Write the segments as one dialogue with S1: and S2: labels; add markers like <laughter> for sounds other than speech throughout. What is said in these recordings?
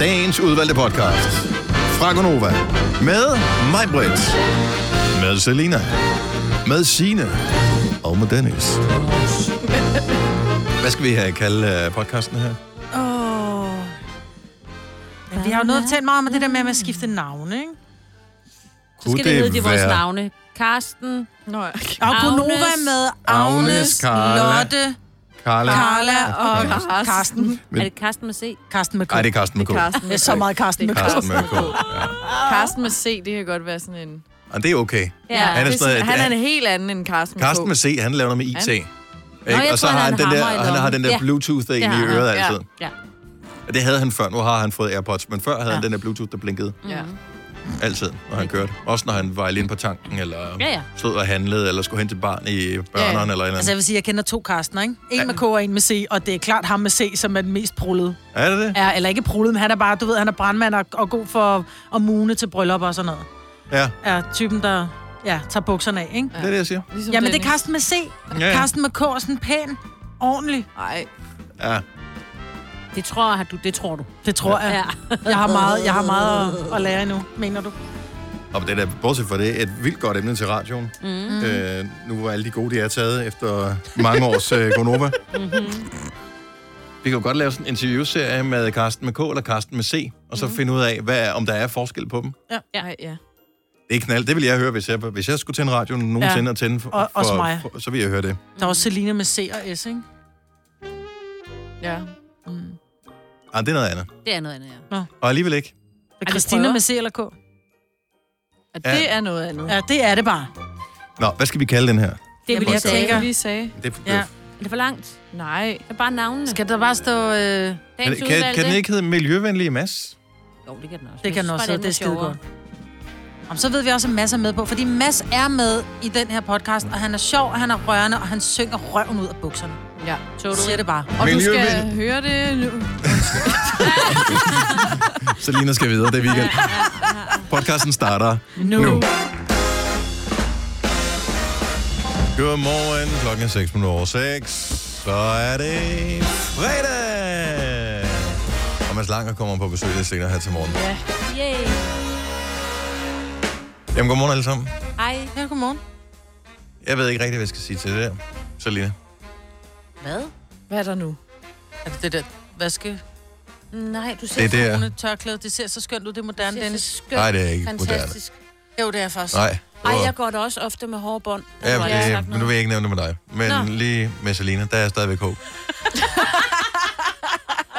S1: dagens udvalgte podcast fra Gonova. Med mig, Britt. Med Selina. Med Sine Og med Dennis. Hvad skal vi øh, kalde øh, podcasten her?
S2: Åh. Men vi har jo noget at tale meget om det der med, at man skifter navne, ikke?
S3: Så skal det hedde de vores navne. Karsten.
S4: Nå, ja.
S2: Og Gunova er med Agnes,
S1: Agnes, Karla,
S2: Lotte,
S1: Carla.
S2: Carla og
S4: Karsten.
S2: Karsten.
S3: Er det Karsten med C?
S2: Karsten med K.
S1: Nej, det er Karsten med K.
S4: Karsten
S2: Det
S4: med,
S2: er så meget Karsten med K.
S1: Karsten med K.
S4: Karsten med C, det kan godt være sådan en...
S1: Og det er okay.
S3: Ah. Ja.
S1: Han er
S4: Det er
S1: stadig-
S4: sådan, han er en helt anden end Karsten med
S1: Karsten
S4: K.
S1: med C, han laver noget med IT.
S4: Ja.
S1: Ikke?
S3: jeg
S1: og så
S3: tror,
S1: har
S3: han
S1: han, den
S3: har
S1: der,
S3: hammer i
S1: og han har den der
S3: lommen.
S1: Bluetooth-thing
S3: Ja.
S1: i øret
S4: Ja.
S1: altid.
S3: Ja.
S1: Og Det havde han før, nu har han fået AirPods, men før havde han den der Bluetooth, der blinkede
S4: Ja.
S1: altid, når han kørte. Også når han var alene på tanken, eller
S3: Ja, ja.
S1: stod og handlede, eller skulle hen til barn i børneren, eller et eller
S2: Altså, jeg
S1: andet.
S2: vil sige, jeg kender to Karsten, ikke? En med K og en med C, og det er klart ham med C, som er den mest prullede.
S1: Er det det?
S2: Ja, eller ikke prullede, men han er bare, du ved, han er brandmand og, og god for at mune til bryllup og sådan noget.
S1: Ja,
S2: Er typen, der ja, tager bukserne af, ikke?
S1: det er det, jeg siger.
S4: Ligesom
S2: Jamen, det er
S4: Dennis.
S2: Karsten med C.
S1: Ja.
S2: Karsten med K er sådan pæn, ordentlig.
S4: Ej,
S1: Ja.
S3: Det tror jeg, du. Det tror du.
S2: Det tror jeg.
S3: Ja.
S2: Jeg har meget, jeg har meget at, at lære endnu, mener du?
S1: Og det der, bortset fra det, et vildt godt emne til radioen. Mm. Øh, nu hvor alle de gode, de er taget efter mange års øh, Gonova. Mm-hmm. Vi kan jo godt lave sådan en interviewserie med Karsten med K eller Karsten med C, og så mm. finde ud af, hvad, om der er forskel på dem.
S4: ej, ja.
S1: Det er knald. Det vil jeg høre, hvis jeg, hvis jeg skulle tænde radioen nogensinde ja. og tænde for,
S2: Og- også
S1: for,
S2: mig.
S1: for, så vil jeg høre det.
S2: Der er også Selina med C og S, ikke?
S4: Ja.
S1: Ah, det er noget andet.
S3: Det er noget andet, ja.
S1: Og alligevel ikke.
S2: Og
S3: vi
S2: Christina
S3: prøver.
S2: med C eller K?
S4: Og det er noget andet.
S2: Ja, det er det bare.
S1: Nå, hvad skal vi kalde den her?
S3: Det
S2: Jamen,
S3: vil jeg
S2: jeg
S3: sige.
S2: tænker-
S4: Vi sagde,
S1: Det, det,
S2: Ja.
S3: Er det for langt?
S4: nej.
S3: Det er bare navnene.
S2: Skal der bare stå... Øh...
S1: kan, kan, kan den ikke hedde Miljøvenlige Mads?
S3: Jo, det kan den også.
S2: Det kan den også, det er skide
S3: sjovere.
S2: godt. Jamen, så ved vi også, at Mads er med på, fordi Mads er med i den her podcast, og han er sjov, og han er rørende, og han synger røven ud af bukserne.
S4: Ja.
S2: Du siger det bare.
S4: Og du skal
S1: Miljøvenlig.
S4: høre det nu.
S1: Selina skal videre, det er weekend. Podcasten starter nu. nu. Godmorgen, klokken er 6 minutter over 6. Så er det fredag! Og Mads Langer kommer på besøg lidt senere her til morgen.
S3: Yay.
S1: Jamen, godmorgen alle sammen.
S3: Hej.
S2: Ja, godmorgen.
S1: Jeg ved ikke rigtig, hvad jeg skal sige til det der. Selina.
S3: Hvad?
S4: Hvad er der nu?
S2: Er det det der vaske?
S3: Nej, du ser
S1: Det er det,
S2: Ja.
S1: jeg-
S2: Tørklæde, det ser så skønt ud, det er moderne,
S3: det er
S2: Dennis.
S3: så skønt.
S1: Nej, det er ikke
S3: Fantastisk.
S2: Jo, det er faktisk.
S1: Nej.
S3: Ej, jeg går da også ofte med hårde bånd.
S1: Ja,
S3: Hvor jeg har
S1: det,
S3: sagt
S1: men nu vil
S3: noget.
S1: jeg ikke nævne det med dig. Men Nå.
S3: Nå.
S1: lige med Selina, der er jeg
S3: <laughs>
S1: stadigvæk håb.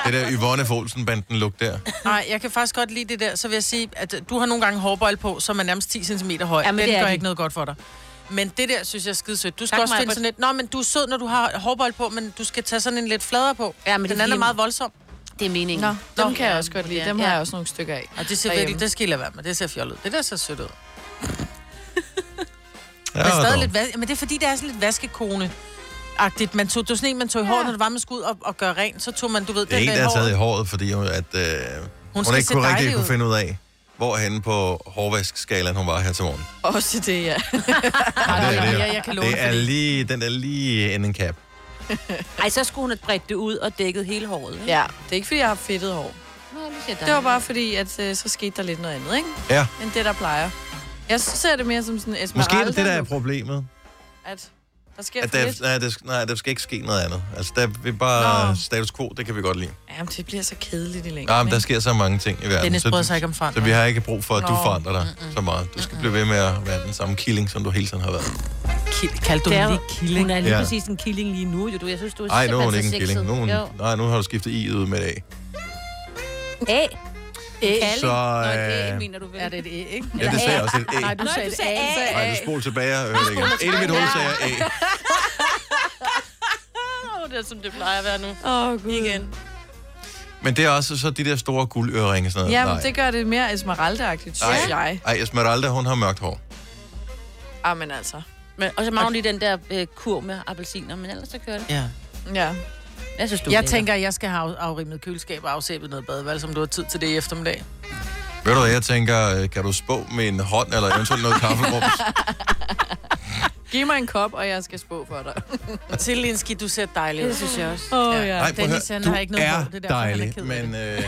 S1: det der Yvonne Folsen-banden look der.
S2: Nej, jeg kan faktisk godt lide det der. Så vil jeg sige, at du har nogle gange hårbøjle på, som er nærmest 10 cm høj.
S3: Jamen,
S2: Jamen,
S3: det
S2: Den
S3: er
S2: gør
S3: de.
S2: ikke noget godt for dig. Men det der, synes jeg er skide sødt. Du skal
S3: Tak,
S2: tak, også
S3: Maja,
S2: finde
S3: for-
S2: sådan lidt... Nå, men du er sød, når du har hårbøjle på, men du skal tage sådan en lidt fladere på.
S3: Ja, men det
S2: Den
S3: er
S2: anden er
S3: fordi-
S2: meget voldsom.
S3: Det er meningen.
S4: Nå, dem
S2: Nå.
S4: kan jeg også godt lide. Dem
S3: Ja.
S4: har jeg også nogle stykker af.
S2: Og det ser
S4: Derhjemme.
S2: virkelig, det skal I lade være med. Det ser fjollet ud. Det der ser sødt ud. Men
S1: <laughs> Ja,
S2: stadig
S1: dog.
S2: lidt vas- men det er fordi, det er sådan lidt vaskekone. Agtigt. Man tog, det var sådan en, man tog i håret, når det var, man skulle ud og, og gøre rent. Så tog man, du ved,
S1: Det er
S2: den
S1: en,
S2: der i
S1: der er taget i
S2: håret.
S1: håret, fordi hun, at, øh, hun, hun
S2: skal
S1: ikke
S2: se
S1: kunne rigtig
S2: dejlig
S1: kunne
S2: ud.
S1: finde ud af, hvor henne på hårvaskskalaen hun var her til morgen.
S4: Også det, <laughs> ja.
S1: Ja, det,
S2: ja, jeg kan låne
S1: det er lige, den der lige en cap.
S3: Ej, så skulle hun have bredt det ud og dækket hele håret. Ikke?
S4: ja. Det er ikke, fordi jeg har fedtet hår.
S3: Nå, det, ser
S4: Det var bare fordi, at øh, så skete der lidt noget andet, ikke?
S1: Ja,
S4: End det, der plejer. Jeg ser det mere som sådan en
S1: måske er
S4: esmeralda.
S1: det det, der er problemet.
S4: At der sker
S1: At
S4: for lidt.
S1: der, nej, der, sk- nej, der skal ikke ske noget andet. Altså, der vi bare
S4: Nå.
S1: status quo, det kan vi godt lide.
S4: Jamen, det bliver så kedeligt i længden.
S1: Nej, men der sker så mange ting i verden.
S2: Dennis
S1: så,
S2: bryder sig ikke om
S1: så
S2: forandring.
S1: vi har ikke brug for, at du
S4: Nå.
S1: forandrer dig så meget. Du skal blive ved med at være den samme killing, som du hele tiden har været.
S2: Kild, kaldte du
S3: det er,
S2: hende
S3: jo-
S2: lige
S3: hun er lige
S1: Ja.
S3: ja. præcis en killing lige nu. Jo, du, jeg synes, du er
S1: Nej, nu er hun ikke
S3: simpelthen
S1: en
S3: så
S1: killing. Nu, er hun,
S3: sexet. Jo.
S1: nej, nu har du skiftet i ud med A.
S3: A. A.
S1: Så,
S3: Nå,
S1: øh,
S3: det mener du vel?
S2: Er det et æ, ikke?
S1: Ja, det sagde jeg også et A.
S2: Nej, du
S3: Nå,
S2: sagde
S3: du
S2: et
S3: sagde
S2: æ.
S3: A.
S1: Nej, du spol tilbage øh, og hør det igen. Ind i mit hoved sagde jeg A.
S2: Åh, Det er, som det plejer at være nu.
S4: Åh, oh, gud. Igen.
S1: Men det er også så de der store guldøreringe sådan noget.
S4: Jamen, det gør det mere esmeralda-agtigt, synes jeg.
S1: Ej, Esmeralda, hun har mørkt hår.
S4: Jamen altså.
S3: Men, og så mangler hun lige den der øh, kurv med appelsiner, men ellers så kører det.
S2: Ja.
S4: Ja.
S3: Jeg synes, du er
S2: Jeg
S3: lækker.
S2: tænker, at jeg skal have afrimet køleskab og afsæbet noget badeværelse, som du har tid til det i eftermiddag.
S1: Ved du hvad, jeg tænker, øh, kan du spå med en hånd eller eventuelt noget kaffelrums?
S4: Giv mig en kop, og jeg skal spå for <laughs> dig.
S2: Zelensky, du ser dejlig ud.
S3: Det synes jeg også.
S4: <laughs> Åh, oh, ja.
S1: Nej, prøv at
S2: Dennis,
S1: høre,
S2: han
S1: du
S2: har ikke noget
S1: er
S2: hår, det er derfor, han er
S1: dejlig,
S2: ked af
S1: men øh,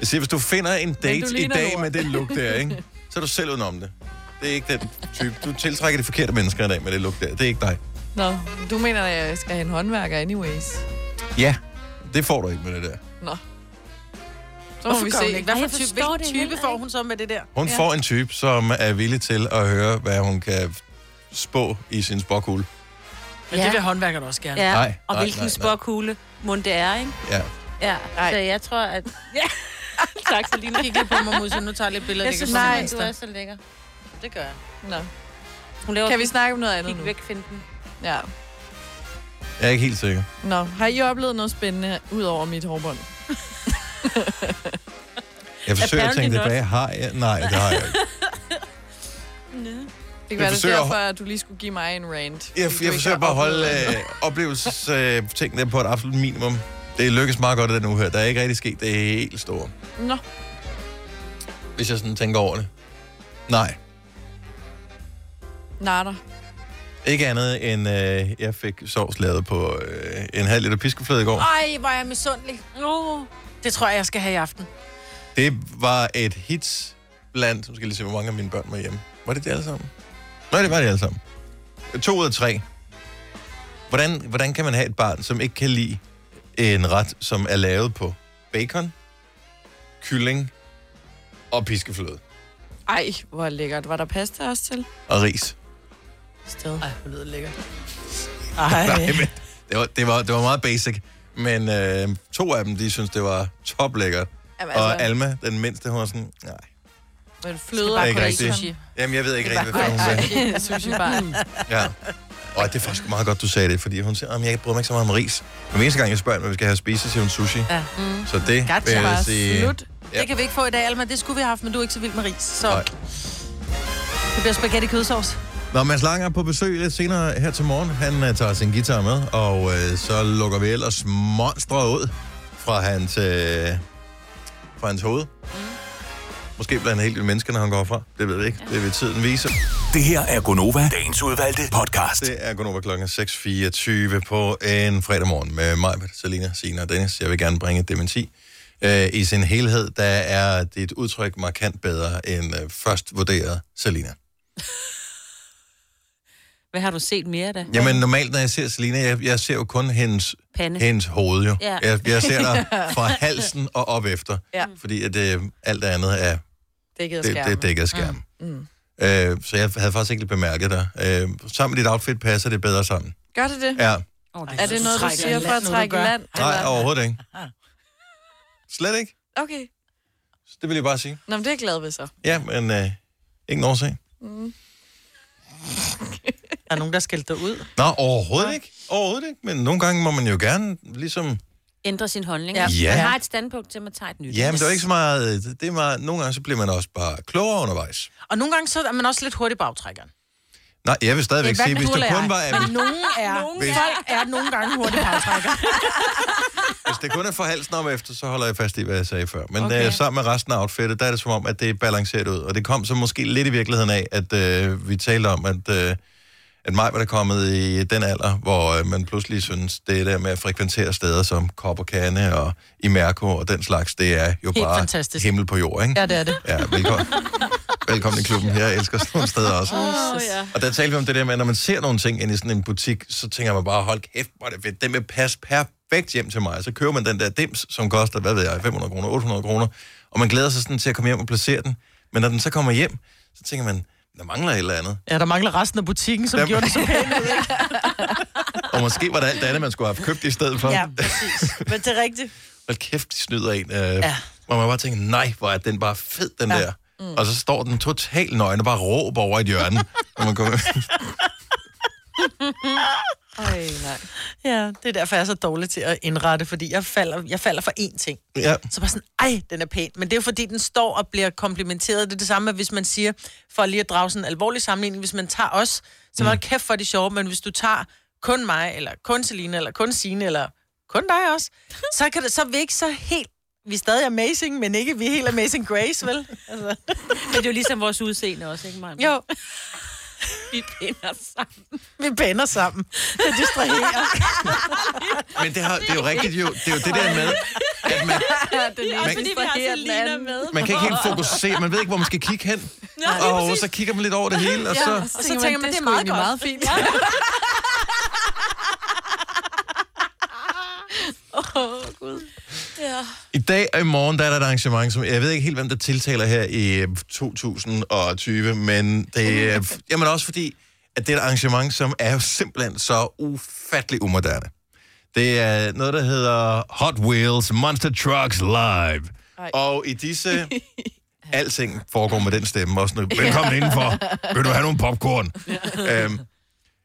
S1: Jeg siger, hvis du finder en
S4: du
S1: date i
S4: ligner
S1: dag
S4: lort.
S1: med den lugt der, ikke? så er du selv udenom det. Det er ikke den type. Du tiltrækker de forkerte mennesker i dag med det lugt der. Det er ikke dig.
S4: Nå, du mener, at jeg skal have en håndværker anyways.
S1: Ja. Det får du ikke med det der.
S4: Nå. Så må
S2: Hvorfor
S4: vi
S2: gør
S4: se.
S2: hun ikke? Hvad
S3: Ej,
S2: for
S3: jeg
S2: type,
S3: forstår
S2: hvilken
S3: det
S2: type
S3: heller
S2: får
S3: ikke.
S2: hun så med det der?
S1: Hun ja. får en type, som er villig til at høre, hvad hun kan spå i sin spåkugle.
S2: Men
S3: Ja.
S2: det vil håndværkerne også gerne.
S3: Ja.
S1: Nej,
S3: og
S1: nej,
S3: hvilken
S1: nej, nej.
S3: spåkugle mund det er, ikke?
S1: Ja.
S3: Ja,
S4: Nej.
S3: så jeg tror, at...
S2: <laughs>
S3: Ja. tak, Selina.
S2: Kig lige på mig, Musse. Nu tager jeg lidt billeder.
S3: Jeg
S2: det
S3: synes,
S2: kan komme
S3: nej,
S2: ind.
S3: du er så lækker. Det gør jeg.
S4: Nå.
S3: Hun laver
S4: Kan vi snakke om noget andet nu?
S3: Kig væk, find den.
S4: Ja.
S1: Jeg er ikke helt sikker.
S4: Nå, har I oplevet noget spændende ud over mit hårbånd?
S1: Jeg forsøger at
S3: Apparently
S1: tænke tilbage. Har jeg? Nej, det
S4: <laughs>
S1: har jeg ikke.
S4: Det kan være, det
S1: forsøger-
S4: er derfor, at du lige skulle give mig en rant. fordi
S1: Jeg,
S4: du
S1: jeg
S4: ikke
S1: forsøger
S4: har
S1: bare at holde
S4: oplevet
S1: øh, oplevelsestingene på et absolut minimum. Det lykkes meget godt i den uge her. Der er ikke rigtig sket det helt store,
S4: noget. Nå,
S1: hvis jeg sådan tænker over det. Nej,
S4: natter.
S1: ikke andet end, øh, jeg fik sovs lavet på øh, en halv liter piskefløde i går.
S2: Ej, hvor er jeg misundelig. Uh, det tror jeg, jeg skal have i aften.
S1: Det var et hit blandt, nu skal jeg lige se, hvor mange af mine børn var hjemme. Var det det alle sammen? Nej, det var det alle sammen. To ud af tre. Hvordan, hvordan kan man have et barn, som ikke kan lide en ret, som er lavet på bacon, kylling og piskefløde
S4: Ej, hvor lækkert. Var der pasta også til?
S1: og ris?
S4: Sted.
S2: Ej, hvor lyder det lækkert.
S1: <laughs> Nej,
S2: Ej.
S1: men det var, det, var, det var meget basic. Men øh, to af dem, de synes, det var toplækkert.
S4: Jamen,
S1: Og Alma, den mindste, hun var sådan, nej.
S4: Men
S2: Det
S4: fløde
S2: er
S4: og
S1: ikke
S2: bare
S1: rigtigt.
S2: sushi.
S1: Jamen, jeg ved <laughs> ikke
S2: Det var
S1: rigtig, hvad fanden hun sagde.
S4: sushi bar.
S3: <laughs>
S1: Ja. Og det er faktisk meget godt, du sagde det, fordi hun siger, at jeg bryder mig ikke så meget om ris. Men hver eneste gang, jeg spørger, hvad vi skal have at spise, siger hun sushi.
S2: Ja.
S1: Mm. Så det
S2: Gotcha.
S1: vil jeg
S4: Bare
S1: sige...
S4: slut.
S1: Ja.
S2: Det kan vi ikke få i dag, Alma. Det skulle vi have haft, men du er ikke så vild med ris. Så
S1: Nej.
S2: det bliver spaghetti kødsovs.
S1: Når Mads Lange er på besøg lidt senere her til morgen, han øh, tager sin guitar med, og øh, så lukker vi ellers monstre ud fra hans, øh, fra hans hoved. Måske bliver han helt vild menneske, når han går fra. Det ved vi ikke. Det vil tiden vise.
S5: Det her er Gonova, dagens udvalgte podcast.
S1: Det er kun over klokken 6.24 på en fredag morgen med mig, Selina, Sina og Dennis. Jeg vil gerne bringe dementi. Øh, I sin helhed, der er dit udtryk markant bedre end øh, først vurderet Selina.
S3: Hvad har du set mere da?
S1: Jamen normalt, når jeg ser Selina, jeg, jeg ser jo kun hendes,
S3: Pande.
S1: hendes hoved jo.
S3: Ja.
S1: Jeg, jeg ser dig fra halsen og op efter,
S4: Ja.
S1: fordi at, øh, alt det andet er
S4: Dækket af
S1: det, det
S4: skærmen.
S1: er dækket af skærmen. Mm. Mm. Øh, så jeg havde faktisk ikke lige bemærket dig. Øh, sammen med dit outfit passer det bedre sammen.
S4: Gør det det?
S1: Ja.
S3: Oh,
S4: Er det
S2: Så
S4: noget, du
S2: trækker
S4: siger for
S2: i land,
S4: at
S2: nu, du
S4: trække i
S2: gør.
S4: land?
S1: Nej,
S4: eller-
S1: overhovedet ikke. Slet ikke.
S4: Okay.
S1: Det vil jeg bare sige.
S4: Nå, men det er jeg glad ved så. Mm.
S1: Ja, men øh, ingen årsag.
S2: Der er nogen, der skældte dig ud.
S1: Nå, overhovedet ikke. Overhovedet ikke. Men nogle gange må man jo gerne ligesom...
S3: Ændre sin holdning.
S4: Ja.
S1: Ja.
S3: Man har et standpunkt til, at man tager et nyt.
S1: Ja, men det er jo ikke så meget... øh, Det er meget... Nogle gange så bliver man også bare klogere undervejs.
S2: Og nogle gange så er man også lidt hurtig i bagtrækkeren.
S1: Nej, jeg vil stadigvæk
S2: Hvad
S1: sige, hvis
S2: du
S1: det
S2: eller
S1: kun
S2: jeg?
S1: var...
S2: Men nogen er.
S1: Hvis-
S2: Folk er nogle gange hurtig i bagtrækkeren.
S1: Hvis det kun er for halsen om efter, så holder jeg fast i, hvad jeg sagde før. Men okay. øh, sammen med resten af outfittet, der er det som om, at det er balanceret ud. Og det kom så måske lidt i virkeligheden af, at øh, vi talte om, at, øh, at mig var der kommet i den alder, hvor øh, man pludselig synes, det der med at frekventere steder som Copacabana og Imerco og den slags, det er jo
S2: Helt
S1: bare
S2: fantastisk.
S1: himmel på jord, ikke?
S2: Ja, det er det.
S1: Ja,
S2: <laughs>
S1: velkommen. velkommen i klubben. Jeg elsker sådan nogle steder også.
S3: Åh, ja.
S1: Og der talte vi om det der med, at når man ser nogle ting inde i sådan en butik, så tænker man bare, hold kæft, hvor er det fedt. Den vil passe perfekt hjem til mig. Så køber man den der dims, som koster, hvad ved jeg, 500 kroner, 800 kroner. Og man glæder sig sådan til at komme hjem og placere den. Men når den så kommer hjem, så tænker man, der mangler et eller andet.
S2: Ja, der mangler resten af butikken, som
S1: Der-
S2: gjorde det så pænt.
S1: <laughs> Og måske var det alt det andet, man skulle have købt i stedet for.
S2: Ja, præcis. Men det er rigtigt.
S1: <laughs> Hold kæft, de snyder en. Øh, ja. Hvor man bare tænker, nej, hvor er den bare fed, den ja. der. Mm. Og så står den totalt nøgen og bare råber over et hjørne. når man kommer...
S4: Ej, nej.
S2: Ja, det er derfor, jeg er så dårlig til at indrette, fordi jeg falder, jeg falder for én ting.
S1: ja.
S2: Så bare sådan, ej, den er pæn. Men det er jo fordi, den står og bliver komplimenteret. Det er det samme, hvis man siger, for lige at drage sådan en alvorlig sammenligning, hvis man tager os, så var mm. kæft for det sjove, men hvis du tager kun mig, eller kun Selina, eller kun Signe, eller kun dig også, så, kan det, så er vi ikke så helt vi er stadig amazing, men ikke vi er helt amazing
S4: <laughs>
S2: grace, vel? Altså.
S3: <laughs> Men det er jo ligesom vores udseende også, ikke, Maja?
S2: Jo,
S3: Vi binder sammen.
S2: vi bander sammen. Det distraherer.
S1: Men det, har, det er jo rigtigt jo. Det er jo det der med, at man,
S4: <laughs> Ja, den ene
S3: Også fordi vi har
S4: distraherer den
S3: Selina
S4: anden.
S3: med.
S1: man kan ikke helt fokusere. Man ved ikke, hvor man skal kigge hen.
S3: Nej, lige
S1: og
S3: præcis.
S1: så kigger man lidt over det hele, og så...
S4: Og så tænker man, det er meget, godt. meget fint.
S1: <laughs>
S4: Ja.
S3: Åh, Gud. Ja.
S1: I dag og i morgen, der er der et arrangement, som jeg ved ikke helt, hvem der tiltaler her i øh, 2020, men det er... Jamen altså- også fordi, at det er et arrangement, som er jo simpelthen så ufattelig umoderne. Det er noget, der hedder Hot Wheels Monster Trucks Live. Ej. Og i <laughs> disse... Alting foregår med den stemme. Også nu, velkommen indenfor. Vil du have nogle popcorn? Ja. Øhm,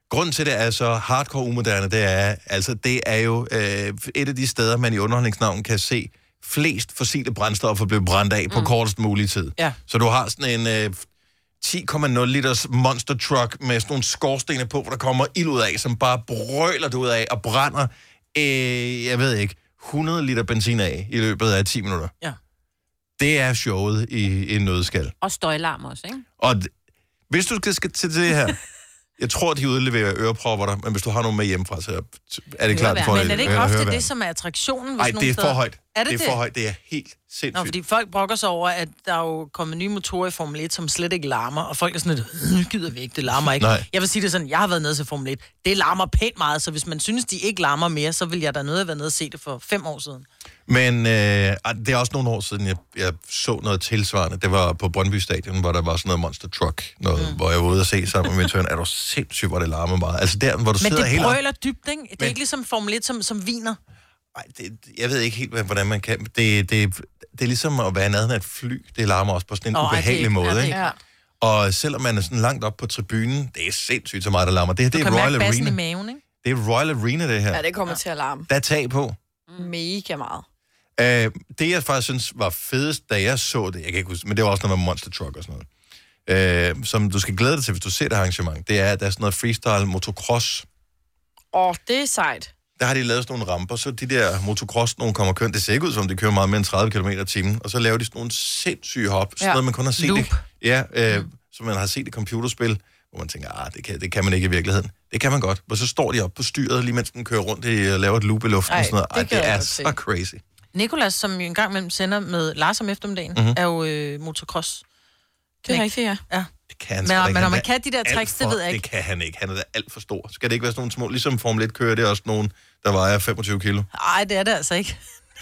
S1: Grunden til det er så hardcore umoderne, det er, altså det er jo øh, et af de steder, man i underholdningsnavn kan se flest fossile brændstoffer blive brændt af på kortest mulig tid.
S2: Mm. Ja.
S1: Så du har sådan en øh, 10,0 liters monster truck med sådan nogle skorstene på, hvor der kommer ild ud af, som bare brøler det ud af og brænder, øh, jeg ved ikke, 100 liter benzin af i løbet af 10 minutter.
S2: Ja.
S1: Det er showet i, i en nødskal.
S3: Og støjlarm også, ikke?
S1: Og d- hvis du skal- skal til det her, jeg tror, de udleverer ørepropper dig, men hvis du har nogen med hjemmefra, så er det klart,
S3: Høreværn.
S1: for
S2: Men er det ikke
S1: øh,
S2: ofte
S1: høreværn.
S2: det, som er attraktionen? Hvis
S1: Ej,
S2: nogle
S1: det er for
S2: steder-
S1: højt.
S2: Er det
S1: det er for højt. Det er helt sindssygt.
S2: Nå, fordi folk brokker sig over, at der er jo kommet nye motorer i Formel 1, som slet ikke larmer, og folk er sådan lidt, "Øh, gider vi ikke, det larmer ikke.
S1: Nej.
S2: Jeg vil sige det sådan, jeg har været nede til Formel 1, det larmer pænt meget, så hvis man synes, de ikke larmer mere, så vil jeg da nødt at være nede og se det for fem år siden.
S1: Men øh, ej, det er også nogle år siden, jeg, jeg så noget tilsvarende. Det var på Brøndby Stadion, hvor der var sådan noget monster truck, noget, mm. hvor jeg var ude og se sammen med min tøn. Er du sindssygt, hvor det larmer meget? Altså der, hvor du
S2: Men
S1: sidder
S2: det
S1: hele...
S2: brøler dybt, ikke? Det er
S1: Men-
S2: ikke ligesom Formel 1, som, som viner.
S1: Ej, det, jeg ved ikke helt, hvad- hvordan man kan... Det, det, det er ligesom at være i nærheden af et fly. Det larmer også på sådan en
S2: Nå,
S1: oh,
S2: ej, det er
S1: ubehagelig
S2: ikke- ja, det
S1: måde,
S2: er
S1: ikke?
S4: Ja.
S1: Og selvom man er sådan langt op på tribunen, det er sindssygt så meget, der larmer. Det her, det er
S2: Kan
S1: Royal
S2: mærke bassen
S1: Arena.
S2: i maven, ikke?
S1: Det er Royal Arena, det her.
S4: ja, Mm. det kommer til at larme
S1: Der er tag på.
S4: mega meget.
S1: Øh, det, jeg faktisk synes var fedest, da jeg så det, jeg kan ikke huske, men det var også noget med Monster Truck og sådan noget, øh, som du skal glæde dig til, hvis du ser det arrangement, det er, at der er sådan noget freestyle motocross.
S4: Åh, det er sejt.
S1: Der har de lavet sådan nogle ramper, så de der motocross, nogen kommer kørt, det ser ikke ud som, de kører meget mere end 30 km i timen, og så laver de sådan nogle sindssyge hop, sådan
S4: Ja.
S1: noget, man kun har set
S2: Loop.
S1: det. Ja, øh, som man har set i computerspil, hvor man tænker, ah, det kan, det kan man ikke i virkeligheden. Det kan man godt. Og så står de op på styret, lige mens den kører rundt i- og laver et loop i luften.
S4: Ej,
S1: og sådan noget.
S4: det kan
S1: det
S4: jeg
S1: er
S4: godt
S1: så
S4: se.
S1: crazy.
S2: Nikolas, som jo engang mellem sender med Lars om eftermiddagen,
S1: Mhm.
S2: mm-hmm. er jo øh, motocross.
S4: Det er rigtigt, ja.
S2: Ja.
S1: Det kan han
S2: Men,
S1: sgu da ikke.
S2: men
S1: Han
S2: om man
S1: er
S2: kan de der
S1: alt
S2: tricks, det
S1: for-
S2: ved jeg ikke.
S1: Det kan han ikke. Han er da alt for stor. Skal det ikke være sådan nogle små, ligesom Formel 1 kører, det er også nogen, der vejer 25 kilo.
S2: Nej, det er det altså ikke.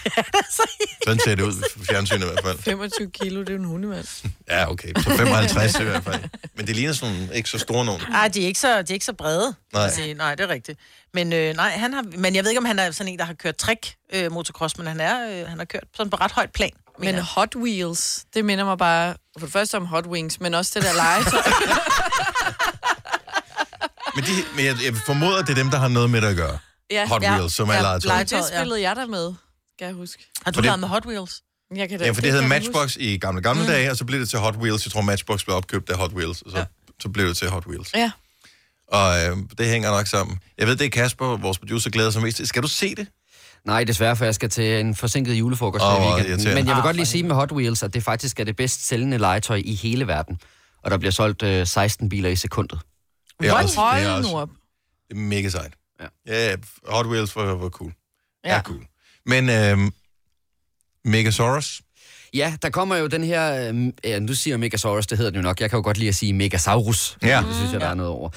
S2: <laughs>
S1: Sådan ser det ud på fjernsynet i hvert fald.
S4: 25 kilo, det er jo en hundemand.
S1: Ja, okay. Så 55 i hvert fald. Men det ligner sådan nogle ikke så store nogen.
S2: Nej, de er ikke så, de er ikke så brede.
S1: Nej.
S2: Nej. Sige. nej, det er rigtigt. Men, øh, nej, han har, men jeg ved ikke, om han er sådan en, der har kørt trick øh, motocross, men han, er, øh, han har kørt sådan på ret højt plan. mener
S4: Men
S2: jeg.
S4: Hot Wheels, det minder mig bare for det første om <laughs> Hot Wings, men også det der legetøj.
S1: Men, de, men jeg, jeg formoder, det er dem, der har noget med det at gøre.
S4: ja,
S1: Hot
S2: ja.
S1: Wheels, som er
S2: Ja,
S1: legetøj.
S2: legetøj,
S4: det
S2: ja.
S4: spillede jeg der med, skal jeg huske.
S2: har du
S1: for det-
S2: lavet med Hot Wheels?
S4: Jeg kan da,
S1: Ja, for det,
S4: kan
S1: hed
S4: jeg da huske.
S1: Matchbox i gamle, gamle mm. dage, og så blev det til Hot Wheels. Jeg tror, Matchbox blev opkøbt af Hot Wheels, og så, ja. så blev det til Hot Wheels.
S4: Ja.
S1: Og øh, det hænger nok sammen. Jeg ved, det er Kasper, vores producer, glæder sig mest til. Skal du se det?
S6: Nej, desværre, for jeg skal til en forsinket julefrokost
S1: Åh,
S6: oh, i
S1: hvor
S6: weekenden.
S1: irriterende.
S6: Men jeg vil
S2: Ah,
S6: godt lige
S2: for
S6: sige med Hot Wheels, at det faktisk er det bedst sælgende legetøj i hele verden. Og der bliver solgt øh, 16 biler i sekundet.
S1: Det er
S4: What?
S1: også- det er
S4: Hold
S1: også-
S4: nu op.
S1: Det er mega sejt.
S6: Ja.
S1: ja Hot Wheels var, var cool. Ja. Er
S4: Ja.
S1: cool. Men øh, Megasaurus,
S6: Ja, der kommer jo den her... Øh, ja, nu siger jeg Megasaurus, det hedder den jo nok. Jeg kan jo godt lide at sige Megasaurus.
S1: Ja.
S6: Det synes jeg, der er noget over.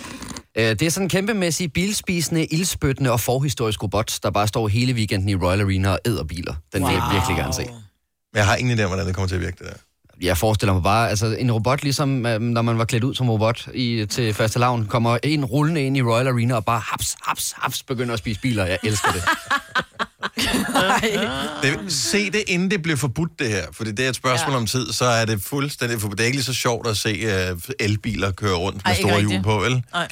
S6: Øh, det er sådan en kæmpemæssig bilspisende, ildspyttende og forhistorisk robot, der bare står hele weekenden i Royal Arena og æder biler. Den wow. vil jeg virkelig gerne se.
S1: jeg har ingen idé om, hvordan det kommer til at virke, det der.
S6: jeg forestiller mig bare, altså en robot, ligesom øh, når man var klædt ud som robot i, til første lavn, kommer en rullende ind i Royal Arena og bare haps, haps, haps, begynder at spise biler. Jeg elsker det.
S1: det. Se det, inden det bliver forbudt, det her. For det er et spørgsmål ja. om tid, så er det fuldstændig forbudt. Det er ikke lige så sjovt at se øh, elbiler køre rundt med
S2: Ej,
S1: Ej,
S2: ikke
S1: store hjul
S2: rigtigt.
S1: på, vel?
S3: <laughs>
S2: Nej.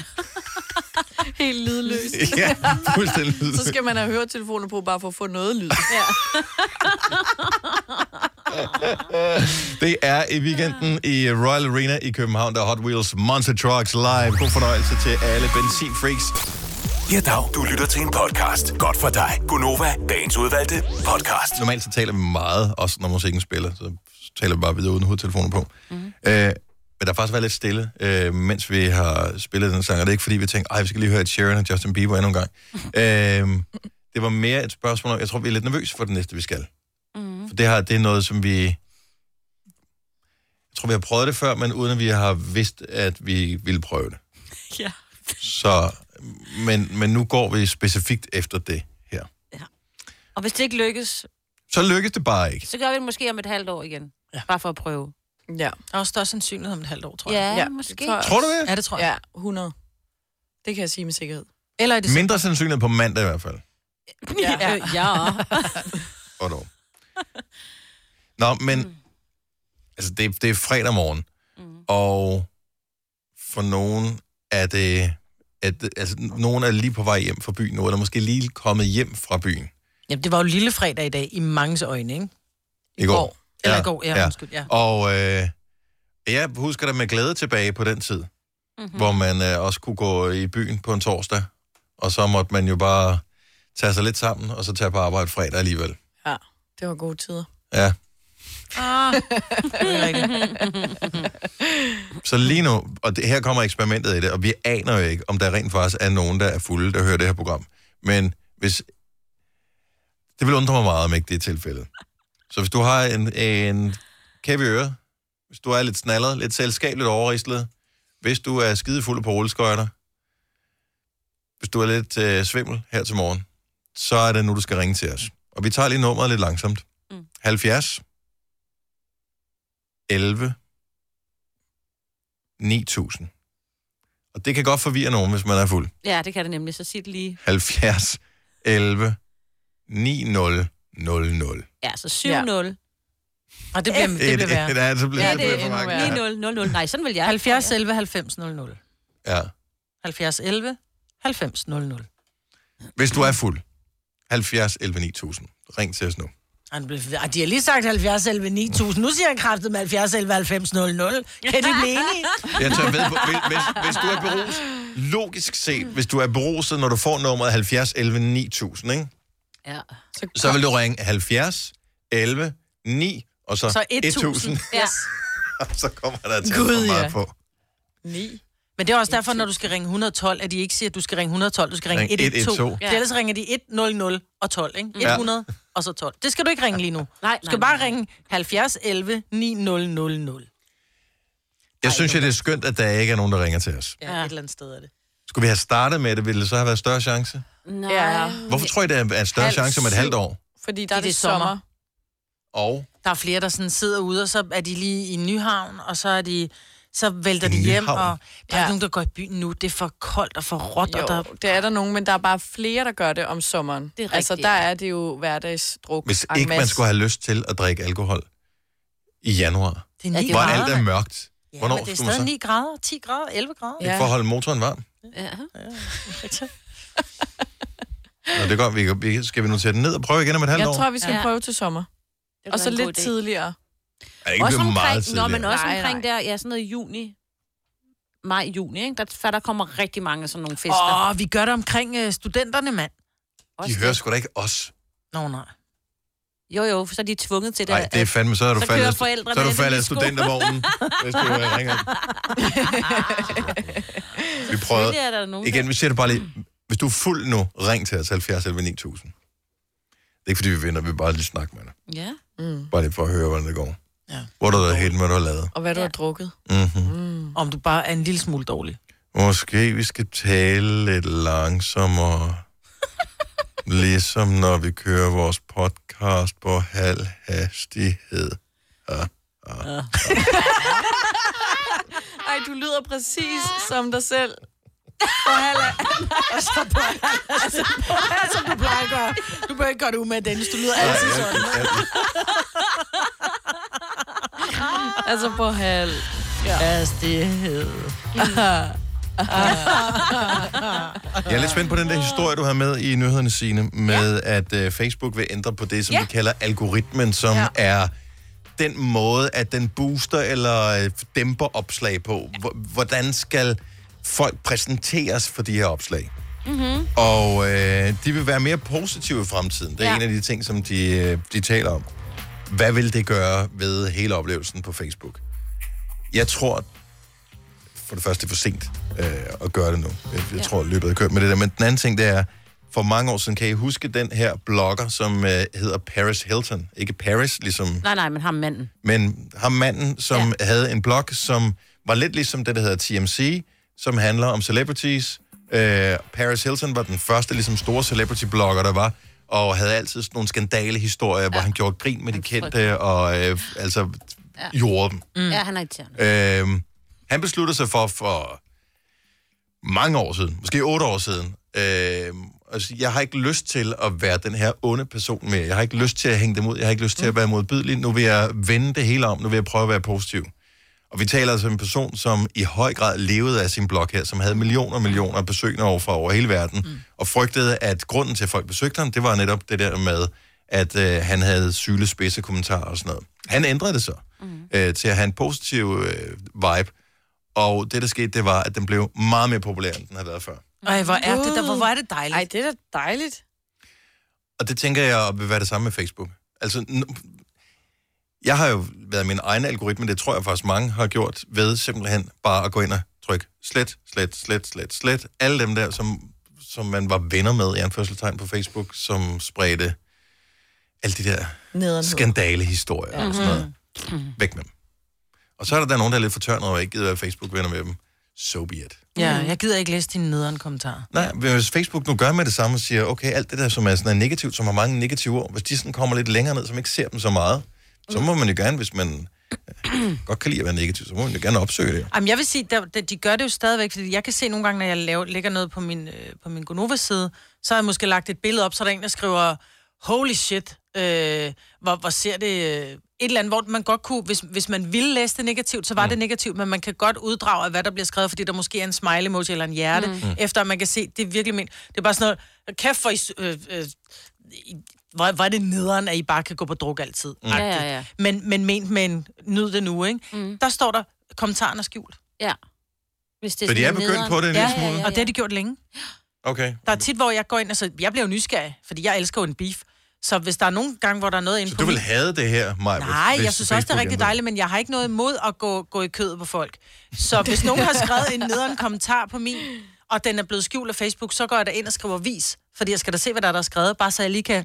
S4: Helt lydløs.
S1: <laughs> ja, fuldstændig.
S4: Så skal man have høretelefoner på, bare for at få noget lyd.
S1: <laughs> Det er i weekenden i Royal Arena i København, der er Hot Wheels Monster Trucks Live. God fornøjelse til alle benzinfreaks.
S5: Ja, dag. Du lytter til en podcast. Godt for dig. Gunova, dagens udvalgte podcast.
S1: normalt så taler vi meget, også når musikken spiller, så taler vi bare videre uden hovedtelefoner på. Mm. Øh, men der har faktisk været lidt stille, øh, mens vi har spillet den sang, og det er ikke fordi, vi tænkte, ej, vi skal lige høre et Sharon og Justin Bieber endnu en gang. øh, det var mere et spørgsmål om, jeg tror, vi er lidt nervøse for det næste, vi skal. det, har, det er noget, som vi... Jeg tror, vi har prøvet det før, men uden at vi har vidst, at vi ville prøve det.
S3: Ja.
S1: Så, men, men nu går vi specifikt efter det her.
S3: Og hvis det ikke lykkes,
S1: Så lykkes det bare ikke.
S3: så gør vi det måske om et halvt år igen. Ja. Bare for at prøve.
S4: Ja.
S2: Der er også større sandsynlighed om et halvt år, tror jeg.
S3: Ja,
S4: Ja,
S3: ja
S4: det
S3: måske.
S4: tror jeg.
S1: Tror du det?
S2: Ja, det tror jeg.
S4: Ja, 100. Det kan jeg sige med sikkerhed.
S2: Eller i det
S1: Mindre sandsynligt på mandag i hvert fald.
S3: Ja.
S4: Ja.
S3: Øh, ja.
S1: Og dog. Nå, men... Mm. Altså, det, det er fredag morgen, mm. og for nogen er det... At, altså, nogen er lige på vej hjem fra byen nu, eller måske lige kommet hjem fra byen
S2: Jamen, det var jo lille fredag i dag, i manges øjne, ikke?
S1: i går.
S2: Eller i går, ja, undskyld, ja.
S1: Og øh, jeg husker det med glæde tilbage på den tid,
S2: Mhm.
S1: mm-hmm. hvor man øh, også kunne gå i byen på en torsdag, og så måtte man jo bare tage sig lidt sammen, og så tage på arbejde fredag alligevel.
S4: <laughs> Ja, det var gode tider.
S1: Ja.
S4: <laughs>
S2: Ah. det er rigtigt.
S3: <laughs>
S1: Så lige nu, og det, her kommer eksperimentet i det, og vi aner jo ikke, om der rent faktisk er nogen, der er fulde, der hører det her program. Men hvis... Det vil undre mig meget, om ikke det er tilfældet. Så hvis du har en, en kæve øre, hvis du er lidt snallet, lidt selskabeligt overrislet, hvis du er skidefuld på rulleskøjter, hvis du er lidt øh, svimmel her til morgen, så er det nu, du skal ringe til os. Og vi tager lige nummeret lidt langsomt. Mm.
S3: Mm.
S1: 70 11 9000. Og det kan godt forvirre nogen, hvis man er fuld.
S3: ja, det kan det nemlig. Så sig det lige.
S1: 70 11 9000.
S3: Ja, så 7-0.
S4: Ja.
S3: Ja. 9-0.
S2: Og det bliver, det bliver værre.
S1: et, et, så bliver
S4: Ja,
S1: <laughs> det,
S4: det
S1: bliver
S4: er
S1: for
S4: endnu
S1: mange.
S4: værre.
S1: Ja.
S3: 9-0. Nej, sådan vil jeg.
S2: 70 11 90 00.
S1: Ja.
S2: 70 11 90 00.
S1: Hvis du er fuld. 70 11 9000. Ring til os nu.
S2: Ej, nu bliver- Ej, de har lige sagt 70 11 9000. Nu siger han kraftet med 70 11 90 00. Kan <laughs> de blive enige?
S1: Jeg tager ved, på- hvis, hvis- hvis du er beruset, logisk set, hvis du er beruset, når du får nummeret 70 11 9000, ikke?
S3: Ja.
S1: så vil du ringe 70 11 9 og så,
S2: Så 1000.
S3: Ja.
S1: <laughs> så kommer der til
S2: Gud,
S1: for meget
S2: ja.
S1: på.
S4: 9.
S2: Men det er også derfor, når du skal ringe 112, at de ikke siger, at du skal ringe 112, du skal ringe
S1: Ring
S2: 112.
S1: 112.
S2: Ja. Mm. Ellers ringer de 100 og 12, ikke?
S1: Ja.
S2: 100 og så 12. Det skal du ikke ringe lige nu.
S3: Nej,
S2: Du skal
S3: nej,
S2: bare
S3: nej.
S2: ringe 70 11 9000.
S1: Jeg synes, jo, det er skønt, at der ikke er nogen, der ringer til os.
S2: Ja, ja, et eller andet sted er det.
S1: Skulle vi have startet med det, ville det så have været større chance?
S3: Nej.
S4: Ja.
S3: Ja.
S1: Hvorfor tror I, der er større
S4: Halv
S1: chance om et
S4: syv.
S1: halvt år?
S4: Fordi der er det,
S2: det er
S4: sommer.
S2: sommer.
S1: Og
S2: Der er flere, der sådan sidder ude, og så er de lige i Nyhavn, og så er de så vælter de hjem,
S1: Nyhavn?
S2: og der er
S4: Ja.
S2: ja. nogen, der går i byen nu. Det er for koldt og for råt, og der...
S4: Jo, det er der nogen, men der er bare flere, der gør det om sommeren.
S3: Det er
S4: Altså,
S3: rigtigt,
S4: der
S3: ja.
S4: er det jo hverdagsdruk.
S1: hvis
S4: en
S1: ikke man
S4: masse.
S1: skulle have lyst til at drikke alkohol i januar,
S2: Det er 9
S3: Ja, det er
S1: hvor
S3: jo
S2: grader.
S1: alt er mørkt,
S2: Ja,
S1: hvornår
S2: men det er
S1: skulle man
S2: stadig
S1: så?
S2: 9 grader, 10 grader, 11 grader.
S1: ikke for at holde motoren varm.
S3: ja.
S1: Nå, det er godt, vi, kan- vi, skal vi nu sætte den ned og prøve igen om et halvt
S4: Jeg
S1: år?
S4: tror, vi skal
S3: Ja.
S4: prøve til sommer.
S3: Det
S4: Og så
S3: kunne være en
S4: lidt
S3: god idé.
S4: tidligere.
S1: Er det ikke blevet meget
S3: Nå,
S1: tidligere?
S3: men også
S4: Nej,
S3: nej, omkring
S4: nej.
S3: nej. der, ja, sådan noget juni, maj, juni, ikke? Der, for der kommer rigtig mange sådan nogle fester.
S2: Åh, oh, vi gør det omkring øh, studenterne, mand.
S1: De
S3: Også
S1: hører
S3: det.
S1: sgu da ikke os.
S2: Nå, nej.
S3: Jo, jo, for så er de tvunget til det.
S1: Nej, det er
S3: at-
S1: fandme, så er du
S3: så
S1: faldet,
S3: kører
S1: så
S3: forældrene
S1: er du
S3: ind i
S1: faldet af
S3: sko. <laughs>
S1: studentervognen, hvis du øh, ringer. Vi prøver.
S3: Selvfølgelig er der nogen,
S1: Igen, vi siger det bare lige. Hvis du er fuld nu, ring til os 70 11 9000. Det er ikke fordi, vi vinder, vi vil bare lige snakke med dig.
S3: der- Ja.
S1: Bare lige for at høre, hvordan det går.
S2: Ja.
S1: Hvor du har været helt, hvad du har lavet.
S4: Og hvad du
S3: Ja.
S4: har drukket.
S1: Mm-hmm.
S2: Om du bare er en lille smule dårlig.
S1: Måske vi skal tale lidt <laughs> langsommere. ligesom når vi kører vores podcast på halv hastighed.
S4: Ej, du lyder præcis som dig selv.
S2: Altså, du plejer at gøre. Du bør ikke gøre det med, Dennis. Du lyder altid sådan.
S4: Altså på halv.
S2: Hastighed.
S1: Jeg er lidt spændt på den der historie, du har med i nyhederne, Signe, med ja. at øh, Facebook vil ændre på det, som ja. de kalder algoritmen, som ja. er den måde, at den booster eller øh, dæmper opslag på. H- hvordan skal folk præsenteres for de her opslag? Mm-hmm. Og øh, de vil være mere positive i fremtiden. Det er ja.
S3: Ja.
S1: en af de ting, som de, øh, de taler om. Hvad vil det gøre ved hele oplevelsen på Facebook? Jeg tror, for det første, det er for sent øh, at gøre det nu. Jeg, jeg ja. tror, løbet er kørt med det der. Men den anden ting, det er, for mange år siden, kan I huske den her blogger, som øh, hedder Paris Hilton? Ikke Paris, ligesom,
S3: Nej, nej, men ham manden.
S1: men ham manden, som ja. havde en blog, som var lidt ligesom det, der hedder TMC, som handler om celebrities. Øh, Paris Hilton var den første ligesom store celebrity-blogger, der var, og havde altid sådan nogle skandalehistorier, ja. hvor han gjorde grin med de kendte, og øh, altså ja. jorde dem.
S3: Mm. Ja, han er irriterende.
S1: Øhm, han besluttede sig for, for mange år siden, måske otte år siden, øhm, altså, jeg har ikke lyst til at være den her onde person mere. Jeg har ikke lyst til at hænge dem ud. Jeg har ikke lyst til at være modbydelig. Nu vil jeg vende det hele om. Nu vil jeg prøve at være positiv. Og vi taler altså om en person, som i høj grad levede af sin blog her, som havde millioner og millioner af besøgende over fra over hele verden, mm. og frygtede, at grunden til, at folk besøgte ham, det var netop det der med, at øh, han havde syle spidse kommentarer og sådan noget. Han ændrede det så mm. øh, til at have en positiv øh, vibe, og det, der skete, det var, at den blev meget mere populær, end den havde været før.
S2: Ej, hvor er det der, hvor, hvor er det dejligt.
S4: Ej, det er da dejligt.
S1: Og det tænker jeg vil være det samme med Facebook. Altså, n- jeg har jo været min egen algoritme, det tror jeg faktisk mange har gjort, ved simpelthen bare at gå ind og trykke slet, slet, slet, slet, slet. Alle dem der, som, som man var venner med i anførselstegn på Facebook, som spredte alle de der
S4: Nederen.
S1: skandalehistorier og sådan noget. Væk med dem. Og så er der, der nogen, der er lidt fortørnet og ikke gider være Facebook-venner med dem. So be it.
S2: Ja, jeg gider ikke læse dine nederen kommentarer. <clears throat>
S1: Nej, hvis Facebook nu gør med det samme og siger, okay, alt det der, som er sådan er negativt, som har mange negative ord, hvis de sådan kommer lidt længere ned, som ikke ser dem så meget, så må man jo gerne, hvis man øh, godt kan lide at være negativ, så må man jo gerne opsøge det.
S2: Jamen, jeg vil sige, der, der, de gør det jo stadigvæk, fordi jeg kan se nogle gange, når jeg laver, lægger noget på min, øh, på min Gonova-side, så har jeg måske lagt et billede op, så er der en, der skriver, holy shit, øh, hvor, hvor ser det... Øh, et eller andet, hvor man godt kunne, hvis, hvis man ville læse det negativt, så var mm. det negativt, men man kan godt uddrage af, hvad der bliver skrevet, fordi der måske er en smile emoji eller en hjerte, mm. efter at man kan se, det er virkelig men. Det er bare sådan noget, kæft for, I, s- øh, øh, I, hvor, hvor er det nederen, at I bare kan gå på druk altid. Mm.
S3: Ja, ja, ja.
S2: Men, men ment med en nyd det nu, ikke? Mm. Der står der, kommentaren er skjult.
S3: Ja. Hvis det
S1: Så de
S3: sådan
S1: er begyndt
S3: nederen.
S1: på det en lille
S3: Ja, ja,
S1: smule?
S2: Og det har de gjort længe.
S1: Okay.
S2: Der er tit, hvor jeg går ind og så, jeg bliver jo nysgerrig, fordi jeg elsker jo en beef. Så hvis der er nogle gange, hvor der er noget inde
S1: Så
S2: på
S1: du vil
S2: min-
S1: have det her, Maja?
S2: Nej, jeg synes også, det er rigtig dejligt, men jeg har ikke noget imod at gå, gå i kødet på folk. Så hvis nogen har skrevet en nederen kommentar på min, og den er blevet skjult af Facebook, så går jeg ind og skriver vis, fordi jeg skal da se, hvad der er, der er skrevet, bare så jeg lige kan...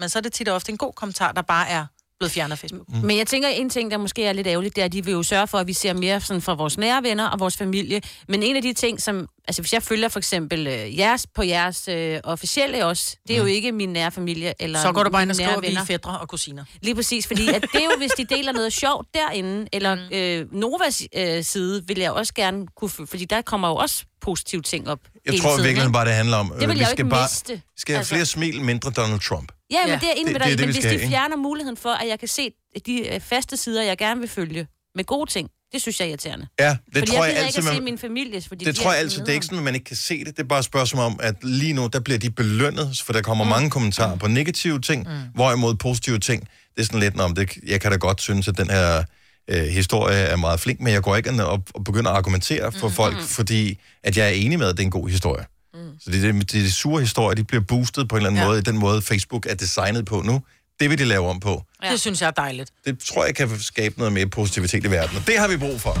S2: Men så er det tit og ofte en god kommentar, der bare er blevet fjernet af Facebook.
S1: Mm.
S3: Men jeg tænker, en ting, der måske er lidt ærgerligt, det er, at de vil jo sørge for, at vi ser mere sådan fra vores nære venner og vores familie. Men en af de ting, som... Altså, hvis jeg følger for eksempel øh, jeres på jeres øh, officielle også, det
S1: Mm.
S3: er jo ikke min nære familie eller
S2: Så går du bare ind og
S3: mine nære
S2: skriver, vi er
S3: venner.
S2: fædre og kusiner.
S3: Lige præcis, fordi at det er jo, hvis de deler noget sjovt derinde, eller
S2: Mm.
S3: øh, Novas øh, side, vil jeg også gerne kunne... f- Fordi der kommer jo også positive ting op
S1: Jeg
S3: hele
S1: tror
S3: tiden,
S1: virkelig
S3: ikke?
S1: bare, det handler om. øh,
S3: vil
S1: vi
S3: jeg jo
S1: skal
S3: ikke
S1: bare,
S3: miste.
S1: vi Skal have
S3: Altså-
S1: flere smil, mindre Donald Trump.
S3: Ja, men
S2: Ja.
S3: det er enig
S1: Det-
S3: med
S1: det er
S3: dig. i,
S1: det, vi
S3: Men hvis
S1: skal,
S3: de
S1: ikke?
S3: fjerner muligheden for, at jeg kan se de øh, faste sider, jeg gerne vil følge med gode ting, det synes jeg er irriterende.
S1: Ja, det
S3: fordi
S1: tror
S3: jeg
S1: jeg
S3: gider ikke
S1: altid,
S3: at se
S1: man,
S3: min familie, fordi
S1: det
S3: de
S1: tror jeg
S3: altid
S1: altid, det er ikke sådan, at man ikke kan se det. Det er bare et spørgsmål om, at lige nu, der bliver de belønnet, for der kommer mm. mange kommentarer på negative ting, mm. hvorimod positive ting, det er sådan lidt, om det, jeg kan da godt synes, at den her øh, historie er meget flink, men jeg går ikke ind og, og begynder at argumentere for mm. folk, fordi at jeg er enig med, at det er en god historie. Mm. Så det, det, det, de sure historier, de bliver boostet på en eller anden ja. måde, i den måde Facebook er designet på nu. Det vil de lave om på.
S2: Ja. Det synes jeg er dejligt.
S1: Det tror jeg kan skabe noget mere positivitet i verden, og det har vi brug for.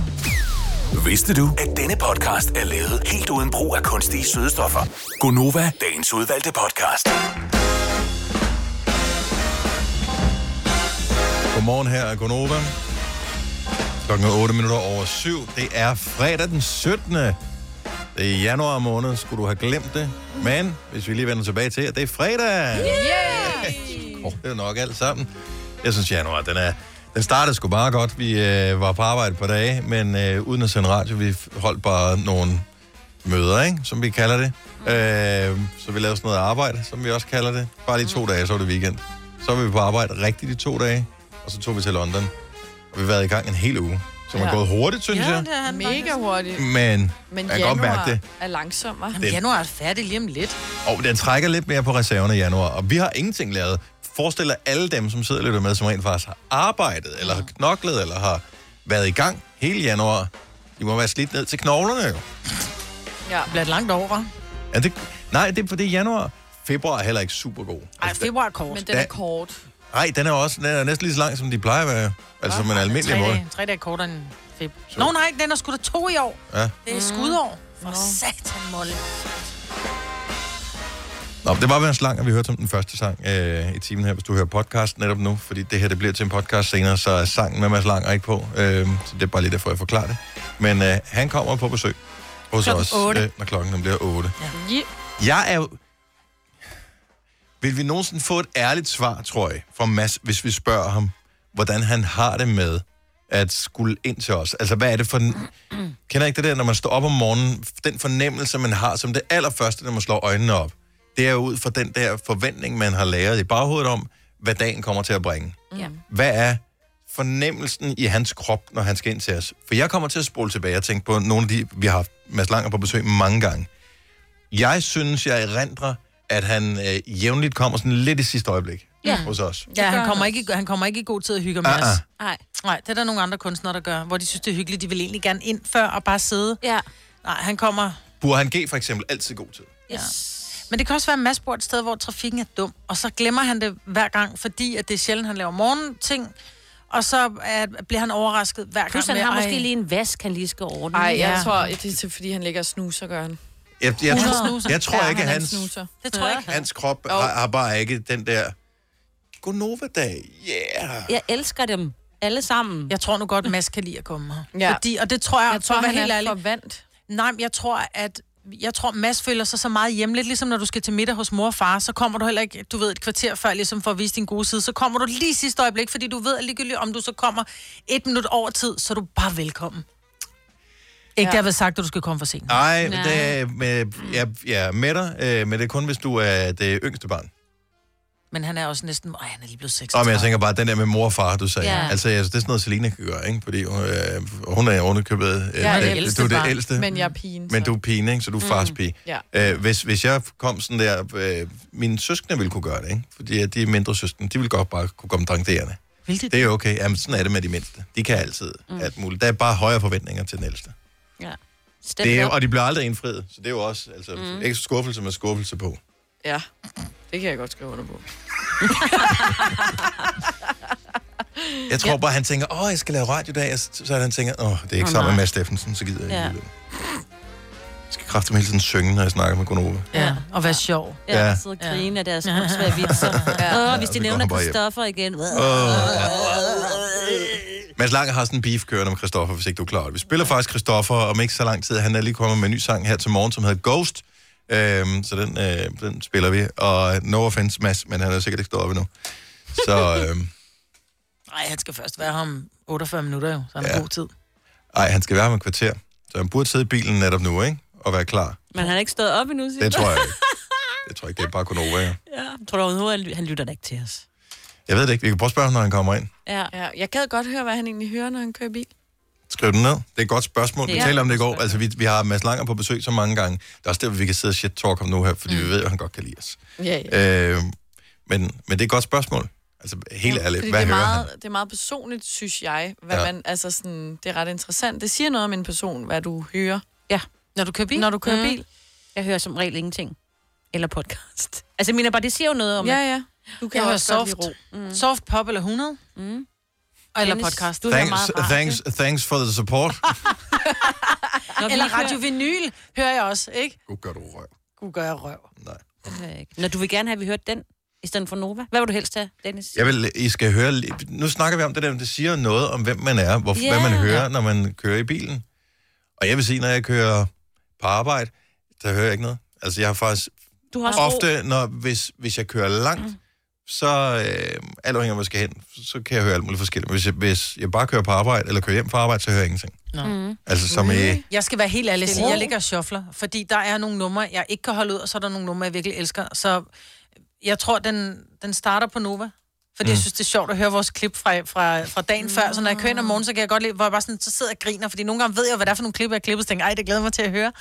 S5: Vidste du, at denne podcast er lavet helt uden brug af kunstige sødestoffer? Gonova, dagens udvalgte podcast.
S1: Godmorgen her er Gunova. Klokken er 8 minutter over 7. Det er fredag den 17. Det er i januar måned. Skulle du have glemt det? Men hvis vi lige vender tilbage til, at det er fredag. Yeah! Oh, det er nok alt sammen. Jeg synes, januar, den er... Den startede sgu bare godt. Vi øh, var på arbejde på dage, men øh, uden at sende radio, vi holdt bare nogle møder, ikke? som vi kalder det. Øh, så vi lavede sådan noget arbejde, som vi også kalder det. Bare lige to dage, så var det weekend. Så var vi på arbejde rigtigt i to dage, og så tog vi til London. Og vi har været i gang en hel uge, som ja. er
S4: Ja.
S1: gået hurtigt, synes jeg.
S2: er han
S4: Mega hurtigt.
S1: Men,
S4: Men
S1: man kan
S4: januar
S1: godt mærke det.
S4: er langsommere.
S2: Men januar er færdig lige om lidt.
S1: Og den trækker lidt mere på reserverne i januar, og vi har ingenting lavet. Forestil dig alle dem, som sidder og lytter med, som rent faktisk har arbejdet, eller har knoklet, eller har været i gang hele januar. De må være slidt ned til knoglerne, jo.
S4: Ja.
S2: Det bliver et langt over.
S1: Er det, nej, det er fordi januar, februar er heller ikke super god.
S2: Ej, februar er kort.
S4: Men den
S1: Da-
S4: er kort.
S1: Nej, den er også den er næsten lige så lang, som de plejer at være. Altså, men
S2: tre,
S1: almindelig måde.
S2: dage, tre dage kortere end februar. Nå nej, den er sgu da to i år.
S1: Ja.
S2: Det er skudår. For satan, Molle.
S1: Nå, det var vel en slang, og vi hørte som den første sang øh, i timen her, hvis du hører podcast netop nu, fordi det her det bliver til en podcast senere, så er sangen med Mads Langer ikke på. Øh, så det er bare lige derfor, jeg forklarer det. Men øh, han kommer på besøg hos
S2: Klokken
S1: os, øh,
S2: otte.
S1: når klokken den bliver 8.
S4: Ja.
S1: Jeg er jo... Vil vi nogensinde få et ærligt svar, tror jeg, fra Mads, hvis vi spørger ham, hvordan han har det med at skulle ind til os? Altså, hvad er det for... en- Kender I ikke det der, når man står op om morgenen, den fornemmelse, man har som det allerførste, når man slår øjnene op? Det er jo ud fra den der forventning, man har lavet i baghovedet om, hvad dagen kommer til at bringe.
S3: Mm. Ja.
S1: Hvad er fornemmelsen i hans krop, når han skal ind til os? For jeg kommer til at spole tilbage og tænke på nogle af de, vi har haft Mads Langer på besøg mange gange. Jeg synes, jeg erindrer, at han øh, jævnligt kommer sådan lidt i sidste øjeblik ja.
S3: Ja.
S1: Mm. hos os.
S2: Ja,
S3: gør
S2: han kommer,
S3: han
S2: ikke, i- han kommer ikke i god tid og hygger med
S1: Ah,
S2: os.
S1: ah.
S3: Nej.
S2: Nej, det er der nogle andre kunstnere, der gør, hvor de synes, det er hyggeligt. De vil egentlig gerne ind før og bare sidde.
S3: Ja.
S2: Nej, han kommer...
S1: Burhan G for eksempel altid god tid.
S3: Yes.
S2: Men det kan også være, at Mads bor et sted, hvor trafikken er dum, og så glemmer han det hver gang, fordi at det er sjældent, han laver morgenting, og så er, bliver han overrasket hver
S3: Plus,
S2: gang.
S3: han
S2: med,
S3: har
S2: "Ej,
S3: måske lige en vask, han lige skal ordne.
S4: Ej, jeg
S2: Ja.
S4: tror, det er til- fordi, han ligger og snuser, gør han.
S1: Jeg, jeg,
S2: Han
S1: tror,
S2: snuser.
S1: jeg tror
S4: Ja,
S1: ikke, at
S4: han er en
S1: hans,
S4: snuser.
S2: Det tror jeg ikke.
S1: hans krop har, har bare ikke den der Gonova-dag. Yeah!
S3: Jeg elsker dem alle sammen.
S2: Jeg tror nu godt, Mads kan lide at komme her.
S4: Ja.
S2: Fordi, og det tror jeg,
S4: Jeg tror,
S2: for at
S4: han
S2: være helt
S4: er
S2: ærlig.
S4: forvandt.
S2: Nej, men jeg tror, at jeg tror, Mads føler sig så meget hjemme. Lidt ligesom når du skal til middag hos mor og far, så kommer du heller ikke, du ved, et kvarter før, ligesom for at vise din gode side. Så kommer du lige sidste øjeblik, fordi du ved at ligegyldigt, om du så kommer et minut over tid, så er du bare velkommen. Ikke ja.
S4: Ja.
S2: derved sagt, at du skal komme for sent.
S1: Ej,
S3: Nej.
S1: det er med, jeg, jeg er med dig, øh, men det er kun, hvis du er det yngste barn.
S2: Men han er også næsten... Ej, han er lige blevet 6.
S1: Og men jeg tænker bare, den der med mor og far, du sagde.
S3: Ja.
S1: Altså, jeg- det er sådan noget, Selina kan gøre, ikke? Fordi øh, hun er ovenikøbet... Øh,
S4: Jeg er det
S1: øh,
S2: ældste
S1: du er det
S2: barn,
S1: ældste.
S4: Men jeg er pigen,
S1: Men du er pigen, ikke? Så du er fars pige.
S4: Ja.
S1: Øh, hvis, hvis jeg kom sådan der... Øh, mine søskende ville kunne gøre det, ikke? Fordi at de mindre søskende, de ville godt bare kunne komme drangerende.
S2: Hvilket?
S1: Det er okay. Jamen, sådan er det med de mindste. De kan altid mm. alt muligt. Der er bare højere forventninger til den ældste.
S3: Ja. Step
S1: Det er,
S3: up.
S1: og de bliver aldrig indfriet. Så det er jo også altså, mm. ekstra skuffelse med skuffelse på.
S4: Ja, det kan jeg godt skrive under på.
S1: <laughs> Jeg tror bare, han tænker, åh, jeg skal lave radio i dag. Og Så så er han tænker, åh, det er ikke
S3: Åh,
S1: sammen med
S3: nej.
S1: Mads Steffensen, så gider jeg ikke.
S3: Ja.
S1: alligevel." Jeg skal kraftigt hele tiden synge, når jeg snakker med Gunova.
S2: Ja, og vær sjov.
S3: Ja,
S1: Ja.
S3: ja. sidde og grine af deres åndssvage vitser. ja. Åh, hvis
S1: så
S3: de
S1: går
S3: nævner
S1: han bare hjem.
S3: Christoffer igen. Øh.
S1: Mads Lange har sådan en beef kørende om Christoffer, hvis ikke du er klar. over det. Vi spiller faktisk Christoffer om ikke så lang tid. Han er lige kommet med en ny sang her til morgen, som hedder Ghost. Øhm, så den, øh, den spiller vi. Og no offense, Mads, men han er jo sikkert ikke stået op endnu. Så øhm,
S2: Nej, han skal først være her om 48 minutter jo, så han har
S1: Ja.
S2: god tid.
S1: ej, han skal være her om et kvarter. Så han burde sidde i bilen netop nu, ikke? Og være klar.
S3: Men han har ikke stået op endnu, siger
S1: Det tror jeg ikke. Det tror jeg ikke, det er bare kun over.
S3: jeg. Tror du overhovedet, han- han lytter da ikke til os?
S1: Jeg ved det ikke. Vi kan prøve at spørge ham, når han kommer ind.
S3: Ja.
S4: Ja, jeg gad godt høre, hvad han egentlig hører, når han kører bil.
S1: Skriv den ned. Det er et godt spørgsmål. Vi
S3: Ja.
S1: talte om det i går. Altså, vi, vi har Mads Langer på besøg så mange gange. Det er også der, hvor vi kan sidde og shit-talk om nu her, fordi mm. vi ved, at han godt kan lide os.
S4: Ja, ja.
S1: Øh, men, men det er et godt spørgsmål. Altså, helt ærligt,
S4: Fordi
S1: hvad
S4: det, er
S1: hører
S4: meget,
S1: han?
S4: det er meget personligt, synes jeg. Hvad
S1: Ja.
S4: ja. man, altså sådan, det er ret interessant. Det siger noget om en person, hvad du hører,
S3: ja. Når du kører bil?
S4: når du kører mm. bil.
S3: Jeg hører som regel ingenting. Eller podcast. <laughs> Altså, jeg mener bare, det siger jo noget om...
S4: Ja, ja. Du kan jeg
S2: Jeg hører
S4: også godt
S2: soft,
S4: lide ro.
S2: mm. soft pop eller 100. Mm. Eller
S3: Dennis,
S2: podcast.
S3: Du hører
S1: Thanks,
S3: meget radio.
S1: thanks, thanks for the support.
S3: Når vi
S2: Eller
S3: ikke hører-
S2: Radio Vinyl hører jeg også, ikke?
S1: Gud, gør du røv.
S2: Gud gør jeg røv.
S1: Nej.
S3: hører jeg ikke. Når du vil gerne have, at vi hørte den, i stedet for Nova. Hvad vil du helst have, Dennis?
S1: Jeg vil, I skal høre... li- Nu snakker vi om det der, det siger noget om, hvem man er, hvor, yeah.
S3: Ja.
S1: hvad man hører, når man kører i bilen. Og jeg vil sige, når jeg kører på arbejde, der hører jeg ikke noget. Altså, jeg har faktisk
S3: Du har Mm. også ro.
S1: ofte, når, hvis, hvis jeg kører langt, så øh, alt afhængig af, hvor jeg skal hen, så kan jeg høre alt muligt forskelligt. Men Hvis jeg, hvis jeg bare kører på arbejde, eller kører hjem fra arbejde, så hører jeg ingenting.
S2: Nå.
S1: Altså,
S3: Mm.
S1: som i...
S2: Mm. Jeg skal være helt ærlig og sige, jeg ligger og shuffler, fordi der er nogle numre, jeg ikke kan holde ud, og så er der nogle numre, jeg virkelig elsker. Så jeg tror, den, den starter på Nova. Fordi mm. jeg synes, det er sjovt at høre vores klip fra, fra, fra dagen mm. før. Så når jeg kører ind om morgenen, så kan jeg godt lide, hvor jeg bare sådan, så sidder jeg og griner. Fordi nogle gange ved jeg, hvad det er for nogle klip, jeg har klippet. Så tænker jeg, ej, det glæder jeg mig til at høre.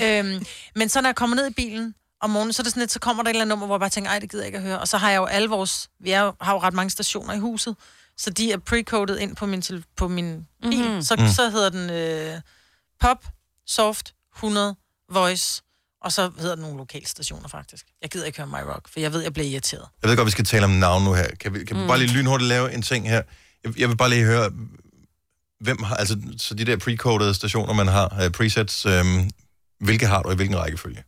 S2: Øhm, men så når jeg kommer ned i bilen om morgenen, så er det sådan lidt, så kommer der et eller andet nummer, hvor jeg bare tænker, ej, det gider jeg ikke at høre. Og så har jeg jo alle vores, vi er jo, har jo ret mange stationer i huset. Så de er pre-coded ind på min, tele- på min bil. Mm. Så, så hedder den øh, pop, soft, 100, voice, og så hedder den nogle lokale stationer faktisk. Jeg gider ikke høre My Rock, for jeg ved, jeg bliver irriteret.
S1: Jeg ved godt, vi skal tale om navn nu her. Kan vi, kan vi bare lige lynhurtigt lave en ting her? Jeg, jeg vil bare lige høre, hvem har... Altså, så de der pre-codede stationer, man har, øhm, øh, presets, øh, hvilke har du og i hvilken rækkefølge?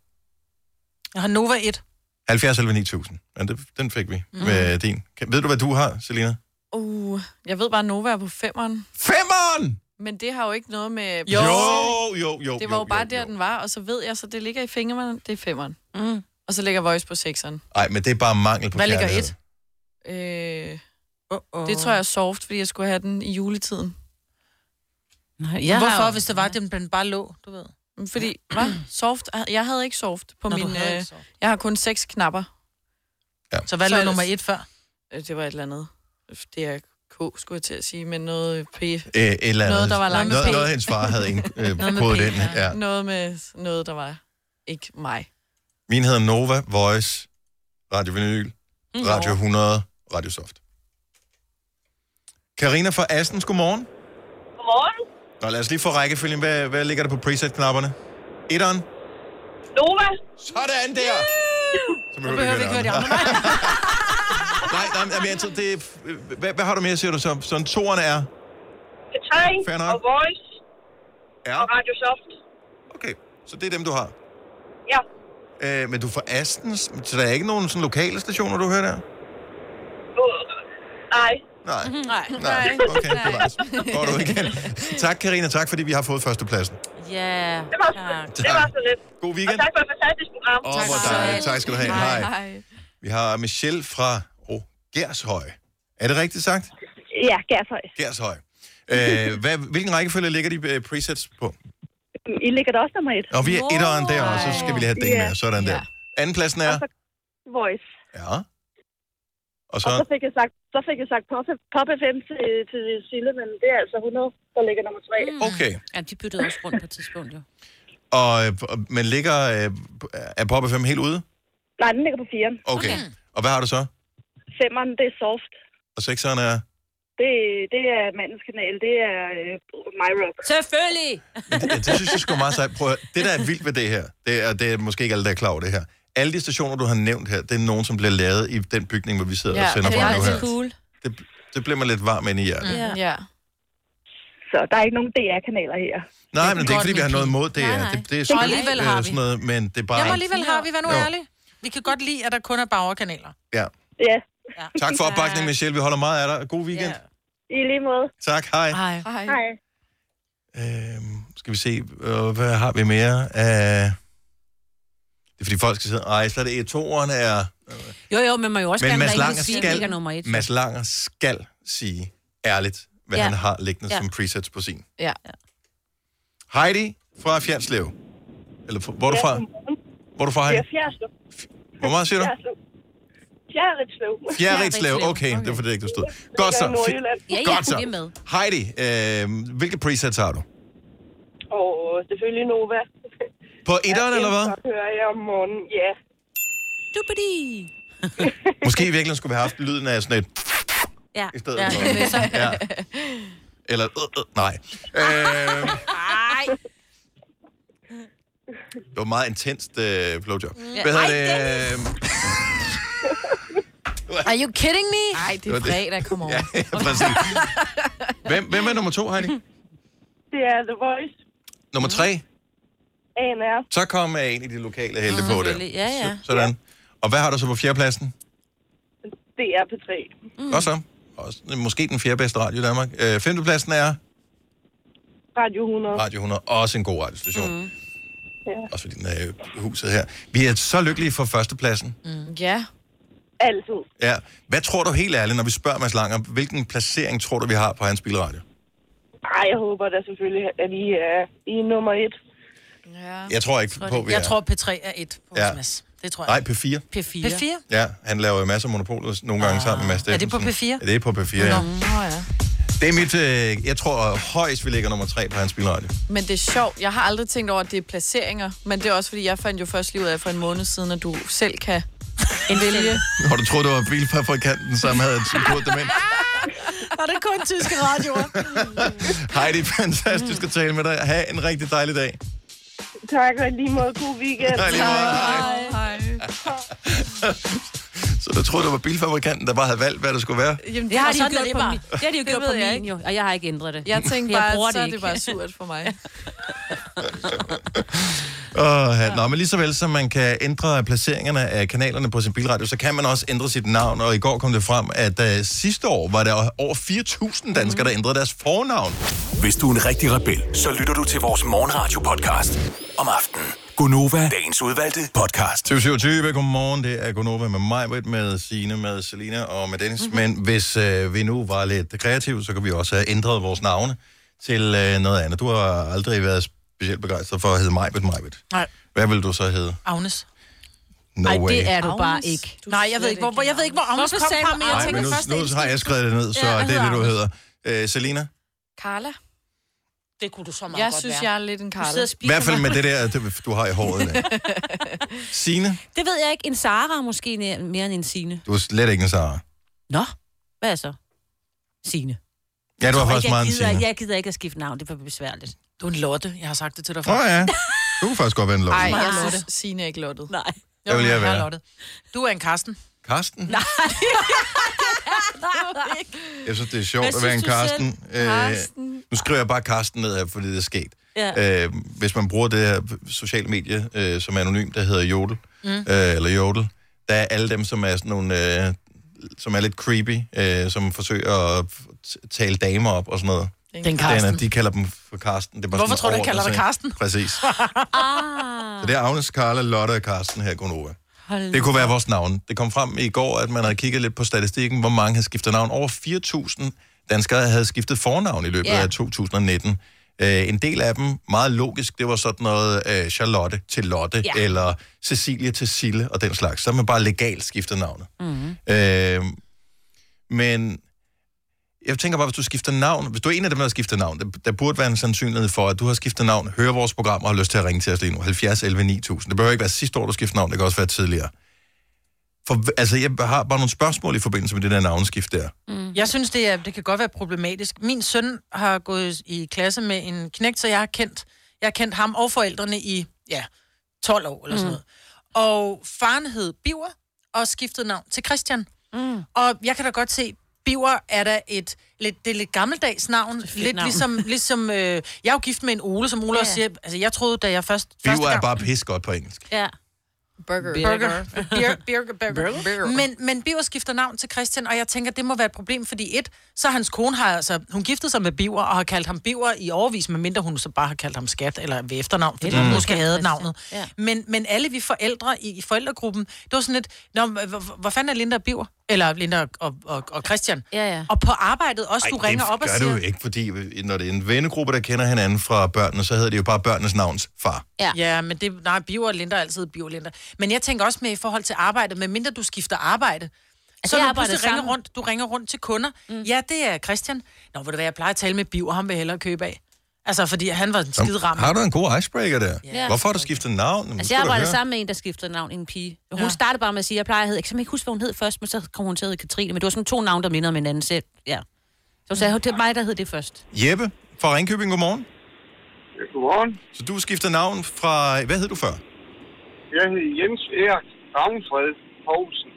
S2: Jeg har Nova 1,
S1: 70 eller 9000. Ja, det, den fik vi mm. med din. Kan, ved du, hvad du har, Selina?
S4: Uh, jeg ved bare, at Nova er på femmeren.
S1: Femmeren!
S4: Men det har jo ikke noget med...
S1: Jo, jo, jo. jo
S4: Det var jo,
S1: jo,
S4: bare der,
S1: jo.
S4: den var, og så ved jeg, så det ligger i fingrene, det er femmeren. Mm. Og så ligger Voice på sekseren.
S1: Nej, men det er bare mangel på
S2: Hvad ligger
S1: kærlighed.
S2: et?
S4: Øh,
S2: Uh-oh.
S4: det tror jeg er soft, fordi jeg skulle have den i juletiden.
S3: Nej,
S2: Ja,
S3: jeg
S2: Hvorfor,
S3: har
S2: jo.
S3: jo-
S2: hvis det var, at den bare lå, du ved?
S4: Fordi, hvad? Soft? Jeg havde ikke soft på
S2: Nå,
S4: min...
S2: du havde
S4: Øh,
S2: ikke soft.
S4: jeg har kun seks knapper.
S2: Så hvad
S4: Så
S2: lå
S4: er det-
S2: nummer et før?
S4: Øh, Det var et eller andet. Det er K, skulle jeg til at sige, men noget P.
S1: Øh, et eller andet.
S4: Noget, der var langt med
S1: noget,
S4: P.
S1: noget, hendes far havde ind,
S4: <laughs>
S1: øh,
S2: med
S1: kodet
S2: P,
S1: ind.
S2: ja.
S1: Ja.
S4: Noget med noget, der var ikke mig.
S1: Min hedder Nova, Voice, Radio Vinyl, Radio 100, Radio Soft. Karina fra Assens, godmorgen.
S7: Godmorgen.
S1: Nå, lad os lige få rækkefølgen. Hvad, hvad ligger der på preset-knapperne? Etteren.
S7: Nova.
S1: Sådan der! Så behøver, vi ikke høre de andre. <laughs> nej, nej, men jeg tror, det er, hvad, hvad har du mere, siger du så? Sådan toeren er?
S7: Katrin.
S1: Fair nok.
S7: Og Voice.
S1: Ja.
S7: Og Radio Soft.
S1: Okay, så det er dem, du har.
S7: Ja.
S1: Øh, men du er fra Assens, så der er ikke nogen sådan lokale stationer, du hører der?
S7: Uh, nej.
S1: Mhm, Nej.
S4: Nej.
S1: Nej, okay, det var altså. Går du igen. Tak, Karina. Tak, fordi vi har fået førstepladsen.
S3: Ja,
S7: Det var,
S3: tak.
S7: det var så lidt.
S1: God
S7: Og
S1: weekend.
S7: tak for et fantastisk program.
S1: Åh, hvor dejligt. Øh, Tak skal du have. Hej. Vi har Michelle fra oh, Gershøj. Er det rigtigt sagt?
S7: Ja, Gershøj.
S1: Gershøj. Øh, hvad, hvilken rækkefølge ligger de øh, presets på?
S7: I ligger der også nummer et.
S1: Og vi er etteren der, og så skal vi lige have den
S7: Ja.
S1: med. Sådan der. Anden pladsen er?
S7: Voice.
S1: Ja. Og
S7: Og så
S1: så?
S7: fik jeg sagt, så fik jeg sagt Pop, Pop FM til, til Sille, men det er altså 100, der ligger nummer tre.
S1: Okay.
S3: Ja, de byttede også rundt på et tidspunkt, jo.
S1: Og, øh, og- men ligger... Øh, er Pop 5 helt ude?
S7: Nej, den ligger på firen.
S1: Okay.
S3: Okay.
S1: Og hvad har du så?
S7: Femmeren, det er soft.
S1: Og sekseren er...
S7: Det, det er mandens kanal. Det er øh, My Rock.
S3: Selvfølgelig!
S1: Men det, det synes jeg sgu er meget sejt. Prøv at, høre, det, der er vildt ved det her, det er, det er måske ikke alle, der er klar over det her. Alle de stationer, du har nævnt her, det er nogen, som bliver lavet i den bygning, hvor vi sidder ja, og sender
S4: det er
S1: fra nu
S4: altid
S1: her.
S4: cool.
S1: Det, det bliver man lidt varm ind i hjertet. Mm.
S3: Ja.
S4: Ja.
S7: Så der er ikke nogen DR-kanaler her.
S1: Nej, men det er ikke,
S2: godt,
S1: fordi vi har
S2: min
S1: noget imod det.
S3: Nej,
S1: er-
S3: nej.
S1: Det, det er sgu
S2: alligevel
S1: øh,
S2: har vi.
S1: sådan noget, men det er bare...
S2: Jamen alligevel har vi, vær nu
S1: Jo.
S2: ærlig. Vi kan godt lide, at der kun er bagerkanaler.
S1: Ja.
S7: Ja,
S1: <laughs> Tak for opbakningen, Michelle. Vi holder meget af dig. God weekend. Ja.
S7: i lige måde.
S1: Tak, hej.
S2: Ej.
S4: Hej.
S7: Hej.
S1: Øhm, skal vi se, øh, hvad har vi mere? Øh, det er fordi folk skal sidde, ej, så er det toeren er...
S3: Jo, jo, men man jo også
S1: Men
S3: gerne
S1: Mads
S3: rigtig
S1: Langer,
S3: sige, at den ligger
S1: skal,
S3: nummer et.
S1: Mads Langer skal sige ærligt, hvad ja.
S3: Ja.
S1: han har liggende ja.
S3: Ja.
S1: som presets på sin.
S4: Ja.
S1: Heidi fra Fjernslev. Eller fra- hvor er du fra? Hvor er du fra,
S7: Det
S1: Heidi?
S7: er Fjerdslev.
S1: Hvor meget siger du?
S7: Fjerdslev. Fjerdslev.
S1: Fjerritslev.
S3: Fjerritslev.
S1: Okay, det var fordi, det ikke du stod. Godt så.
S7: ligger i Nordjylland.
S3: Ja, ja,
S1: Godt så.
S3: vi er med.
S1: Heidi, øh, hvilke presets har du?
S7: Og øh, selvfølgelig Nova.
S1: På etteren, eller hvad?
S7: Så hører jeg om morgenen. Ja.
S3: Dubidi.
S1: Måske i virkeligheden skulle vi have haft lyden af sådan et...
S3: Ja.
S1: I stedet for... Ja. Eller... Øh, øh, nej. Øh,
S3: Ej,
S1: det var meget intenst øh, blowjob.
S3: Mm.
S1: Hvad hedder det? Øh,
S4: Are you kidding me? Nej, det
S1: var
S4: er
S1: det.
S4: fredag, kom over.
S1: Ja, præcis. Hvem, hvem er nummer to, Heidi?
S7: <laughs> Det er The Voice.
S1: Nummer tre?
S7: ANR.
S1: Så kom jeg en i de lokale helte på det.
S3: Mm, selvfølgelig. Ja, ja. Mm.
S1: Sådan. Og hvad har du så på fjerdepladsen?
S7: Det er P3.
S1: Mm. Godt så. Også, øh, måske den fjerde bedste radio i Danmark. Øh, femtepladsen er
S7: Radio 100.
S1: Radio 100. Også en god radiostation. Mm.
S7: Ja.
S1: Også fordi den er jo i huset her. Vi er så lykkelige for førstepladsen. Mm.
S4: Ja.
S7: Altid.
S1: Ja. Hvad tror du helt ærligt, når vi spørger Mads Langer, hvilken placering tror du, vi har på hans bilradio?
S7: Ej, jeg håber da selvfølgelig, at I er i er nummer et.
S4: ja.
S1: Jeg tror ikke på, vi
S2: Jeg
S1: er.
S2: tror, P3 er et på
S1: Ja.
S2: ja. Mads. Det tror jeg.
S1: Nej, P4.
S3: P4.
S2: P4? Ah.
S1: Ja, han laver jo masser af monopolet nogle gange sammen med Mads
S2: Er det på
S1: Steffensen.
S2: P4?
S1: Ja, det er på P4, ja.
S4: Nå, ja.
S1: Det er mit, øh, jeg tror højst, vi ligger nummer tre på hans bilradio.
S4: Men det er sjovt. Jeg har aldrig tænkt over, at det er placeringer. Men det er også, fordi jeg fandt jo først lige ud af for en måned siden, at du selv kan vælge.
S1: Og du troede, du var bilfabrikanten, som havde et kort dement.
S2: <laughs> Var Ah! det kun tyske radioer?
S1: Heidi, fantastisk at tale med dig. Ha' en rigtig dejlig dag.
S7: <laughs> Tak, og i lige måde god weekend.
S1: Dejlig dag.
S4: Hej.
S1: Så du troede, du var bilfabrikanten, der bare havde valgt, hvad det skulle være.
S4: Jamen,
S3: Det har,
S4: og
S3: de jo
S4: sådan er
S3: gjort på
S4: bare.
S3: min, det har de jo gjort
S4: ved
S3: på
S4: jeg
S3: min, jo, og jeg har ikke ændret det.
S4: Jeg tænkte
S3: Jeg
S4: bare,
S3: bruger
S4: at så
S3: det
S4: er det
S3: ikke.
S4: bare surt for mig.
S1: Oh, ja. Nå, men lige så vel som man kan ændre placeringerne af kanalerne på sin bilradio, så kan man også ændre sit navn. Og i går kom det frem, at uh, sidste år var der over 4.000 danskere, der ændrede deres fornavn.
S5: Hvis du er en rigtig rebel, så lytter du til vores morgenradio-podcast om aftenen. Gunova, dagens udvalgte podcast.
S1: 2027, godmorgen. Det er Gunova med mig, Britt, med Signe, med Selina og med
S3: Mhm.
S1: Dennis. Mm-hmm. Men hvis øh, vi nu var lidt kreative, så kan vi også have ændret vores navne til øh, noget andet. Du har aldrig været specielt begejstret for at hedde Majbet Majbet.
S2: Nej.
S1: Hvad vil du så hedde?
S2: Agnes.
S1: No
S3: Nej,
S1: way.
S3: det er du bare ikke.
S2: Nej, jeg ved ikke, hvor, hvor, jeg ved ikke, hvor Agnes
S3: Hvorfor
S2: kom
S3: sagde
S2: fra,
S3: du
S2: men jeg
S1: Nej,
S2: tænker
S1: men nu,
S2: først, ligesom
S1: nu har jeg skrevet det ned, så
S3: Ja,
S1: ja,
S3: jeg
S1: det er det, du hedder.
S3: hedder
S1: Øh, Selina?
S4: Carla?
S2: det kunne du så meget
S4: Jeg
S2: godt
S4: synes,
S2: være.
S4: jeg er lidt en
S3: Du sidder
S4: Carla.
S3: og
S1: I
S3: spiser
S1: hvert fald
S3: mig.
S1: med det der, det- du har i håret. Der. Signe?
S3: <laughs> Det ved jeg ikke. En Sara er måske næ- mere end en Sine.
S1: Du er slet ikke en Sara.
S3: Nå, hvad er så? Sine.
S1: Ja, du har
S3: Og
S1: faktisk meget en
S3: jeg, gider,
S1: Signe.
S3: jeg gider ikke at skifte navn, det er for besværligt.
S2: Du er en Lotte, jeg har sagt det til dig før.
S1: Åh oh, ja, du kunne faktisk godt være en lov.
S4: Nej, jeg
S2: Lotte.
S4: synes, Signe er ikke lottet.
S3: Nej.
S2: Jo,
S1: vil jeg
S2: er
S1: være.
S2: Lotte. Du er en
S3: <laughs>
S2: Karsten.
S1: Karsten? Nej. jeg synes, det er sjovt
S3: Hvad
S1: at være en
S3: synes du selv?
S1: Karsten. Øh, nu skriver jeg bare Karsten ned her, fordi det er sket.
S3: Ja.
S1: Øh, hvis man bruger det her sociale medie, øh, som er anonym, der hedder Jodel, mm. øh, eller Jodel, der er alle dem, som er sådan nogle, øh, som er lidt creepy, øh, som forsøger at t- tale damer op og sådan noget.
S2: Den
S1: Karsten.
S2: Karsten.
S1: de kalder dem for Karsten. Det er bare
S2: Hvorfor
S1: sådan
S2: tror du, jeg kalder dig
S1: overordnet,
S2: Karsten?
S3: <laughs>
S1: ikke? Præcis. Så det er Agnes, Carla, Lotte og Karsten her, Gunova.
S3: Ah. Hold
S1: Det kunne være vores navn. Det kom frem i går, at man havde kigget lidt på statistikken, hvor mange havde skiftet navn. Over 4.000 danskere havde skiftet fornavn i løbet
S3: Ja.
S1: yeah. af 2019. Øh, en del af dem, meget logisk, det var sådan noget øh, Charlotte til Lotte,
S3: Ja.
S1: eller Cecilie til Sille og den slags. Så har man bare legalt skiftet navnet. Mm-hmm. Øh, men jeg tænker bare, hvis du skifter navn, hvis du er en af dem, der har skiftet navn, der, der burde være en sandsynlighed for, at du har skiftet navn, hører vores program og har lyst til at ringe til os lige nu. 70 11 9000. Det behøver ikke være sidste år, du skiftede navn, det kan også være tidligere. For, hv- altså, jeg har bare nogle spørgsmål i forbindelse med det der navnskift der.
S3: Mm.
S2: Jeg synes, det, er, det kan godt være problematisk. Min søn har gået i klasse med en knægt, så jeg har kendt, jeg har kendt ham og forældrene i ja, 12 år
S3: Mm.
S2: eller sådan noget.
S4: Mm.
S2: Og faren hed Biver og skiftede navn til Christian. Mm. Og jeg kan da godt se, Biver er da et lidt, det er lidt gammeldags navn. Lidt
S3: navn.
S2: ligesom, <laughs> ligesom øh, jeg er jo gift med en Ole, som Ole
S3: Ja.
S2: også siger. Altså, jeg troede, da jeg først... første
S1: Biver er
S2: gang-
S1: bare pis godt på engelsk.
S3: Ja.
S4: Burger.
S2: Burger. Beer, beer, <laughs> burger. Men, men Biver skifter navn til Christian, og jeg tænker, det må være et problem, fordi et, så hans kone har altså, hun giftede sig med Biver, og har kaldt ham Biver i overvis, medmindre hun så bare har kaldt ham skat, eller ved efternavn, fordi hun måske havde navnet.
S3: Ja.
S2: Men, men alle vi forældre i, i forældregruppen, det var sådan lidt, Nå, hvor, hvor- hvor fanden er Linda og Biver? Eller Linda og, og, og, og Christian.
S3: Ja, ja.
S2: Og på arbejdet også, Ej, du ringer
S1: det
S2: op og
S1: gør
S2: siger...
S1: det jo ikke, fordi når det er en vennegruppe, der kender hinanden fra børnene, så hedder det jo bare børnenes navns far.
S3: Ja.
S2: Ja, men det, nej, bio og linter er altid bio og linter. Men jeg tænker også med i forhold til arbejde, medmindre du skifter arbejde, så
S3: jeg
S2: når du
S3: arbejder
S2: pludselig ringer
S3: sammen.
S2: rundt, du ringer rundt til kunder. Mm. Ja, det er Christian. Nå, hvor det være, jeg plejer at tale med Biv, og ham vil jeg hellere købe af. Altså, fordi han var en skide ramme.
S1: Har du en god icebreaker der?
S3: Ja.
S1: Hvorfor har du skiftet navn? Nu
S3: Altså,
S1: skal
S3: jeg
S1: du
S3: arbejder
S1: høre.
S3: sammen med en, der skiftede navn, en pige. Hun ja. startede bare med at sige, jeg plejer at hedde, jeg kan simpelthen ikke huske, hvad hun hed først, men så kom hun til at hedde Katrine, men det var sådan to navne, der mindede om hinanden selv. Ja. Så sagde hun, det er mig, der hed det først.
S1: Jeppe fra Ringkøbing, godmorgen.
S8: Godmorgen.
S1: Så du skiftede navn fra... Hvad hed du før?
S8: Jeg hedder Jens Erik Ravnfred Poulsen.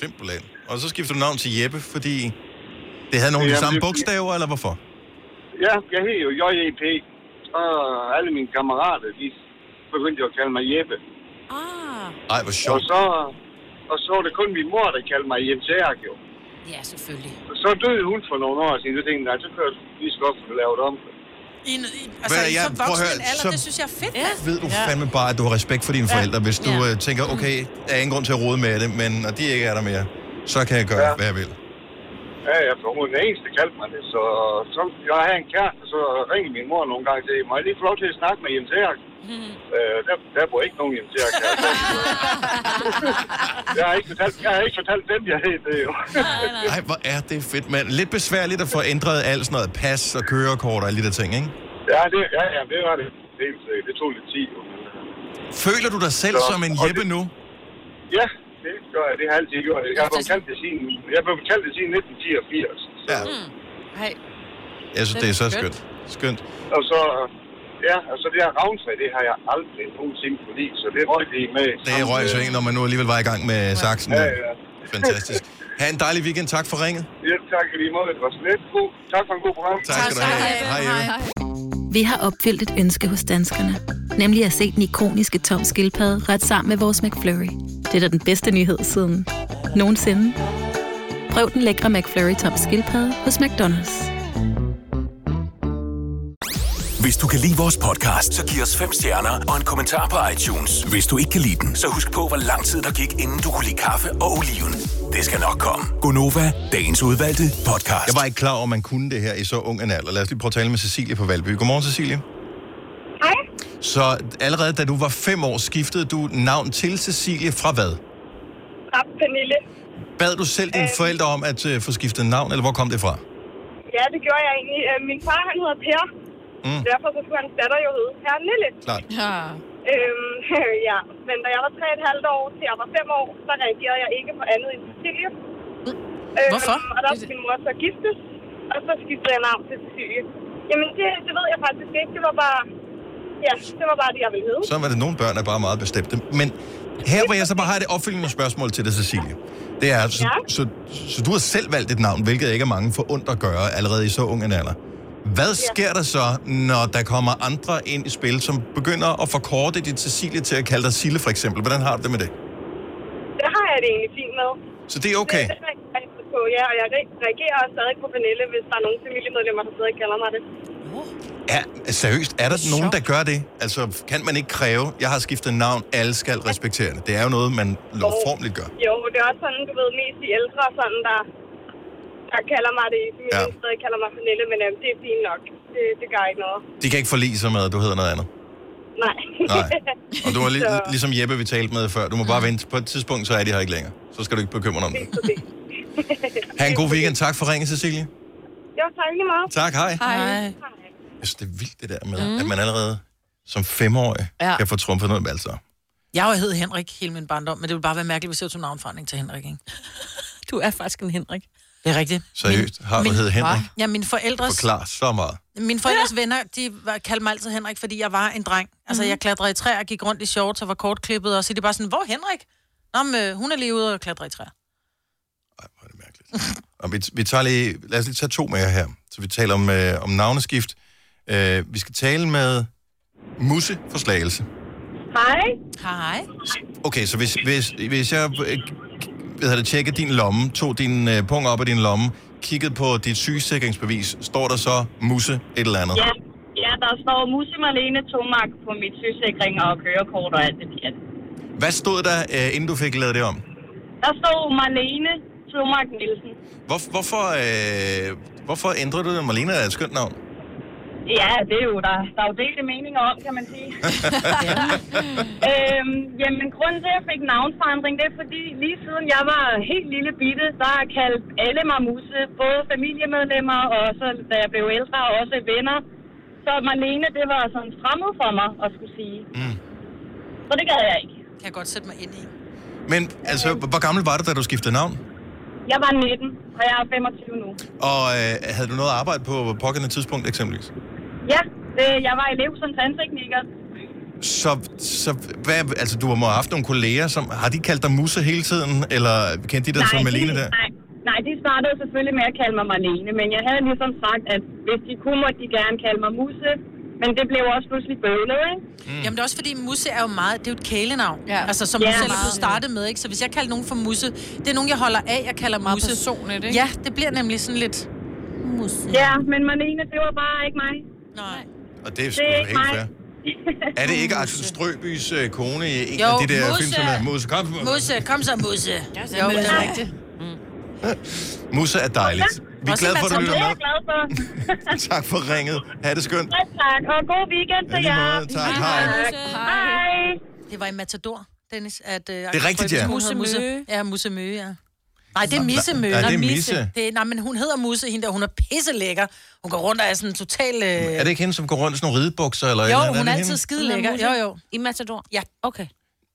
S1: Simpelthen. Og så skiftede du navn til Jeppe, fordi det havde nogle af de
S8: Jamen,
S1: samme
S8: det-
S1: bogstaver, eller hvorfor?
S8: Ja, jeg hedder jo JEP, og alle mine kammerater, de begyndte jo at kalde mig Jeppe.
S3: Ah,
S1: Ej, hvor
S8: Og
S1: sjovt.
S8: så, og så var det kun min mor, der kaldte mig Jens Erik jo.
S3: ja, selvfølgelig.
S8: Og så døde hun for nogle år siden, og tænkte, jeg, nej, så kan jeg lige så godt få det lavet om.
S2: I, en- i, altså,
S1: Hvad,
S2: i
S1: jeg-
S2: så
S1: prøv at
S2: voksen
S1: høre,
S2: en alder,
S1: så-
S2: det synes jeg er fedt.
S3: Ja.
S2: Ja.
S1: Ved du fandme bare, at du har respekt for dine forældre, hvis du
S3: Ja.
S1: øh, tænker, okay, der er ingen grund til at rode med det, men når de ikke er der mere, så kan jeg gøre,
S8: Ja.
S1: hvad jeg vil.
S8: Ja, ja, for hun er den eneste, der kaldte mig det. Så, så jeg har en kæreste, så ringer min mor nogle gange til, må jeg lige få lov til at snakke med Jens Erik? Øh, der, der bor ikke nogen Jens Erik.
S3: <laughs>
S8: her. jeg, har ikke fortalt, jeg har ikke fortalt dem, jeg hed det jo. <laughs>
S1: Ej, hvor er det fedt, mand. Lidt besværligt at få ændret alt sådan noget pas og kørekort og alle de der ting, ikke?
S8: ja, det, ja, ja, det var det. Det, det tog lidt tid. jo, men, øh,
S1: Føler du dig selv
S8: Så-
S1: som en
S8: og
S1: Jeppe
S8: det-
S1: nu?
S8: Ja, det gør jeg. Det har jeg altid gjort. Jeg har blevet kaldt det siden, jeg blev kaldt det siden 1984. Så,
S1: Ja.
S4: Hej.
S1: Jeg synes, det
S4: Det
S1: er
S4: er
S1: så
S4: skønt.
S1: skønt. Skønt.
S8: Og så, ja, og så det her ravnsag, det har jeg aldrig nogensinde kunne lide, så det røg lige med.
S1: Det røg så en, når man nu alligevel var i gang med saksen.
S8: Ja,
S1: der.
S8: ja.
S1: Fantastisk. Ha' en dejlig weekend. Tak for ringet.
S8: Ja, tak i lige måde. Det var slet god. Tak for en god program.
S1: Tak skal du have. Hej, Jeppe.
S9: Vi har opfyldt et ønske hos danskerne. Nemlig at se den ikoniske tom skildpadde ret sammen med vores McFlurry. Det er da den bedste nyhed siden nogensinde. Prøv den lækre McFlurry tom skildpadde hos McDonald's.
S5: Hvis du kan lide vores podcast, så giv os fem stjerner og en kommentar på iTunes. Hvis du ikke kan lide den, så husk på, hvor lang tid der gik, inden du kunne lide kaffe og oliven. Det skal nok komme. Gonova, dagens udvalgte podcast.
S1: Jeg var ikke klar over, at man kunne det her i så ung en alder. Lad os lige prøve at tale med Cecilie på Valby. Godmorgen, Cecilie.
S7: Hej.
S1: Så allerede da du var fem år, skiftede du navn til Cecilie fra hvad?
S7: Rap Pernille.
S1: Bad du selv dine forældre om at øh, få skiftet navn, eller hvor kom det fra?
S7: Ja, det gjorde jeg egentlig. Øh, Min far, han hedder Per.
S1: Mm.
S7: Mm. Derfor så skulle hans datter jo hedde Pernille.
S1: Klart.
S4: Ja.
S7: Øhm, <laughs> ja. Men da jeg var tre og et halvt år til jeg var fem år, så reagerede jeg ikke på andet end Cecilie.
S4: Mm.
S7: Øhm,
S2: Hvorfor?
S7: Og der blev min mor så giftes, og så skiftede jeg navn til Cecilie. Jamen, det, det ved jeg faktisk ikke. Det var bare... Ja, det var bare det, jeg ville hedde.
S1: Så var det nogle børn, der bare er meget bestemte. Men her, hvor jeg så bare har det opfølgende spørgsmål til dig, Cecilie. Det er, så,
S7: Ja.
S1: så, så du har selv valgt et navn, hvilket ikke er mange forundt at gøre allerede i så ung en alder. Hvad sker der så, når der kommer andre ind i spil, som begynder at forkorte dit Cecilie til at kalde dig Sille, for eksempel? Hvordan har du det med det?
S7: Det har jeg det egentlig fint med.
S1: Så det er okay.
S7: <laughs> Det, det reagerer jeg på, ja, og jeg re- reagerer også stadig på Pernille, hvis der er nogen familiemedlemmer, der stadig kalder mig det.
S1: Er, seriøst, er der nogen, der gør det? Altså, kan man ikke kræve, jeg har skiftet navn, alle skal respektere det? Det er jo noget, man lovformeligt gør.
S7: Jo, det er også sådan, du ved, mest de ældre, sådan, der, der kalder mig det i familien,
S1: Ja.
S7: ja. stadig kalder mig Pernille, men øhm, det er fint nok. Det, det gør ikke noget.
S1: De kan ikke forlige sig med, at du hedder noget andet.
S7: Nej.
S1: Nej. Og du er li-
S7: <laughs> Så,
S1: ligesom Jeppe, vi talte med før. Du må bare vente. På et tidspunkt, så er de her ikke længere. Så skal du ikke bekymre dig om det.
S7: så det.
S1: <laughs> Ha' en god weekend. Tak for ringen, Cecilie.
S7: Jo, tak lige meget.
S1: Tak, hej.
S2: Nej.
S1: Jeg synes, det er vildt det der med, at man allerede som femårig
S2: Mm. Ja.
S1: kan få trumfet noget med altså.
S2: Jeg har jo hed Henrik hele min barndom, men det ville bare være mærkeligt, hvis jeg tog navnforandring til Henrik, ikke?
S3: <laughs> Du er faktisk en Henrik.
S2: Det er rigtigt.
S1: Seriøst, har du
S2: min-
S1: heddet Henrik?
S2: Ja, mine forældres,
S1: Forklar så meget.
S2: mine forældres venner, de var- kaldte mig altid Henrik, fordi jeg var en dreng. Altså,
S3: Mhm.
S2: mm-hmm. jeg klatrede i træer, gik rundt i shorts og var kortklippet, og så er de bare sådan, hvor er Henrik? Nå, men, øh, hun er lige ude og klatre i træer.
S1: Ej, hvor er det mærkeligt. Og vi, vi tager lige, lad os lige tage to med jer her. Så vi taler om, øh, om navneskift. Øh, vi skal tale med Musse fra Slagelse.
S7: Hej.
S2: Hej.
S1: Okay, så hvis, hvis, hvis jeg øh, hvad hedder det, tjekkede din lomme, tog din øh, pung op af din lomme, kiggede på dit sygesikringsbevis, står der så Musse et eller andet?
S7: Ja, ja der står Musi Marlene Tomark på mit sygesikring og kørekort og alt det pjat.
S1: Hvad stod der, øh, inden du fik lavet det om?
S7: Der står Marlene Tomark Nielsen.
S1: Hvor, hvorfor, øh, hvorfor ændrede du det? Marlene er et skønt navn.
S7: Ja, det er jo, der, der er jo delte meninger om, kan man sige. øhm, jamen, grunden til, at jeg fik navnforandring, det er fordi, lige siden jeg var helt lille bitte, der kaldte alle mig Musse, både familiemedlemmer og så, da jeg blev ældre, også venner. Så Marlene, det var sådan fremmed for mig at skulle sige.
S1: Mm.
S7: Så det gad jeg ikke.
S2: Kan jeg godt sætte mig ind i.
S1: Men altså, hvor gammel var du, da du skiftede navn?
S7: Jeg var 19, og jeg er 25 nu.
S1: Og øh, havde du noget arbejde på pågældende tidspunkt eksempelvis?
S7: Ja, øh, jeg var elev som tandtekniker.
S1: Så, så hvad, altså, du må have haft nogle kolleger, som, har de kaldt dig Musse hele tiden? Eller kendte de dig som Malene
S7: de,
S1: der?
S7: nej, nej, de startede selvfølgelig med at kalde mig Marlene, men jeg havde ligesom sagt, at hvis de kunne, måtte de gerne kalde mig Musse. Men det blev også pludselig bøvlet, ikke?
S2: Mm. Jamen det er også fordi, Musse er jo meget, det er jo et kælenavn. Ja.
S4: Ja.
S2: Altså som
S7: Ja,
S2: ja, du selv er
S7: meget.
S2: blevet startet med, ikke? Så hvis jeg kalder nogen for Musse, det er nogen, jeg holder af, jeg kalder
S4: Meget
S2: Musse.
S4: personligt, ikke?
S2: Ja, det bliver nemlig sådan lidt...
S3: Musse.
S7: Ja, men Marlene, det var bare ikke mig.
S2: Nej.
S1: Og det er sgu
S7: Det er
S1: helt
S7: ikke mig.
S1: fair. Er det ikke Axel Strøbys øh, kone i en
S2: Jo,
S1: af de der
S2: Musse.
S1: film, som er Musse? Kom, Musse.
S2: Musse, kom så, Musse. øh,
S4: Jo, det er rigtigt.
S1: Musse er dejligt. Vi er
S2: Også
S1: glade for, at du
S2: Matador.
S7: det er
S1: lytter
S7: jeg glad for.
S1: med. Tak for ringet. Ha' det skønt.
S7: Godt, tak, og god weekend
S1: Ja,
S7: til
S1: lige
S7: jer.
S1: måde. Tak. Hej.
S7: Tak. Hej.
S2: Det var i Matador, Dennis, at... Uh,
S1: Det er rigtigt, ja.
S2: Musse
S3: Musse
S2: Mø.
S3: Mø.
S2: Ja, Musse Mø, ja. Nej, det er Misse Mø.
S1: Nej, det er
S2: Nå,
S1: Misse.
S2: Det er, nej, men hun hedder Musse, hende der. Hun er pisse lækker. Hun går rundt og er sådan total... Øh...
S1: Er det ikke hende, som går rundt i sådan nogle ridebukser? Eller et eller
S2: Jo,
S1: andet?
S2: hun er
S1: det
S2: altid skide lækker. Jo, jo.
S3: I Matador?
S2: Ja.
S3: Okay.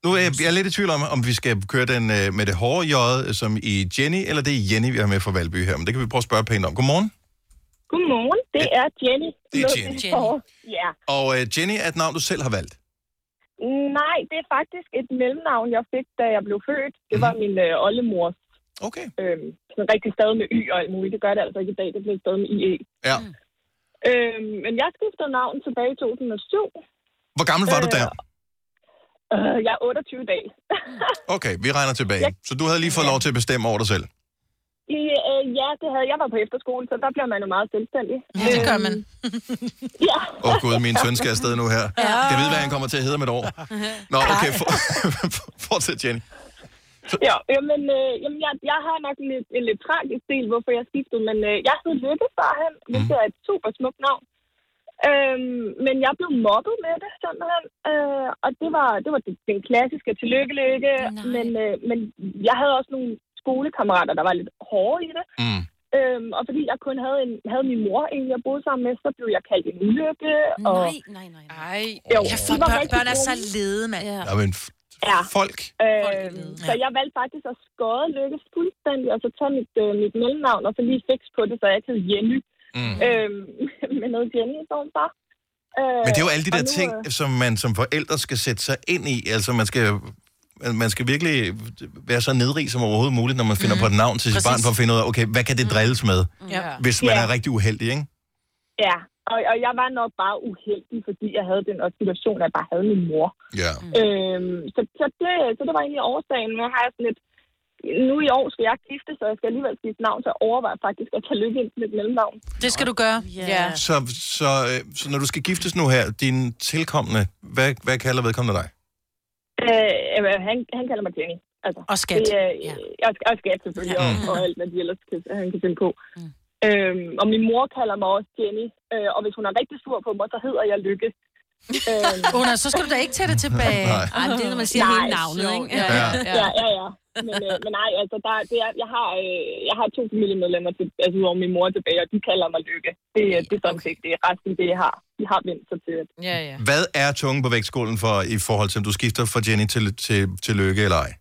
S1: Nu er jeg, jeg er lidt i tvivl om, om vi skal køre den øh, med det hårde jøde, som i Jenny, eller det er Jenny, vi har med fra Valby her. Men det kan vi prøve at spørge pænt om. Godmorgen.
S7: Godmorgen, det er Jenny.
S1: Det er Jenny.
S7: Ja.
S1: Og øh, Jenny er et navn, du selv har valgt.
S7: Nej, det er faktisk et mellemnavn, jeg fik, da jeg blev født. Det var min øh, Øhm, oldemors
S1: Okay.
S2: Mm.
S7: øh, sådan rigtig stadig med Y og alt muligt. Det gør det altså ikke i dag, det bliver stadig med IE.
S1: Ja.
S7: E. Øhm, men jeg skiftede navn tilbage i 2007.
S1: Hvor gammel var du der?
S7: Øh, jeg er 28 dage.
S2: Øh.
S1: Okay, vi regner tilbage. Så du havde lige fået lov til at bestemme over dig selv.
S7: I, øh, ja, det havde jeg var på efterskole, så der bliver man jo meget selvstændig.
S2: Ja, det gør man.
S7: Ja,
S1: Åh oh, gud, min søn skal afsted nu her. Kan vide, hvad han kommer til at hedde om et år?
S7: Øhm,
S1: Nå, okay, for, <laughs> fortsæt, Jenny.
S7: ja jamen, øh, jamen jeg, jeg har nok en lidt, en lidt tragisk del, hvorfor jeg skiftede, men øh, jeg hed Lykke førhen, hvilket er et super smukt navn. Øhm, men jeg blev mobbet med det, simpelthen. Øh, og det var, det var den klassiske tillykke-lykke. Men, øh, men jeg havde også nogle skolekammerater, der var lidt hårde i det.
S1: Mm.
S7: Øhm, og fordi jeg kun havde, en, havde min mor, en jeg boede sammen med, så blev jeg kaldt en ulykke. Og,
S3: Nej, nej, nej. nej.
S4: Ej.
S7: jo,
S2: Ja, for
S7: de var
S2: børn,
S7: rigtig
S2: børn er så
S7: dumme.
S2: lede, mand.
S3: Ja.
S1: Nå, men f-
S7: Ja.
S1: folk.
S7: Øhm,
S2: Ja.
S7: så jeg valgte faktisk at skåde Lykke fuldstændig, og så tage mit, øh, mit mellemnavn, og så lige fix på det, så jeg ikke hed Jenny.
S1: Mm.
S7: Øhm, <laughs> med noget Jenny i stedet for. Øh,
S1: Men det er jo alle de
S7: og
S1: der
S7: nu, øh,
S1: ting, som man som forældre skal sætte sig ind i. Altså, man skal, man skal virkelig være så nedrig som overhovedet muligt, når man finder mm. på et navn til sit
S2: Præcis.
S1: barn, for at finde ud af, okay, hvad kan det drilles med,
S4: Ja.
S1: hvis man
S7: Ja.
S1: er rigtig uheldig, ikke?
S7: Ja, og, og jeg var nok bare uheldig, fordi jeg havde den også situation, at jeg bare havde min mor.
S1: Ja.
S7: Øhm, så, så, det, så det var egentlig årsagen. Nu har jeg sådan lidt, nu i år skal jeg gifte, så jeg skal alligevel skifte navn, så jeg overvejer faktisk at tage lykke ind til mit mellemnavn.
S2: Det skal du gøre.
S4: Ja.
S1: Så, så, øh, så når du skal giftes nu her, din tilkommende, hvad, hvad kalder vedkommende dig?
S7: Øh, øh, han, han kalder mig Jenny. Altså,
S2: Og skat.
S7: Det, øh,
S3: ja.
S7: ja. og, og skat selvfølgelig, ja. og, og alt, hvad de ellers kan, han kan finde på.
S3: Mm.
S7: Mm. Øhm, og min mor kalder mig også Jenny, øh, og hvis hun er rigtig sur på mig, så hedder jeg
S2: <laughs>
S7: Lykke. øhm,
S2: Under, så skal du da ikke tage
S3: <laughs>
S2: det tilbage.
S1: <laughs> Nej.
S3: Ej, men det er, når man siger
S7: Nej,
S3: hele navnet,
S4: Jo,
S3: ikke?
S4: ja,
S1: Ja.
S4: ja.
S7: ja, ja, ja. Men, øh, men nej, altså, der, det er, jeg, har, øh, jeg har to familiemedlemmer, til, altså udover min mor tilbage, og de kalder mig Lykke. Det, er- det er sådan set det. Resten, det jeg har, de har vendt sig til. at-
S4: ja, ja.
S1: Hvad er tungen på vægtskålen for, i forhold til, om du skifter fra Jenny til, til, til Lykke eller ej?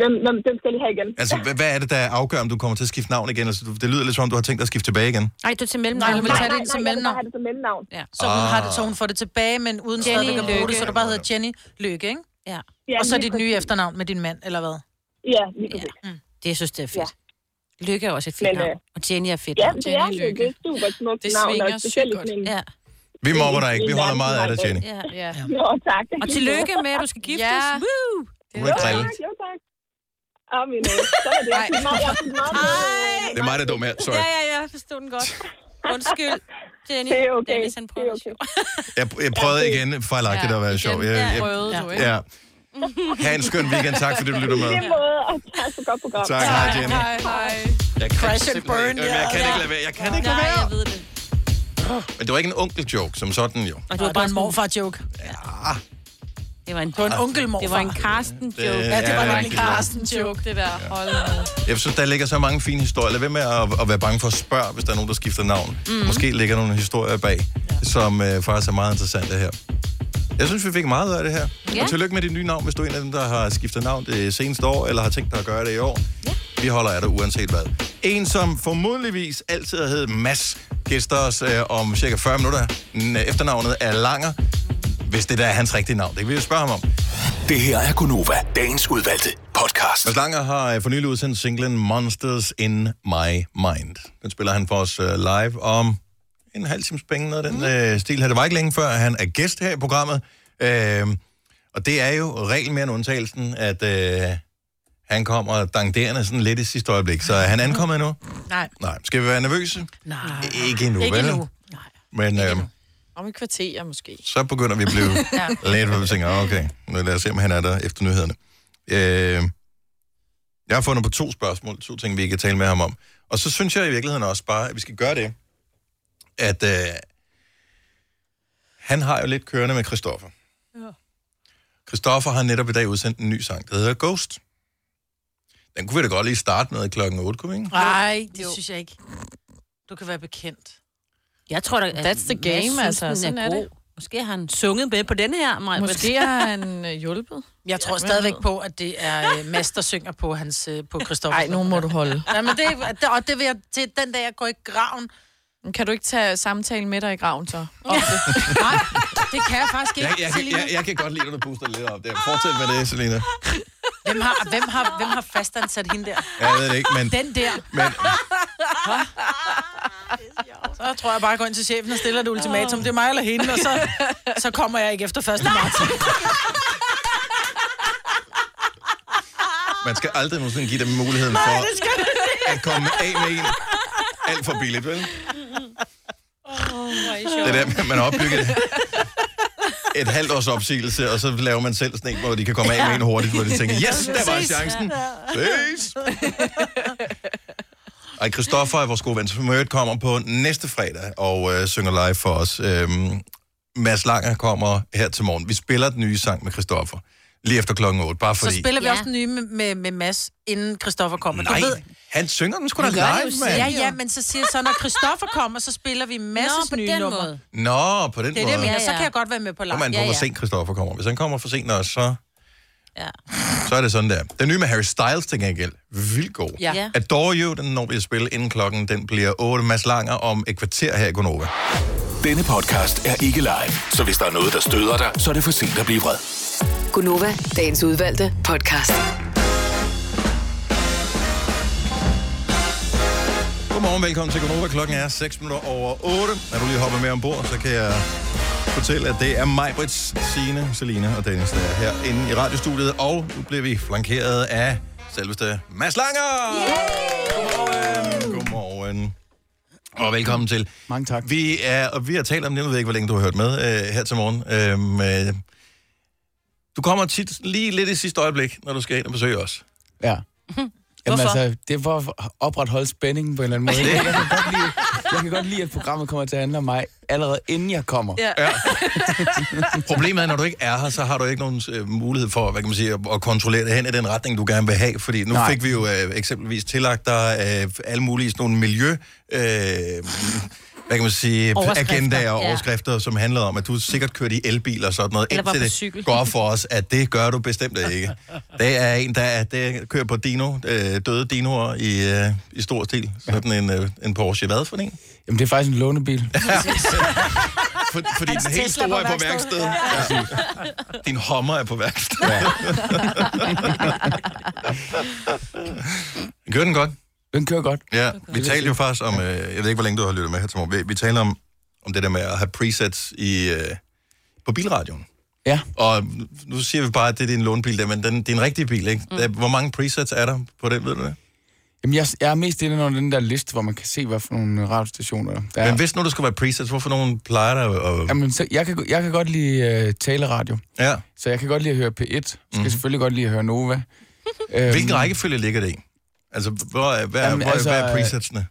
S7: Hvem, hvem, hvem skal lige have igen?
S1: Altså, hvad, hvad er det, der afgør, om du kommer til at skifte navn igen? Altså, du- det lyder lidt som om, du har tænkt dig at skifte tilbage igen.
S3: Nej, du er til
S2: Nej,
S3: mellemnavn.
S2: hun vil
S7: nej,
S2: tage det
S7: nej,
S2: ind
S7: nej,
S2: som
S7: jeg vil bare
S2: mellemnavn.
S7: have det som mellemnavn.
S2: Så hun, har det, så hun får det tilbage, men uden stadigvæk at bruge det, så du bare hedder Jenny Lykke, ikke?
S3: Ja.
S7: Ja,
S2: Og så
S7: lige
S2: dit nye
S7: præcis.
S2: efternavn med din mand, eller hvad?
S7: Ja, lige præcis.
S3: Det, jeg synes, det er fedt. Lykke er også et fedt
S7: Men, øh,
S3: navn. Og Jenny er et fedt
S7: Ja,
S3: navn.
S7: det er
S4: Jenny
S7: det.
S4: Lykke.
S7: Det er super smukt
S4: Det
S7: navn,
S4: svinger
S7: og specielt
S4: sygt
S7: i sådan en...
S3: Ja,
S1: Vi mobber dig ikke. Vi holder meget af dig, Jenny.
S3: ja.
S4: ja.
S7: <laughs> Nå, tak.
S3: Og tillykke med, at du skal giftes.
S4: Ja.
S3: Woo!
S1: Du må ikke drille.
S7: Tak, jo tak. Åh, min øh, så er det. Jeg fik meget, jeg fik meget med, øh,
S1: Det er mig, der er dum her. Sorry.
S3: Ja, ja, ja, jeg forstod den godt. Undskyld, Jenny.
S7: Det er okay.
S3: Dennis, han prøver
S7: Det er okay.
S1: Jeg, jeg prøvede igen fejlagtigt at være sjov. Jeg, jeg,
S4: Prøvede du, ikke?
S1: Ja. Ha' en skøn weekend. Tak fordi du lytter
S7: I
S1: med.
S7: lige måde, og tak for godt program.
S1: Tak, hej Jenny.
S4: Hej, hej.
S1: Jeg kan
S2: Crash and
S1: simpelthen
S2: burn,
S1: ikke- Jamen, Jeg kan
S2: ja.
S1: ikke lade være. Jeg kan ikke lade
S3: Nej, jeg
S1: være.
S3: ved det.
S1: Men det var ikke en onkel-joke som sådan, jo.
S3: Og
S2: Det var bare en morfar-joke.
S3: Det var en,
S2: Det var en onkelmor.
S3: det var en Karsten-joke.
S2: Ja, det var
S1: Ja,
S2: nok en
S1: det er
S2: Karsten-joke.
S4: Det der, hold nu.
S1: Jeg synes, der ligger så mange fine historier. Lad være med at, at være bange for at spørge, hvis der er nogen, der skifter navn. Mm. Måske ligger nogle historier bag, som øh, faktisk er meget interessante her. Jeg synes, vi fik meget ud af det her.
S3: Ja.
S1: Og tillykke med dit nye navn, hvis du er en af dem, der har skiftet navn det seneste år, eller har tænkt dig at gøre det i år. Ja. Vi holder af dig uanset hvad. En, som formodentligvis altid har heddet Mads, gæster os øh, om cirka 40 minutter. N- øh, Efternavnet er Langer, hvis det der er hans rigtige navn. Det kan vi jo spørge ham om.
S5: Det her er Gonova, dagens udvalgte podcast.
S1: Mads Langer har øh, for nylig udsendt singlen Monsters in My Mind. Den spiller han for os øh, live om en halv times penge, noget af den øh, stil her. Det var ikke længe før, han er gæst her i programmet. Øh, og det er jo reglen mere end undtagelsen, at øh, han kommer dangderende sådan lidt i sidste øjeblik. Så er han ankommet nu?
S2: Nej.
S1: Nej. Skal vi være nervøse?
S2: Nej.
S1: Ikke endnu,
S2: Ikke
S1: vel?
S2: endnu.
S1: Men øh,
S4: Om et kvarter, måske.
S1: så begynder vi at blive lidt, hvor vi tænker, "Ah, okay, nu lad os se, om han er der efter nyhederne. Øh, jeg har fundet på to spørgsmål, to ting, vi kan tale med ham om. Og så synes jeg i virkeligheden også bare, at vi skal gøre det, at øh, han har jo lidt kørende med Christoffer. Christoffer har netop i dag udsendt en ny sang, der hedder Ghost. Den kunne vi da godt lige starte med klokken 8, kunne vi ikke?
S2: Nej, det synes jeg ikke. Du kan være bekendt.
S3: Jeg tror, der, at
S4: That's the
S3: Mads
S4: game,
S3: synes,
S4: altså.
S3: den
S4: Sådan er
S3: god.
S4: det.
S3: Måske har han sunget med på denne her, Maja.
S4: Måske har han øh, hjulpet.
S2: <laughs> Jeg tror stadigvæk på, at det er øh, Mads, der synger på, hans, øh, på Christoffer.
S4: Nej, nogen må du holde.
S2: Nej, men det, det, og det vil jeg, til den dag, jeg går i graven.
S4: Men Kan du ikke tage samtalen med dig i graven, så?
S2: Nej, det kan jeg faktisk ikke,
S1: Jeg, jeg, jeg,
S2: Selina.
S1: jeg, jeg kan godt lide, at du puster lidt op der. Fortsæt med det, Selina.
S2: Hvem har, hvem, har, hvem har fastansat hende der?
S1: Jeg ved det ikke, men...
S2: Den der.
S1: Men,
S2: Så tror jeg bare, at jeg går ind til chefen og stiller det ultimatum. Det er mig eller hende, og så, så kommer jeg ikke efter 1. marts.
S1: Man skal aldrig nogensinde give dem muligheden
S2: Nej,
S1: for
S2: det skal man ikke.
S1: at komme af med en alt for billigt, vel?
S4: Det
S1: Det er der, man har opbygget et halvt års opsigelse, og så laver man selv sådan en, hvor de kan komme af med en hurtigt, hvor de tænker, yes, der var chancen. Ses! Ej, Christoffer, vores gode ven, som i øvrigt kommer på næste fredag og øh, synger live for os. Øhm, Mads Langer kommer her til morgen. Vi spiller den nye sang med Christoffer lige efter klokken 8, bare
S2: Så
S1: fordi...
S2: spiller vi
S3: Ja.
S2: også den nye med, med, med Mads, inden Christoffer kommer.
S1: Nej,
S2: Du ved,
S1: han synger den sgu da
S3: Han gør det jo
S1: live,
S3: selv.
S2: ja,
S1: mand.
S2: ja, men så siger jeg så, når Christoffer kommer, så spiller vi Mads'
S3: på
S2: nye
S3: den
S2: nummer.
S3: måde.
S1: Nå, på den
S2: Det er det,
S1: måde.
S2: jeg mener.
S3: Ja,
S2: Så
S3: ja.
S2: kan jeg godt være med på
S1: Kom
S2: lang.
S1: an på,
S3: Ja,
S1: hvor
S3: ja.
S1: sent Christoffer kommer. Hvis han kommer for sent også, så...
S3: Ja.
S1: Så er det sådan der. Den nye med Harry Styles til gengæld. Vildt god.
S3: Ja. Ja.
S1: Adore You, den når vi at spille inden klokken. Den bliver 8. Mads Langer om et kvarter her i Gonova.
S5: Denne podcast er ikke live, så hvis der er noget, der støder dig, så er det for sent at blive vred.
S10: Gunova, dagens udvalgte podcast.
S1: Godmorgen, velkommen til Gonova. Klokken er 6 minutter over 8. Når du lige hopper med ombord, så kan jeg fortælle, at det er mig, Brits, Signe, Selina og Dennis, der er herinde i radiostudiet. Og nu bliver vi flankeret af selveste Mads Langer! Godmorgen! Øhm, Godmorgen. Og velkommen til.
S11: Mange tak. Vi...
S1: Vi er, og vi har talt om det, jeg ved ikke, hvor længe du har hørt med øh, her til morgen. Øhm, øh, du kommer tit lige lidt i sidste øjeblik, når du skal ind og besøge os.
S11: Ja. Jamen altså, det er for at opretholde spændingen på en eller anden måde. Jeg kan, godt lide, jeg kan godt lide, at programmet kommer til at handle om mig, allerede inden jeg kommer. Ja.
S1: <laughs> Problemet er, når du ikke er her, så har du ikke nogen øh, mulighed for hvad kan man sige, at, at kontrollere det hen i den retning, du gerne vil have. Fordi nu Nej.
S11: Nej.
S1: fik vi jo øh, eksempelvis tillagt dig øh, alle mulige sådan nogle miljø... Øh, hvad kan man sige,
S3: Overskrifter,
S1: agendaer og
S3: ja.
S1: overskrifter, som handlede om, at du sikkert kørte i elbil og sådan noget,
S3: Eller var
S1: indtil
S3: på
S1: det
S3: cykel.
S1: går op for os, at det gør du bestemt ikke. Det er en, der er, det kører på dino, øh, døde dinoer i, øh, i stor stil. Sådan en, øh, en Porsche. Hvad for en?
S11: Jamen, det er faktisk en lånebil.
S1: For, <laughs> fordi den helt
S2: Tesla
S1: store
S2: på
S1: er på værksted. Ja. Din hommer er på værksted. <laughs> Ja. Gør den godt?
S11: Den kører godt.
S1: Ja, vi talte jo faktisk om, øh, jeg ved ikke, hvor længe du har lyttet med her til morgen, vi, vi talte om, om det der med at have presets i, øh, på bilradioen.
S11: Ja.
S1: Og nu siger vi bare, at det er din lånbil der, men den, det er en rigtig bil, ikke? Mm. Der, hvor mange presets er der på den, ved du det?
S11: Jamen, jeg, jeg er mest inde under den der liste, hvor man kan se, hvad for nogle radiostationer der
S1: Ja.
S11: er.
S1: Men hvis nu der skulle være presets, hvorfor nogen plejer der at...
S11: Jamen, så jeg, kan, jeg kan godt lide uh, taleradio,
S1: Ja. Mhm.
S11: så jeg kan godt lide at høre P1. Skal mm. selvfølgelig godt lide at høre Nova. Øhm.
S1: Hvilken rækkefølge ligger det i? Altså, hvor er, hvad, Jamen,
S11: Jamen,
S1: hvor,
S11: altså,
S1: altså, hvad er
S11: øh,
S1: presetsene?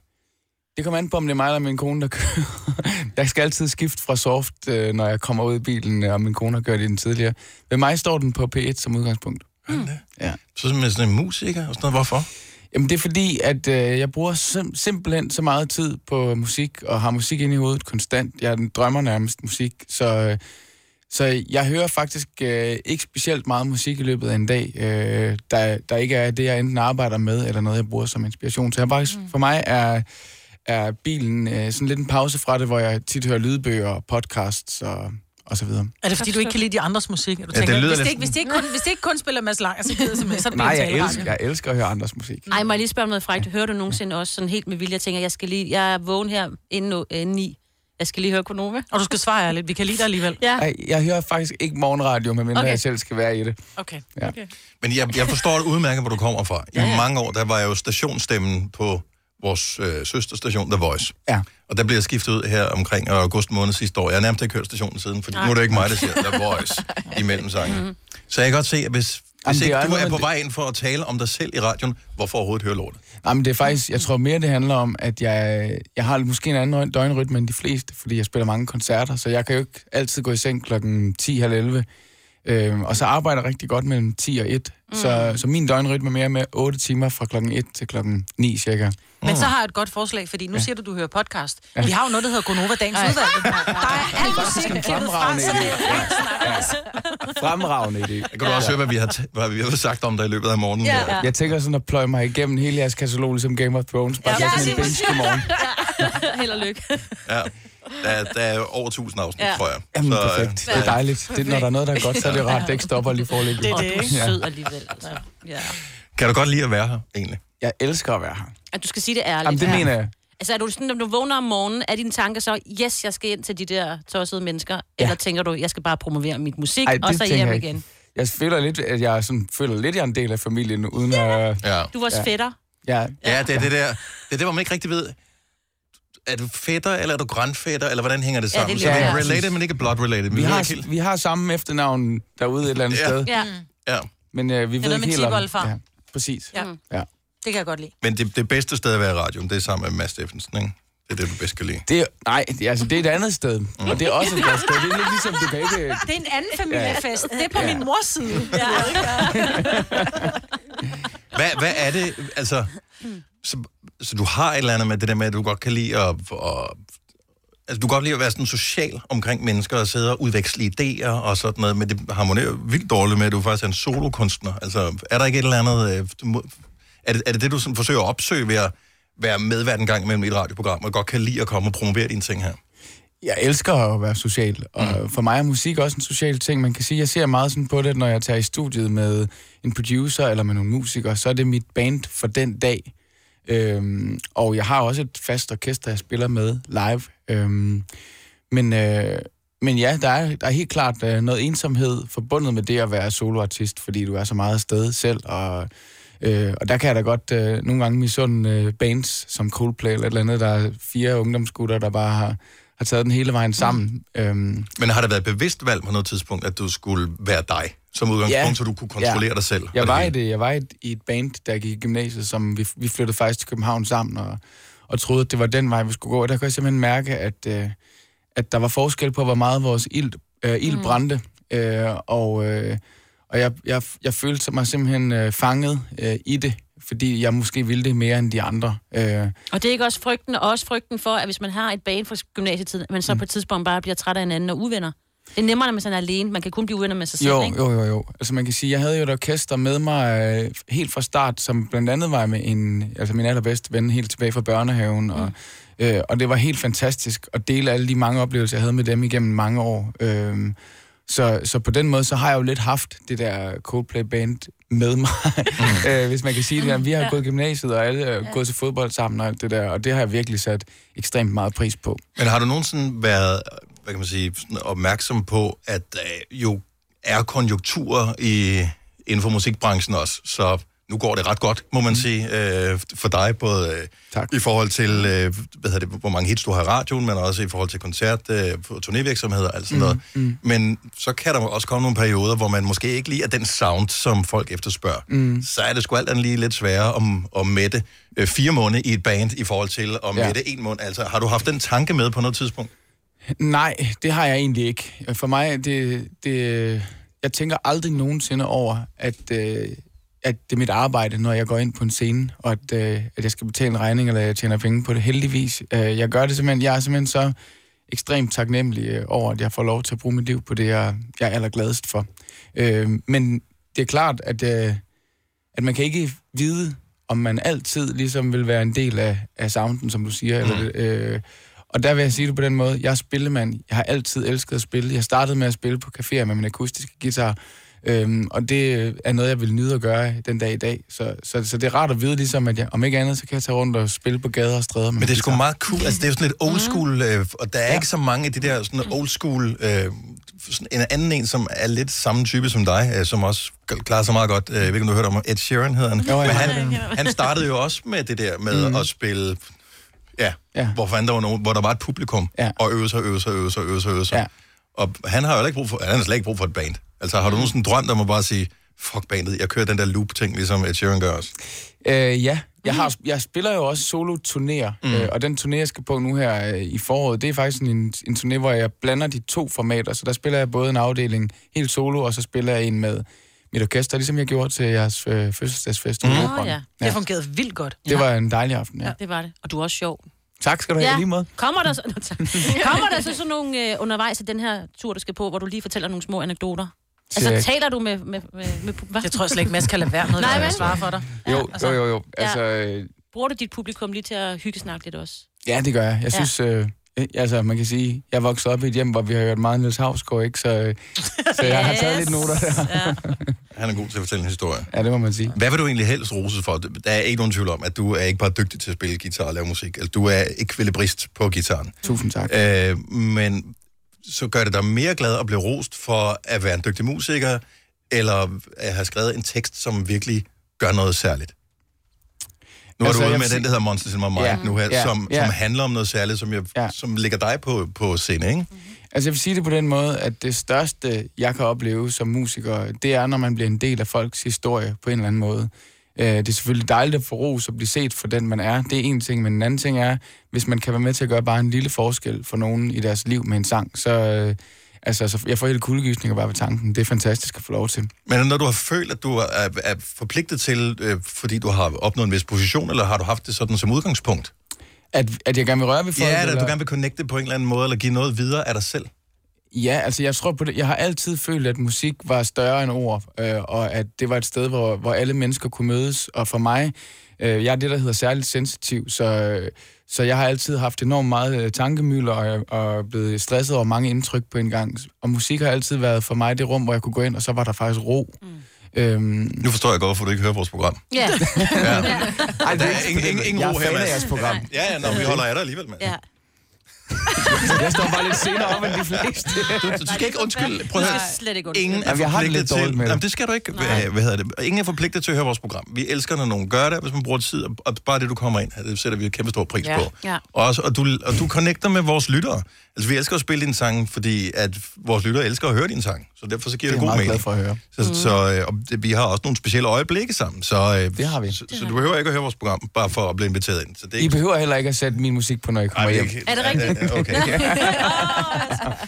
S11: Det kommer an på, om det er mig eller min kone, der kører. <laughs> Jeg skal altid skifte fra soft, øh, når jeg kommer ud i bilen, og min kone har gjort det den tidligere. Ved mig står den på P1 som udgangspunkt.
S2: Mm.
S1: Så som sådan en musiker og sådan noget. Hvorfor?
S11: Jamen, det er fordi, at øh, jeg bruger sim- simpelthen så meget tid på musik, og har musik inde i hovedet konstant. Jeg drømmer nærmest musik, så, øh, så jeg hører faktisk øh, ikke specielt meget musik i løbet af en dag, øh, der, der ikke er det, jeg enten arbejder med, eller noget, jeg bruger som inspiration. Så jeg faktisk,
S2: Mm.
S11: for mig er, er bilen øh, sådan lidt en pause fra det, hvor jeg tit hører lydbøger og podcasts og, og så videre.
S2: Er det, fordi du ikke kan lide de andres musik? og Du
S1: Ja, det
S2: tænker,
S1: lyder
S2: hvis,
S1: lidt-
S2: det ikke, hvis, det ikke kun, hvis det ikke kun spiller Mads Langer, så gider jeg simpelthen, så er det
S11: Nej,
S2: bare en
S11: jeg
S2: taleradio.
S11: elsker, jeg elsker at høre andres musik.
S3: Ej, må jeg lige spørge om noget frækt. Hører du nogensinde også sådan helt med vilje? Jeg tænker, jeg skal lige... Jeg er vågen her inden, nu- inden i. Jeg skal lige høre Konova.
S2: Og du skal svare ærligt, vi kan lide dig alligevel.
S3: Ja.
S11: Ej, jeg hører faktisk ikke morgenradio, medmindre
S3: Okay.
S11: okay. jeg selv skal være i det.
S2: Okay.
S11: Ja.
S1: Men jeg, jeg forstår det udmærket, hvor du kommer fra. I mange år, der var jeg jo stationsstemmen på vores øh, søsterstation, The Voice.
S11: Ja.
S1: Og der blev jeg skiftet ud her omkring august måned sidste år. Jeg har nærmest ikke hørt stationen siden, fordi nu er det ikke mig, der siger The Voice <laughs> imellem sangene. Mm-hmm. Så jeg kan godt se, at hvis, hvis
S11: Mhm. Jamen, det
S1: ikke
S11: er
S1: du er
S11: noget,
S1: på
S11: det-
S1: vej ind for at tale om dig selv i radioen, hvorfor overhovedet høre lortet?
S11: Jamen, det er faktisk, jeg tror mere, det handler om, at jeg, jeg har måske en anden døgnrytme end de fleste, fordi jeg spiller mange koncerter, så jeg kan jo ikke altid gå i seng klokken 10, halv 11. Øhm, og så arbejder jeg rigtig godt mellem 10 og 1. Mm. Så, så min døgnrytme er mere med 8 timer fra klokken 1 til klokken 9 cirka.
S2: Men så har jeg et godt forslag, fordi nu siger du, du hører podcast. Vi har jo noget, der hedder Gonova Dagens
S3: <laughs>
S2: Udvalgte. Der er al musikken klippet fra,
S11: fremragende
S2: så det
S11: idé. Fremragende idé.
S1: Der kan du også høre, hvad vi, har t- hvad vi har sagt om dig i løbet af morgenen. Ja, ja.
S11: Jeg tænker sådan at pløje mig igennem hele jeres katalog, ligesom Game of Thrones, bare ja, sådan en binge
S3: <laughs>
S11: morgen.
S3: Held og lykke.
S1: ja. Der, der er over 1000 afsnit, ja. tror jeg.
S11: Jamen,
S1: øh,
S11: perfekt. Det er dejligt. Det, når der er noget, der er godt, så er det jo rart, at det ikke stopper lige forlægget.
S3: Og du er
S11: Ja.
S3: sød alligevel. Altså. Ja.
S1: Kan du godt lide at være her, egentlig?
S11: Jeg elsker at være her.
S3: At du skal sige det ærligt.
S11: Jamen, det
S3: Ja.
S11: mener jeg.
S3: Altså er du sådan, når du vågner om morgenen, er dine tanker så, yes, jeg skal ind til de der tossede mennesker? Ja. Eller tænker du, jeg skal bare promovere mit musik, Ej, og så
S11: tænker
S3: hjem
S11: jeg ikke.
S3: igen?
S11: Jeg føler lidt, at jeg er sådan, føler lidt, jeg er en del af familien, uden at...
S1: Ja.
S3: Du er vores ja. fætter.
S11: Ja.
S1: Ja, det er det der. Det er det, hvor man ikke rigtig ved, er du fætter, eller er du grønfætter, eller hvordan hænger det
S11: Ja, det er
S1: sammen?
S11: lidt
S1: så det er
S11: svært.
S1: related, men ikke blood related.
S11: Vi
S1: ved
S11: har,
S1: ikke helt-
S11: vi har samme efternavn derude et eller andet
S1: Ja.
S11: sted.
S2: Ja.
S1: Ja.
S11: Men øh, vi
S2: er
S11: ved
S2: noget
S11: ikke
S2: med
S11: helt om...
S2: Tibolfar.
S11: Ja, præcis.
S2: Ja.
S3: Mm.
S11: Ja.
S2: Det kan jeg godt lide.
S1: Men det, det bedste sted at være i radioen, det er sammen med Mads Steffensen, ikke? Det er det, du bedst kan lide.
S11: Det, er- nej, det, er- altså, det er et andet sted. Mm. Og det er også et godt sted. Det er lidt ligesom, du kan ikke...
S2: Det er en anden familiefest. Det er på
S11: Ja.
S2: min mors side. Ja.
S1: Hvad, hvad er det, altså... Så, så du har et eller andet med det der med, at du godt kan lide at... Og, altså, du kan godt lide at være sådan social omkring mennesker og sidde og udveksle idéer og sådan noget, men det harmonerer jo vildt dårligt med, at du faktisk er en solokunstner. Altså, er der ikke et eller andet... øh, du må- Er det er det, det, du sådan forsøger at opsøge ved at være medvært en gang imellem i et radioprogram, og godt kan lide at komme og promovere dine ting her?
S11: jeg elsker at være social, og mm. for mig er musik også en social ting. Man kan sige, jeg ser meget sådan på det, når jeg tager i studiet med en producer eller med nogle musikere, så er det mit band for den dag. Øhm, og jeg har også et fast orkester, jeg spiller med live. Øhm, men, øh, men ja, der er, der er helt klart øh, noget ensomhed forbundet med det at være soloartist, fordi du er så meget afsted selv, og, øh, og der kan jeg da godt øh, nogle gange misunde øh, bands som Coldplay eller et eller andet. Der er fire ungdomsgutter, der bare har, har taget den hele vejen sammen. Mm. Øhm,
S1: Men har der været et bevidst valg på noget tidspunkt, at du skulle være dig som udgangspunkt, ja. så du kunne kontrollere ja. dig selv?
S11: Jeg
S1: Og
S11: var, i
S1: hele?
S11: det, jeg var i et, i et band, der gik i gymnasiet, som vi, vi flyttede faktisk til København sammen, og, og troede, at det var den vej, vi skulle gå. Og der kunne jeg simpelthen mærke, at, øh, at der var forskel på, hvor meget vores ild, øh, ild
S5: Mm.
S11: brændte. Øh, og øh, og jeg, jeg, jeg følte mig simpelthen øh, fanget øh, i det, fordi jeg måske ville det mere end de andre. Øh,
S3: Og det er ikke også frygten, og også frygten for, at hvis man har et bane fra gymnasietiden, at man
S11: Mm.
S3: så på et tidspunkt bare bliver træt af hinanden og uvenner. Det er nemmere, når man sådan er alene. Man kan kun blive uvenner med sig selv,
S11: jo,
S3: ikke?
S11: jo, jo, jo. Altså man kan sige, jeg havde jo et orkester med mig øh, helt fra start, som blandt andet var med en, altså min allerbedste ven helt tilbage fra børnehaven, og, øh, og det var helt fantastisk at dele alle de mange oplevelser, jeg havde med dem igennem mange år. Øh, så, så på den måde, så har jeg jo lidt haft det der Coldplay-band med mig, mm. <laughs> øh, hvis man kan sige det. der. Vi har
S5: Ja.
S11: ja. gået i gymnasiet, og alle er ja. gået til fodbold sammen og alt det der, og det har jeg virkelig sat ekstremt meget pris på.
S1: Men har du nogensinde været hvad kan man sige, sådan opmærksom på, at øh, jo er konjunkturer i, inden for musikbranchen også, så nu går det ret godt, må man sige, øh, for dig, både øh, i forhold til, øh, hvad hedder det, hvor mange hits du har i radioen, men også i forhold til koncert- øh, og turnévirksomheder og alt sådan noget. Mm. Men så kan der også komme nogle perioder, hvor man måske ikke lige er den sound, som folk efterspørger. Mm. Så er det sgu alt andet lige lidt sværere om, om mætte øh, fire måneder i et band i forhold til om
S11: Ja.
S1: ja. mætte en måned. Altså, har du haft den tanke med på noget tidspunkt?
S11: Nej, det har jeg egentlig ikke. For mig, det, det, jeg tænker aldrig nogensinde over, at, øh, at det er mit arbejde, når jeg går ind på en scene, og at, øh, at jeg skal betale en regning, eller jeg tjener penge på det, heldigvis. Øh, jeg gør det simpelthen, jeg er simpelthen så ekstremt taknemmelig øh, over, at jeg får lov til at bruge mit liv på det, jeg, jeg er allergladest for. Øh, men det er klart, at, øh, at man kan ikke vide, om man altid ligesom vil være en del af, af sounden, som du siger,
S1: Mm.
S11: eller, øh, og der vil jeg sige det på den måde, jeg er spillemand. Jeg har altid elsket at spille. Jeg startede med at spille på caféer med min akustiske guitar, øhm, og det er noget, jeg vil nyde at gøre den dag i dag. Så, så, så det er rart at vide, ligesom, at jeg, om ikke andet, så kan jeg tage rundt og spille på gader og stræder. Med
S1: Men det er sgu meget cool. Altså, det er jo sådan lidt old school, øh, og der er ja. ikke så mange af de der sådan old school... Øh, sådan en anden en, som er lidt samme type som dig, øh, som også klarer sig meget godt. Øh, Jeg ved ikke, om du har hørt om ham. Ed Sheeran, hedder han.
S11: Jo, ja.
S1: Men han, han startede jo også med det der med mm. at spille... Ja, ja. Hvor, fanden der var nogen, hvor der var et publikum, ja. og øve sig, øve sig, øve sig, øve sig, øve sig. Ja. Og han har jo heller ikke brug for, han har slet ikke brug for et band. Altså, har du nogensinde drømt om at bare sige, fuck bandet, jeg kører den der loop-ting, ligesom Ed Sheeran gør også?
S11: Øh, ja, jeg, har, jeg spiller jo også solo-turnéer, mm. øh, og den turné, jeg skal på nu her øh, i foråret, det er faktisk sådan en, en turné, hvor jeg blander de to formater, så der spiller jeg både en afdeling helt solo, og så spiller jeg en med mit orkester, ligesom jeg gjorde til jeres øh, fødselsdagsfest. Mm.
S3: Åh, ja.
S2: Det har fungeret vildt godt.
S11: Det var en dejlig aften, ja.
S3: Ja, det var det. Og du er også sjov.
S11: Tak skal du have, ja. lige måde. <laughs>
S3: Kommer der så, Nå, tak. kommer der så sådan nogle øh, undervejs af den her tur, du skal på, hvor du lige fortæller nogle små anekdoter?
S11: Siger jeg
S3: Altså,
S11: ikke.
S3: taler du med... med, med, med hvad?
S2: Jeg tror slet ikke, Mads kan lade være med,
S3: Nej,
S2: når
S3: vel?
S2: jeg svarer for dig.
S11: Jo, jo, jo, jo.
S3: Ja.
S11: Altså, øh,
S3: Bruger du dit publikum lige til at hygge snakke lidt også?
S11: ja, det gør jeg. Jeg
S3: Ja.
S11: synes, øh, øh, altså, man kan sige, jeg voksede op i et hjem, hvor vi har hørt meget Niels Havsgaard, ikke? Så, øh, så jeg har taget
S3: <laughs>
S11: lidt
S3: Yes.
S11: noter der.
S3: Ja.
S1: Han er god til at fortælle en historie.
S11: Ja, det må man sige.
S1: Hvad vil du egentlig helst roses for? Der er ikke nogen tvivl om, at du er ikke bare dygtig til at spille guitar og lave musik. Altså, du er ekvilibrist på gitaren.
S11: Tusind tak.
S1: Øh, men så gør det dig mere glad at blive rost for at være en dygtig musiker, eller at have skrevet en tekst, som virkelig gør noget særligt. Nu er
S11: Altså,
S1: du
S11: jeg
S1: ude med
S11: vil
S1: den,
S11: sige-
S1: der hedder Monsters in My Mind
S11: Ja,
S1: nu her,
S11: ja,
S1: som,
S11: ja.
S1: som handler om noget særligt, som, jeg, som ligger dig på, på scene, ikke?
S11: Altså jeg vil sige det på den måde, at det største, jeg kan opleve som musiker, det er, når man bliver en del af folks historie på en eller anden måde. Øh, Det er selvfølgelig dejligt at få ros og blive set for den, man er. Det er en ting, men en anden ting er, hvis man kan være med til at gøre bare en lille forskel for nogen i deres liv med en sang, så øh, altså, så jeg får helt kuldegysninger bare ved tanken. Det er fantastisk at få lov til.
S1: Men når du har følt, at du er, er forpligtet til, øh, fordi du har opnået en vis position, eller har du haft det sådan som udgangspunkt?
S11: At, at jeg gerne vil røre ved folk?
S1: Ja, eller
S11: eller?
S1: du gerne vil connecte på en eller anden måde, eller give noget videre af dig selv.
S11: Ja, altså jeg tror på det. Jeg har altid følt, at musik var større end ord, øh, og at det var et sted, hvor, hvor alle mennesker kunne mødes. Og for mig, øh, jeg er det, der hedder særligt sensitiv, så, øh, så jeg har altid haft enormt meget øh, tankemylder og, og blevet stresset over mange indtryk på en gang. Og musik har altid været for mig det rum, hvor jeg kunne gå ind, og så var der faktisk ro. Mm. Øhm,
S1: Nu forstår jeg godt, hvorfor du ikke hører vores program.
S11: <laughs>
S3: Ja.
S11: Ej,
S1: Der er ingen, ingen, ingen
S11: jeg
S1: ro
S11: er
S1: her,
S11: fan af
S1: Mads.
S11: jeres program.
S1: Ja, ja, nå, men vi holder af dig alligevel, mand.
S3: ja.
S11: Jeg står bare lidt senere om end de fleste.
S1: <laughs> Du, du skal ikke undskylde. Prøv at
S3: Du
S1: høre.
S3: skal slet ikke undskylde.
S1: Ingen er
S11: Jamen, jeg har det
S1: forpligtet
S11: lidt
S1: til...
S11: dårligt med det.
S1: Jamen, det skal du ikke. Hvad, hvad hedder det? Ingen er forpligtet til at høre vores program. Vi elsker, når nogen gør det, hvis man bruger tid. og- Og bare det, du kommer ind, det sætter vi kæmpe stor pris
S3: Ja.
S1: på.
S3: Ja.
S1: Og, også, og, du, og du connecter med vores lyttere. Altså, vi elsker at spille dine sange, fordi at vores lyttere elsker at høre dine sange. Så derfor så giver
S11: Det er
S1: det,
S11: jeg
S1: god
S11: meget
S1: mening.
S11: glad for at høre.
S1: Så, mm. så øh, og det, vi har også nogle specielle øjeblikke sammen. Så, øh, det
S11: har vi.
S1: Så, så du behøver ikke at høre vores program, bare for at blive inviteret ind. Så det er
S11: I
S1: ikke...
S11: behøver heller ikke at sætte min musik på, når jeg kommer
S1: Ej,
S11: hjem.
S1: ikke-
S3: Er det rigtigt? altså.
S1: Okay.
S3: <laughs>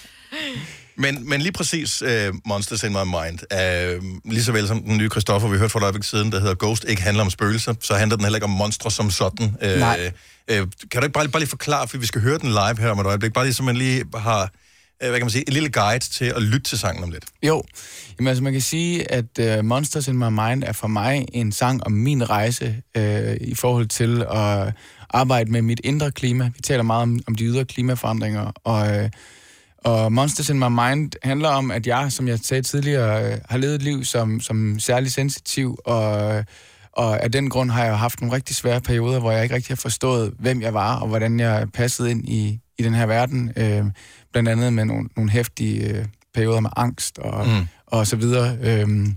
S1: Men, men lige præcis uh, Monsters in My Mind, uh, lige så vel som den nye Christoffer, vi hørte for et øjeblik siden, der hedder Ghost, ikke handler om spøgelser, så handler den heller ikke om monstre som sådan. Uh,
S11: Nej.
S1: Uh, kan du ikke bare, bare lige forklare, for vi skal høre den live her om et øjeblik, bare lige så man lige har, uh, hvad kan man sige, en lille guide til at lytte til sangen om lidt.
S11: Jo, Jamen, altså man kan sige, at uh, Monsters in My Mind er for mig en sang om min rejse øh, i forhold til at arbejde med mit indre klima. Vi taler meget om, om de ydre klimaforandringer, og, øh, og Monsters in My Mind handler om, at jeg, som jeg sagde tidligere, øh, har levet et liv som, som særlig sensitiv, og, og af den grund har jeg haft nogle rigtig svære perioder, hvor jeg ikke rigtig har forstået, hvem jeg var, og hvordan jeg passede ind i, i den her verden. Øh, blandt andet med nogle, nogle hæftige øh, perioder med angst og, mm. og så videre. Øhm,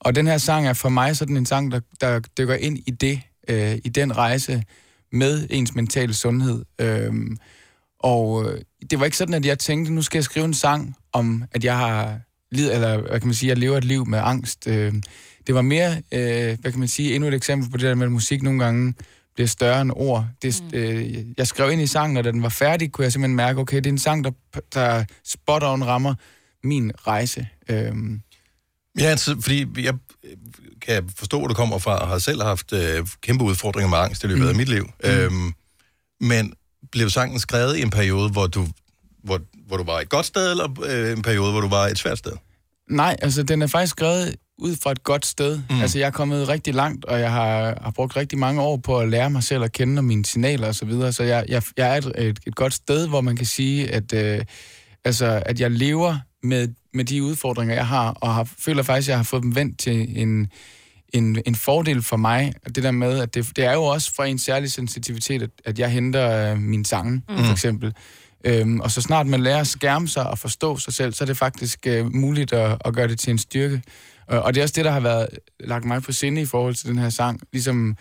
S11: og den her sang er for mig sådan en sang, der, der dykker ind i det, øh, i den rejse med ens mentale sundhed. Øhm, og øh, det var ikke sådan, at jeg tænkte, nu skal jeg skrive en sang om, at jeg har lid, eller hvad kan man sige, jeg lever et liv med angst. Øh, det var mere, øh, hvad kan man sige, endnu et eksempel på det der med, at musik nogle gange bliver større end ord. Det, øh, jeg skrev ind i sangen, og da den var færdig, kunne jeg simpelthen mærke, okay, det er en sang, der, der spot on rammer min rejse. Øhm,
S1: Ja, altså, fordi jeg øh, kan forstå, hvor du kommer fra, og har selv haft øh, kæmpe udfordringer med angst i løbet af mit liv. Mm. Øhm, men blev sangen skrevet i en periode, hvor du, hvor, hvor du var et godt sted, eller øh, en periode, hvor du var et svært sted?
S11: nej, altså den er faktisk skrevet ud fra et godt sted.
S1: Mm.
S11: Mm. Altså jeg er kommet rigtig langt, og jeg har, har brugt rigtig mange år på at lære mig selv at kende og mine signaler og så videre. Så jeg, jeg, jeg er et, et, et godt sted, hvor man kan sige, at, øh, altså, at jeg lever med, med de udfordringer, jeg har, og har, føler faktisk, at jeg har fået dem vendt til en, en, en fordel for mig, at det der med, at det, det er jo også fra en særlig sensitivitet, at, at jeg henter øh, min sange, mm. for eksempel. Øhm, og så snart man lærer at skærme sig og forstå sig selv, så er det faktisk øh, muligt at, at gøre det til en styrke. Og, og det er også det, der har været lagt mig på sinde i forhold til den her sang. Ligesom,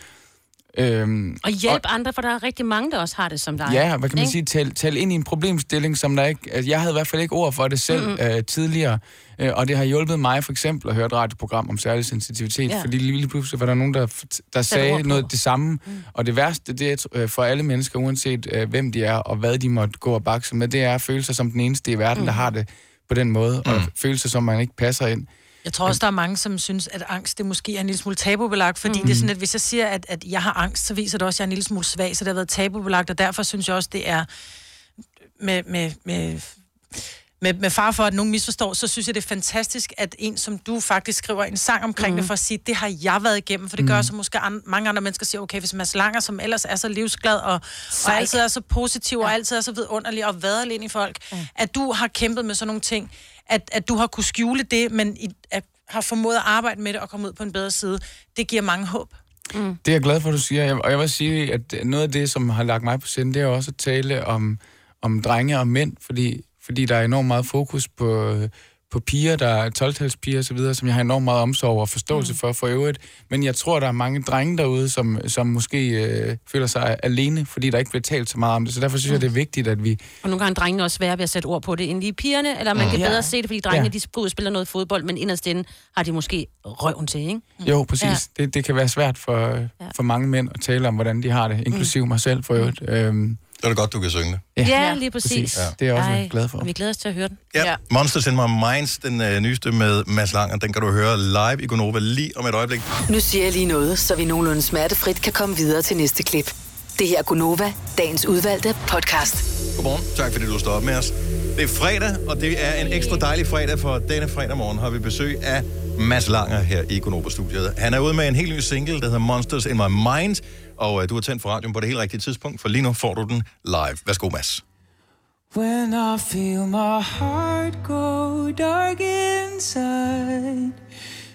S11: øhm,
S3: Og hjælp andre, for der er rigtig mange, der også har det som dig.
S11: Ja, hvad kan man
S3: Ikke?
S11: sige? Tal, tal ind i en problemstilling, som der ikke... Altså, jeg havde i hvert fald ikke ord for det selv mm-hmm. øh, tidligere, øh, og det har hjulpet mig for eksempel at høre et radioprogram om særlig sensitivitet,
S3: Ja.
S11: ja. fordi lige lige pludselig var der nogen, der, f- der
S3: ord
S11: sagde
S3: på.
S11: noget af det samme. Mm. Og det værste, det er øh, for alle mennesker, uanset øh, hvem de er og hvad de måtte gå og bakse med, det er at føle sig som den eneste i verden, mm. der har det på den måde, mm. og føle sig som, man ikke passer ind.
S2: Jeg tror også, der er mange, som synes, at angst det måske er en lille smule tabubelagt, fordi mm. det er sådan, at hvis jeg siger, at, at jeg har angst, så viser det også, at jeg er en lille smule svag, så det har været tabubelagt, og derfor synes jeg også, det er med, med, med, med, med far for, at nogen misforstår, så synes jeg, det er fantastisk, at en som du faktisk skriver en sang omkring mm. det, for at sige, det har jeg været igennem, for det
S3: Mm.
S2: gør så måske an, mange andre mennesker siger, okay, hvis Mads Langer, som ellers er så livsglad, og, og
S3: Sej.
S2: altid er så positiv, og altid er så vidunderlig, og vader ind i folk, at du har kæmpet med sådan nogle ting, at, at du har kunne skjule det, men i, at, har formået at arbejde med det og komme ud på en bedre side, det giver mange håb.
S11: Mm. Det er jeg glad for, at du siger. Jeg- Og jeg vil sige, at noget af det, som har lagt mig på sinde, det er også at tale om, om drenge og mænd, fordi, fordi der er enormt meget fokus på, på piger, der er 12-talspiger osv., som jeg har enormt meget omsorg og forståelse mm. for for øvrigt. Men jeg tror, der er mange drenge derude, som, som måske øh, føler sig alene, fordi der ikke bliver talt så meget om det. Så derfor synes mm. jeg, det er vigtigt, at vi...
S3: Og nogle gange er drengene også svære ved at sætte ord på det, end lige pigerne, eller man
S11: Mm.
S3: kan
S11: Ja.
S3: bedre se det, fordi drengene,
S11: Ja.
S3: ja. de går ud og spiller noget fodbold, men inderst inde har de måske røven til, ikke?
S11: Mm. Jo, præcis.
S3: Mm. Ja.
S11: Ja. Det, det kan være svært for, ja. for mange mænd at tale om, hvordan de har det, inklusive mig selv for øvrigt. Øhm,
S1: det er da godt, du kan synge
S3: Ja,
S1: det.
S3: ja lige præcis. præcis.
S1: Ja.
S11: Det er jeg også
S3: Ej,
S11: glad for.
S3: og Vi glæder os til at høre den.
S1: Ja. ja. Monsters in My Minds, den øh, nyeste med Mads Langer, den kan du høre live i Gonova lige om et øjeblik.
S10: Nu siger jeg lige noget, så vi nogenlunde smertefrit kan komme videre til næste klip. Det her er Gunova, dagens udvalgte podcast.
S1: Godmorgen. Tak fordi du står op med os. Det er fredag, og det er en ekstra dejlig fredag, for denne fredag morgen har vi besøg af Mads Langer her i Konoba-studiet. Han er ude med en helt ny single, der hedder Monsters in My Mind, og øh, du har tændt for radioen på det helt rigtige tidspunkt, for lige nu får du den live. Værsgo, Mads.
S12: When I feel my heart go dark inside,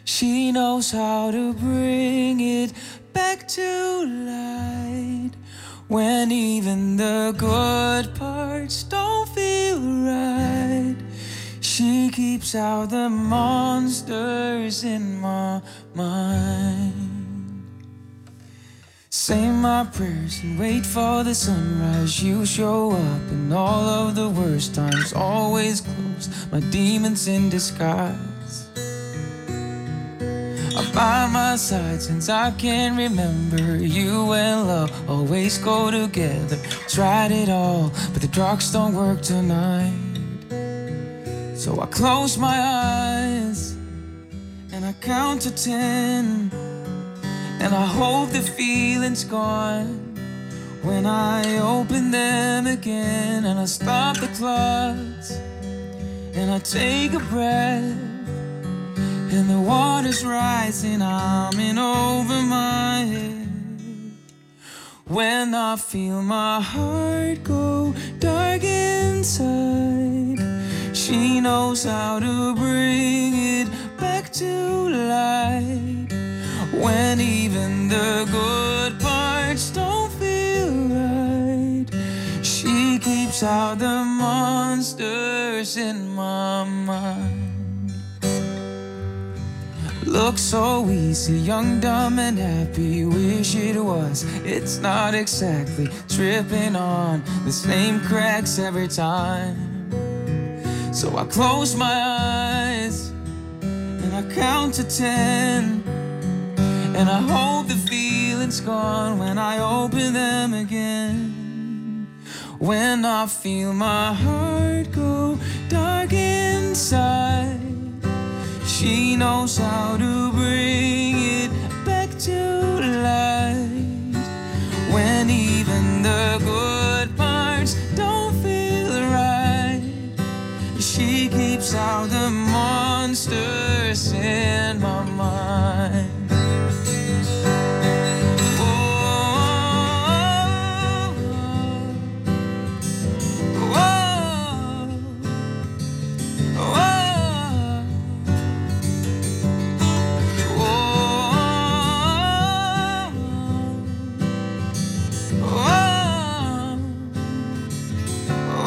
S12: she knows how to bring it back to light. When even the good parts don't feel right, she keeps out the monsters in my mind. Say my prayers and wait for the sunrise. You show up in all of the worst times, always close. My demons in disguise. I'm by my side since I can remember. You and love always go together. Tried it all, but the drugs don't work tonight. So I close my eyes and I count to ten. And I hope the feeling's gone when I open them again. And I stop the clocks and I take a breath. And the water's rising, I'm in over my head. When I feel my heart go dark inside, she knows how to bring it back to light. When even the good parts don't feel right, she keeps out the monsters in my mind. Looks so easy, young, dumb, and happy. Wish it was, it's not exactly tripping on the same cracks every time. So I close my eyes and I count to ten. And I hope the feeling's gone when I open them again. When I feel my heart go dark inside, she knows how to bring it back to light. When even the good parts don't feel right, she keeps out the monsters in my mind.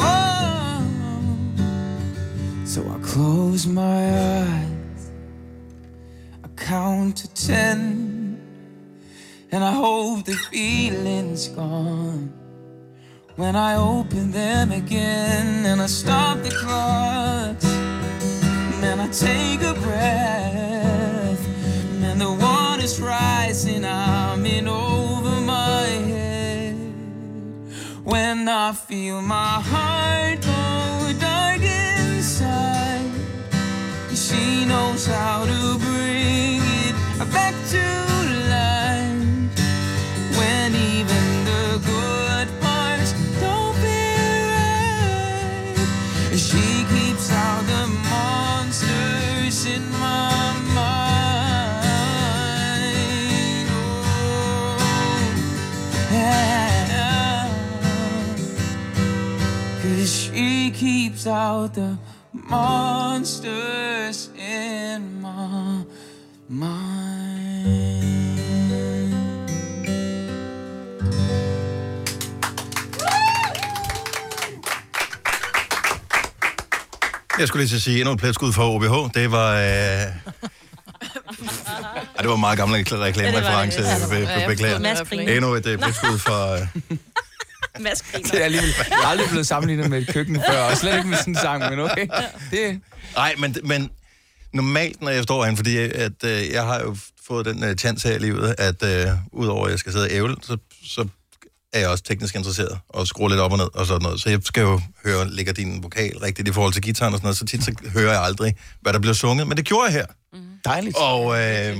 S12: Oh. So I close my eyes, I count to ten, and I hope the feeling's gone. When I open them again and I stop the clocks, man, I take a breath, man, the water's rising, I'm in over my head. When I feel my heart go dark inside, she knows how to bring it back to life. When even the good parts don't feel right, she keeps out the monsters in my mind. Oh, yeah. Cause she keeps out the monsters in my
S1: Jeg skulle lige til at sige endnu et pletskud fra OBH. Det var... Øh... Ej, det var en meget gammel rekl- reklamereference.
S13: Ja, det var det.
S1: Be-
S13: Ja,
S1: be-
S13: jeg
S1: Beklager.
S13: forstod Mads griner.
S1: Endnu et øh, pletskud fra... Øh...
S3: Mads griner.
S11: <laughs> Det er alligevel, jeg er aldrig blevet sammenlignet med et køkken før, og slet ikke med sådan en sang, men okay. Det...
S1: Nej, men, men normalt, når jeg står herinde, fordi at, øh, jeg har jo fået den øh, chance her i livet, at øh, udover at jeg skal sidde og ævle, så, så er jeg også teknisk interesseret og skruer lidt op og ned og sådan noget. Så jeg skal jo høre, ligger din vokal rigtigt i forhold til gitaren og sådan noget, så tit så hører jeg aldrig, hvad der bliver sunget, men det gjorde jeg her. Mm.
S11: Dejligt.
S1: Og øh,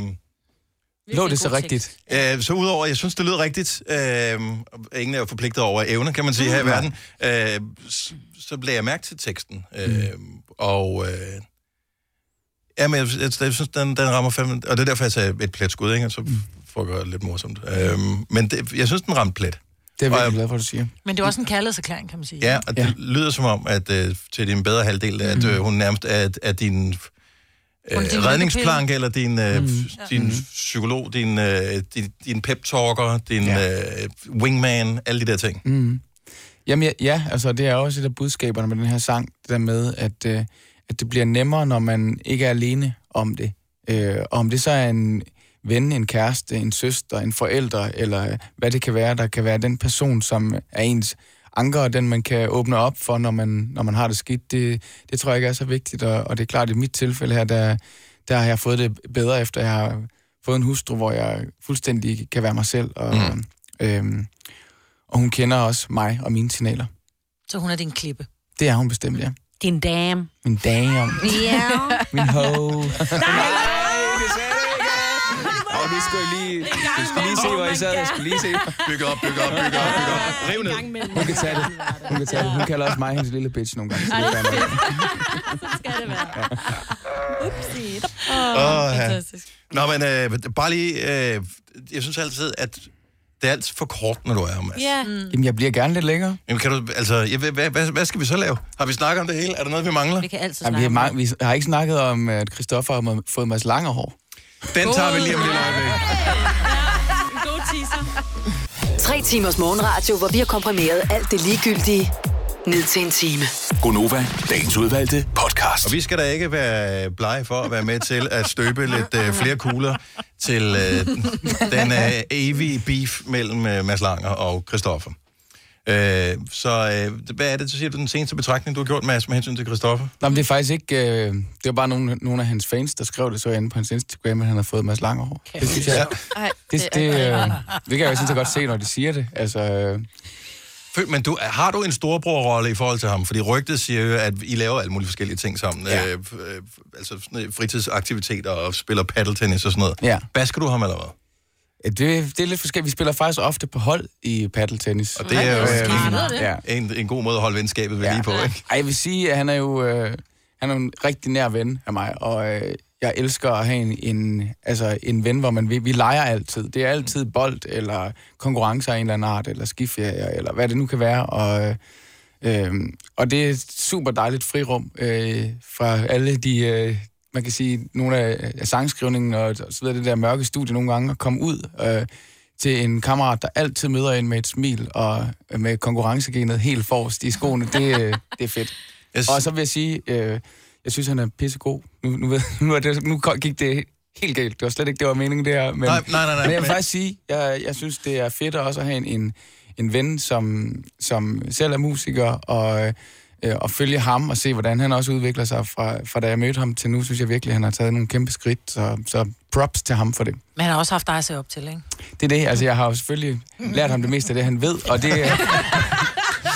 S11: Lå det så rigtigt?
S1: øh, så udover, jeg synes, det lød rigtigt, øh, og ingen er jo forpligtet over evner, kan man sige, her i
S11: Mm.
S1: verden, øh, så, så lagde jeg mærke til teksten,
S11: Mm.
S1: øh, og... Øh, Ja, men jeg, jeg, jeg synes, den, den rammer fem... Og det er derfor, jeg sagde et plet skud, ikke? Og Så
S11: Mm.
S1: får jeg gøre det lidt morsomt. Øhm, men det, jeg synes, den ramte plet.
S11: Det er
S1: Og
S11: virkelig
S1: jeg-
S11: glad for, at du siger.
S13: Men det er også en kærlighedserklæring, kan man sige.
S1: Ja, og det ja. lyder som om, at øh, til din bedre halvdel, at øh, hun nærmest er, er din øh,
S13: Hun er din
S1: redningsplanke,
S13: lykkepille.
S1: eller din, øh,
S13: Mm.
S1: mm. din mm. psykolog, din, øh, din, din pep-talker, din ja. øh, wingman, alle de der ting.
S11: Mm. Jamen ja, ja, altså det er også et af budskaberne med den her sang, det der med, at, øh, at det bliver nemmere, når man ikke er alene om det. Øh, og om det så er en ven, en kæreste, en søster, en forælder, eller øh, hvad det kan være, der kan være den person, som er ens anker, og den man kan åbne op for, når man, når man har det skidt, det, det tror jeg ikke er så vigtigt. Og, og det er klart, i mit tilfælde her, der, der har jeg fået det bedre, efter jeg har fået en hustru, hvor jeg fuldstændig kan være mig selv. Og, mm. øhm, og hun kender også mig og mine signaler.
S13: Så hun er din klippe.
S11: Det er hun bestemt, ja.
S3: Din
S11: <laughs>
S3: dame.
S11: Min damn.
S3: Ja.
S11: Min ho. Og vi skulle lige, vi skulle lige se, hvor I sad. Jeg skulle lige se.
S1: Bygge op, bygge op, bygge op, bygge op. Riv ned.
S11: Hun kan tage det. Hun kan tage det. Hun kalder også mig hendes lille bitch nogle gange. Så det er fair nok.
S13: Upsi.
S1: Åh, ja. Nå, men øh, bare lige... Øh, jeg synes altid, at det er alt for kort, når du er her, Mads.
S13: Ja. Mm.
S11: Jamen, jeg bliver gerne lidt længere.
S1: Jamen, kan du, altså, ja, hvad, hvad- hvad, hvad skal vi så lave? Har vi snakket om det hele? Er der noget, vi mangler?
S3: Vi kan altid
S11: Ej, vi, har, mange- vi har ikke snakket om, at Christoffer har fået Mads lange hår.
S1: Den tager vi lige om lidt øjeblik.
S3: God teaser.
S10: Tre timers morgenradio, hvor vi har komprimeret alt det ligegyldige ned til en time.
S5: Gonova, dagens udvalgte podcast.
S1: Og vi skal da ikke være blege for at være med til at støbe lidt øh, flere kugler til øh, den øh, evige beef mellem øh, Mads Langer og Christoffer. Øh, så øh, hvad er det, så siger du, den seneste betragtning, du har gjort, Mads, med hensyn til Christoffer?
S11: Nå, men det er faktisk ikke... Øh, det var bare nogle, nogle af hans fans, der skrev det så inde på hans Instagram, at han har fået Mads lange hår. Det synes jeg...
S4: Ej,
S11: Det, det, øh, det kan jeg jo sådan set godt se, når de siger det. Altså, øh,
S1: Fø- Men du, har du en storebrorrolle i forhold til ham? Fordi rygtet siger jo, at I laver alle mulige forskellige ting sammen. Ja. Øh, f- øh, f- altså sådan noget fritidsaktiviteter og spiller paddeltennis og sådan noget.
S11: Ja.
S1: Basker du ham eller hvad?
S11: det, det er lidt forskelligt. Vi spiller faktisk ofte på hold i paddeltennis.
S1: Og det er jo
S11: øh,
S1: øh,
S11: ja.
S1: en, en god måde at holde venskabet ved ja. lige på, ikke?
S11: Ej, jeg vil sige, at han er jo øh, han er jo en rigtig nær ven af mig, og øh, jeg elsker at have en, en, altså, en ven, hvor man vi, vi leger altid. Det er altid bold, eller konkurrencer af en eller anden art, eller skiferier, eller hvad det nu kan være, og... Øh, Øhm, og det er et super dejligt frirum øh, fra alle de, øh, man kan sige, nogle af, af sangskrivningen og, og så videre, det der mørke studie nogle gange, at komme ud øh, til en kammerat, der altid møder en med et smil og øh, med konkurrencegenet helt forrest i skoene. Det, øh, det er fedt.
S1: <laughs> Yes.
S11: Og så vil jeg sige, øh, jeg synes, han er pissegod. Nu, nu, ved, nu, er det, nu gik det helt galt. Det var slet ikke, det var meningen, det her. Men,
S1: Nej, nej, nej, nej,
S11: men jeg vil
S1: men-
S11: faktisk sige, jeg, jeg synes, det er fedt at også have en, en, en ven, som, som selv er musiker, og, øh, og følge ham og se, hvordan han også udvikler sig fra, fra da jeg mødte ham til nu, synes jeg virkelig, at han har taget nogle kæmpe skridt, så, så props til ham for det.
S13: Men han har også haft dig at se op til, ikke?
S11: Det er det, altså jeg har jo selvfølgelig lært ham det meste af det, han ved, og det, øh,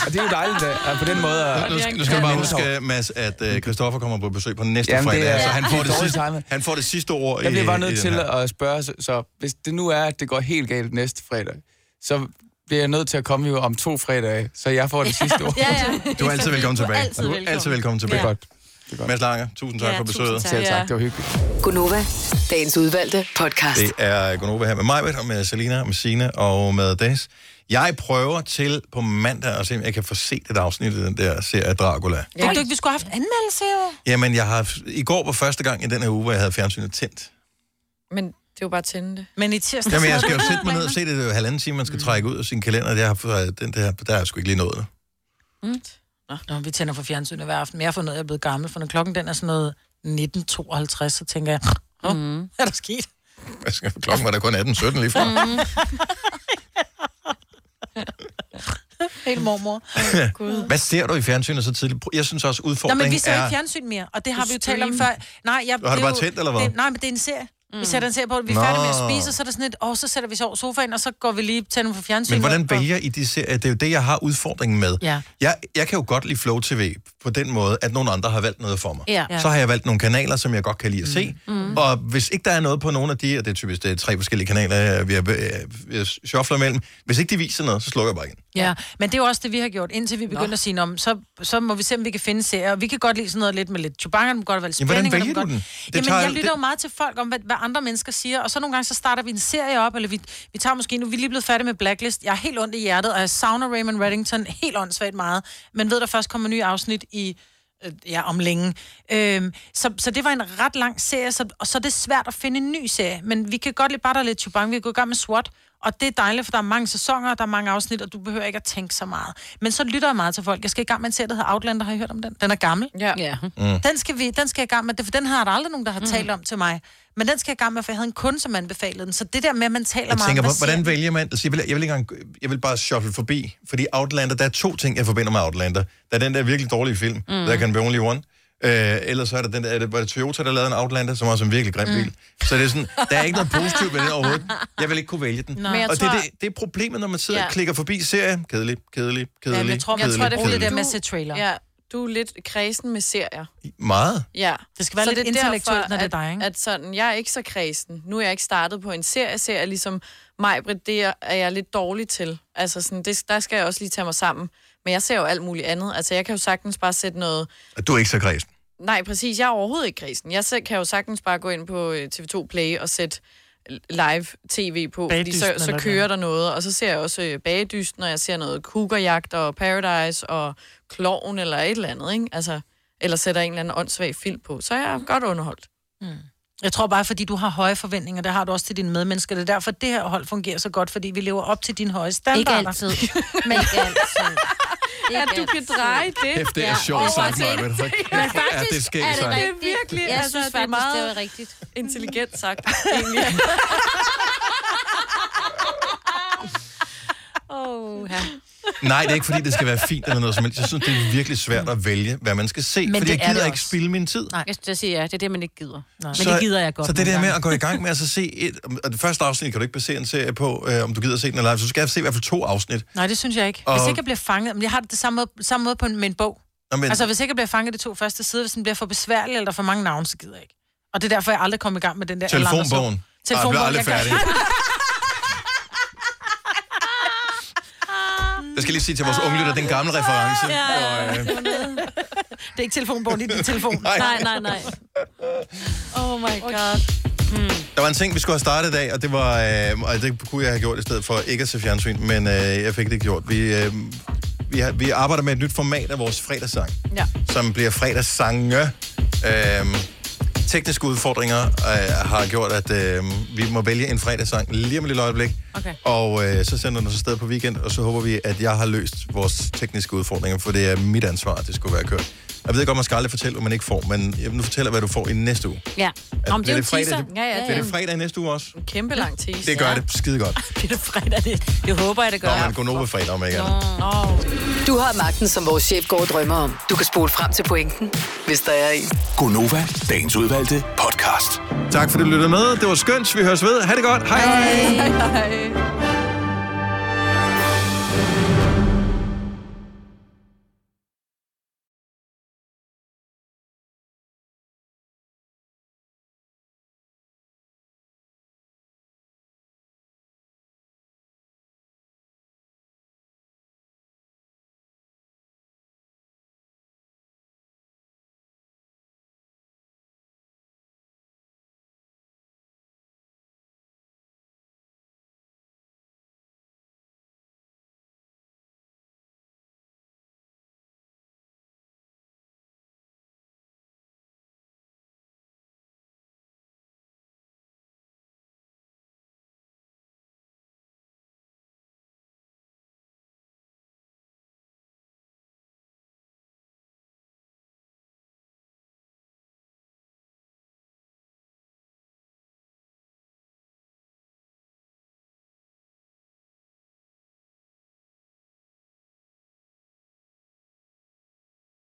S11: og det er jo dejligt at, at på den måde... øh, At,
S1: Nu skal, nu skal du bare huske, Mads, at øh, Christoffer kommer på besøg på næste
S11: Jamen, det
S1: fredag,
S11: er-
S1: så han
S11: det
S1: får
S11: er
S1: det,
S11: dårligt
S1: sidste,
S11: timet.
S1: han får det sidste ord
S11: Jeg
S1: i
S11: bliver bare
S1: i
S11: nødt
S1: den
S11: til
S1: her.
S11: at spørge, så, så hvis det nu er, at det går helt galt næste fredag, så bliver jeg nødt til at komme jo om to fredage, så jeg får det
S1: <laughs>
S11: sidste ord.
S13: Ja, ja.
S1: Du er altid velkommen tilbage.
S13: Du er altid
S1: Du er
S13: velkommen.
S1: altid velkommen
S13: Ja.
S1: tilbage.
S13: Det er
S11: godt. Det er godt.
S1: Mads Langer, tusind tak
S10: Ja,
S1: for
S10: tusind
S1: besøget.
S10: tak. Selv tak, det
S11: var hyggeligt.
S10: Gonova, dagens udvalgte podcast.
S1: Det er Gunova her med mig, og med Selina, og med Sine og med Das. Jeg prøver til på mandag at se, om jeg kan få set et afsnit af den der serie Dracula.
S13: Ja. Du, du, vi skulle have haft anmeldelse, jo.
S1: Jamen, jeg har, i går var første gang i den her uge, hvor jeg havde fjernsynet tændt.
S4: Men det er jo bare at tænde det.
S2: Men i tirsdag...
S1: Jamen, jeg skal jo sætte mig ned og se det. Det er jo halvanden time, man skal trække ud af sin kalender. Det har, den der, der er jeg sgu ikke lige nået <laughs> det.
S2: Mm. Nå, Nå, vi tænder for fjernsynet hver aften, men jeg har fundet ud af, at jeg er blevet gammel, for når klokken den er sådan noget 19.52, så tænker jeg, Hå, mm. er der sket?
S1: Jeg skal, klokken var da kun 18.17 lige fra.
S2: Mhm.
S1: Mm.
S2: <laughs> Helt mormor. Gud.
S1: Hvad ser du i fjernsynet så tidligt? Jeg synes også,
S2: Nå,
S1: udfordringen
S2: men vi ser
S1: er...
S2: ikke fjernsyn mere, og det har vi jo talt om
S1: Stream.
S2: før. Nej, jeg,
S1: Har du
S2: det er
S1: bare
S2: jo-
S1: tændt, eller hvad?
S2: Det, nej, men det er en serie. Mm. Vi sætter en serie på, vi er
S1: Nå.
S2: færdige med at spise, og så er der sådan et, og så sætter vi så over sofaen, og så går vi lige tænder for fjernsynet.
S1: Men hvordan vælger I de serier? Det er jo det, jeg har udfordringen med.
S2: Ja.
S1: Jeg, jeg kan jo godt lide Flow TV på den måde, at nogle andre har valgt noget for mig.
S2: Ja.
S1: Så har jeg valgt nogle kanaler, som jeg godt kan lide at se. Mm. Mm. Og hvis ikke der er noget på nogle af de, og det er typisk det er tre forskellige kanaler, øh, vi har øh, shuffler imellem, hvis ikke de viser noget, så slukker jeg bare igen.
S2: Ja, men det er jo også det, vi har gjort, indtil vi begynder at sige, "Nå, men så, så må vi se, om vi kan finde serier. Vi kan godt lide sådan noget lidt med lidt chubanger, må godt være lidt
S1: Jamen, hvordan
S2: spænding. og der må
S1: vælger du
S2: godt...
S1: den? Det
S2: Jamen,
S1: tager-
S2: jeg lytter jo
S1: det-
S2: meget til folk om, hvad, hvad, andre mennesker siger, og så nogle gange, så starter vi en serie op, eller vi, vi tager måske, nu er vi lige blevet færdige med Blacklist, jeg er helt ondt i hjertet, og jeg savner Raymond Reddington helt åndssvagt meget, men ved, der først kommer nye afsnit i øh, ja, om længe. Øhm, så, så det var en ret lang serie, så, og så er det svært at finde en ny serie, men vi kan godt lide bare, der er lidt chubang, vi kan gå i gang med SWAT, og det er dejligt, for der er mange sæsoner, og der er mange afsnit, og du behøver ikke at tænke så meget. Men så lytter jeg meget til folk. Jeg skal i gang med en serie, der hedder Outlander, har I hørt om den? Den er gammel.
S4: Ja.
S3: ja.
S2: Mm. Den, skal vi, den skal jeg i gang med, det- for den har der aldrig nogen, der har mm. talt om til mig. Men den skal jeg i gang med, for jeg havde en kunde, som anbefalede den. Så det der med, at man taler
S1: Jeg
S2: meget
S1: tænker,
S2: om, hvad
S1: hvor- hvordan
S2: siger
S1: vælger man? Altså, jeg, vil, jeg, vil ikke engang, jeg vil bare shuffle forbi, fordi Outlander, der er to ting, jeg forbinder med Outlander. Der er den der virkelig dårlige film, mm. There Can Be Only One. Øh, ellers så er der den der, er det, var det Toyota, der lavede en Outlander, som også er en virkelig grim mm. bil. Så det er sådan, der er ikke
S2: <laughs>
S1: noget positivt ved den overhovedet. Jeg vil ikke kunne vælge den.
S2: Nå. Men jeg
S1: Og
S2: tror-
S1: det, er det, det er problemet, når man sidder ja.
S4: Ja.
S1: og klikker forbi serier. Kedelig, kedelig, kedelig,
S2: jeg tror,
S1: kedelig,
S2: jeg tror, det er
S1: kedelig.
S2: det der med at se trailer.
S4: Ja, du er lidt kredsen med serier.
S1: Meget.
S4: Ja.
S2: Det skal være lidt
S4: er
S2: intellektuelt, når det er
S4: at,
S2: dig, ikke?
S4: At sådan, jeg er ikke så kredsen. Nu er jeg ikke startet på en serie, serie ligesom mig, Britt, det er, er jeg lidt dårlig til. Altså sådan, det, der skal jeg også lige tage mig sammen. Men jeg ser jo alt muligt andet. Altså jeg kan jo sagtens bare sætte noget...
S1: Du er ikke så kredsen.
S4: Nej, præcis, jeg er overhovedet ikke kredsen. Jeg selv kan jo sagtens bare gå ind på øh, TV2 Play og sætte live tv på, fordi
S2: Bagedysten
S4: så, så
S2: eller
S4: kører der noget, og så ser jeg også øh, bagedysten, og jeg ser noget kugerjagt og Paradise og Kloven eller et eller andet, ikke? Altså, eller sætter en eller anden åndssvag film på, så er jeg godt underholdt.
S2: Mm. Jeg tror bare, fordi du har høje forventninger, det har du også til dine medmennesker. Det er derfor, det her hold fungerer så godt, fordi vi lever op til dine høje standarder.
S3: Ikke
S2: <laughs>
S3: altid. Men ikke altid.
S4: At du kan dreje det.
S1: Kæft, det er sjovt sagt, Maja. Hold kæft, hvor er
S3: Men
S1: det
S3: faktisk er
S1: skægt
S3: det,
S1: sagt.
S3: rigtigt.
S4: Det er virkelig,
S3: Jeg
S4: altså,
S3: synes
S4: det er
S3: faktisk,
S4: meget-
S3: det var rigtigt.
S4: Intelligent sagt,
S3: <laughs>
S4: egentlig.
S3: Åh, ja.
S1: Nej, det er ikke, fordi det skal være fint eller noget som helst. Jeg synes, det er virkelig svært at vælge, hvad man skal se,
S3: Men
S1: Men fordi
S3: det
S1: jeg
S3: er
S1: gider
S3: det
S1: ikke
S3: også.
S1: spilde min tid.
S3: Nej. Jeg, jeg siger ja, det er det, man ikke gider. Men det gider jeg godt.
S1: Så det
S3: nogle
S1: der med
S3: gange.
S1: at gå i gang med at så se et... Og det første afsnit kan du ikke basere en serie på, øh, om du gider at se den eller ej. Så du skal se i hvert fald to afsnit.
S2: Nej, det synes jeg ikke. Hvis
S1: Og-
S2: ikke jeg bliver fanget, men jeg har det det samme måde, samme måde på en, med en bog.
S1: Nå, men-
S2: Altså, hvis ikke jeg bliver fanget i de to første sider, hvis den bliver for besværlig eller der er for mange navne, så gider jeg ikke. Og det er derfor, jeg aldrig kom i gang med den der... alle andre så-
S1: Telefonbogen.
S2: Telefonbogen.
S1: Ej, jeg bliver aldrig
S2: jeg <laughs> kan-
S1: Jeg skal lige sige til vores unge lytter, den gamle reference. Og, øh,
S2: Det er ikke telefonbogen, det er din telefon.
S1: Nej.
S3: Nej, nej, nej.
S4: Oh my god. Hmm.
S1: der var en ting, vi skulle have startet i dag, og det, var, øh, og det kunne jeg have gjort i stedet for ikke at se fjernsyn, men øh, jeg fik det ikke gjort. Vi, øh, vi, har, vi arbejder med et nyt format af vores fredagssang.
S4: Ja.
S1: som bliver fredagssange. Øhm, tekniske udfordringer øh, har gjort, at øh, vi må vælge en fredagssang lige om et lille øjeblik.
S3: Okay.
S1: Og øh, så sender den os afsted på weekend, og så håber vi, at jeg har løst vores tekniske udfordringer, for det er mit ansvar, at det skulle være kørt. Jeg ved godt, man skal aldrig fortælle, hvad man ikke får, men jeg nu fortæller, hvad du får i næste uge.
S3: Ja.
S1: Er-
S3: Om det er jo
S1: bliver
S3: en
S1: det fredag?
S3: teaser.
S1: Ja, ja, Bliver det fredag i næste uge også?
S4: En kæmpe lang tease.
S1: Det gør ja. det skide godt.
S4: <laughs>
S3: Bliver det fredag? Det, det håber jeg, det
S1: Nå,
S3: gør.
S1: man går over fredag om ikke andet.
S10: Du har magten, som vores chef går og drømmer om. Du kan spole frem til pointen, hvis der er en.
S5: Gonova, dagens udvalgte podcast.
S1: Tak fordi du lyttede med. Det var skønt. Vi høres ved. Ha' det godt. Hej hej.
S4: Hej, hej.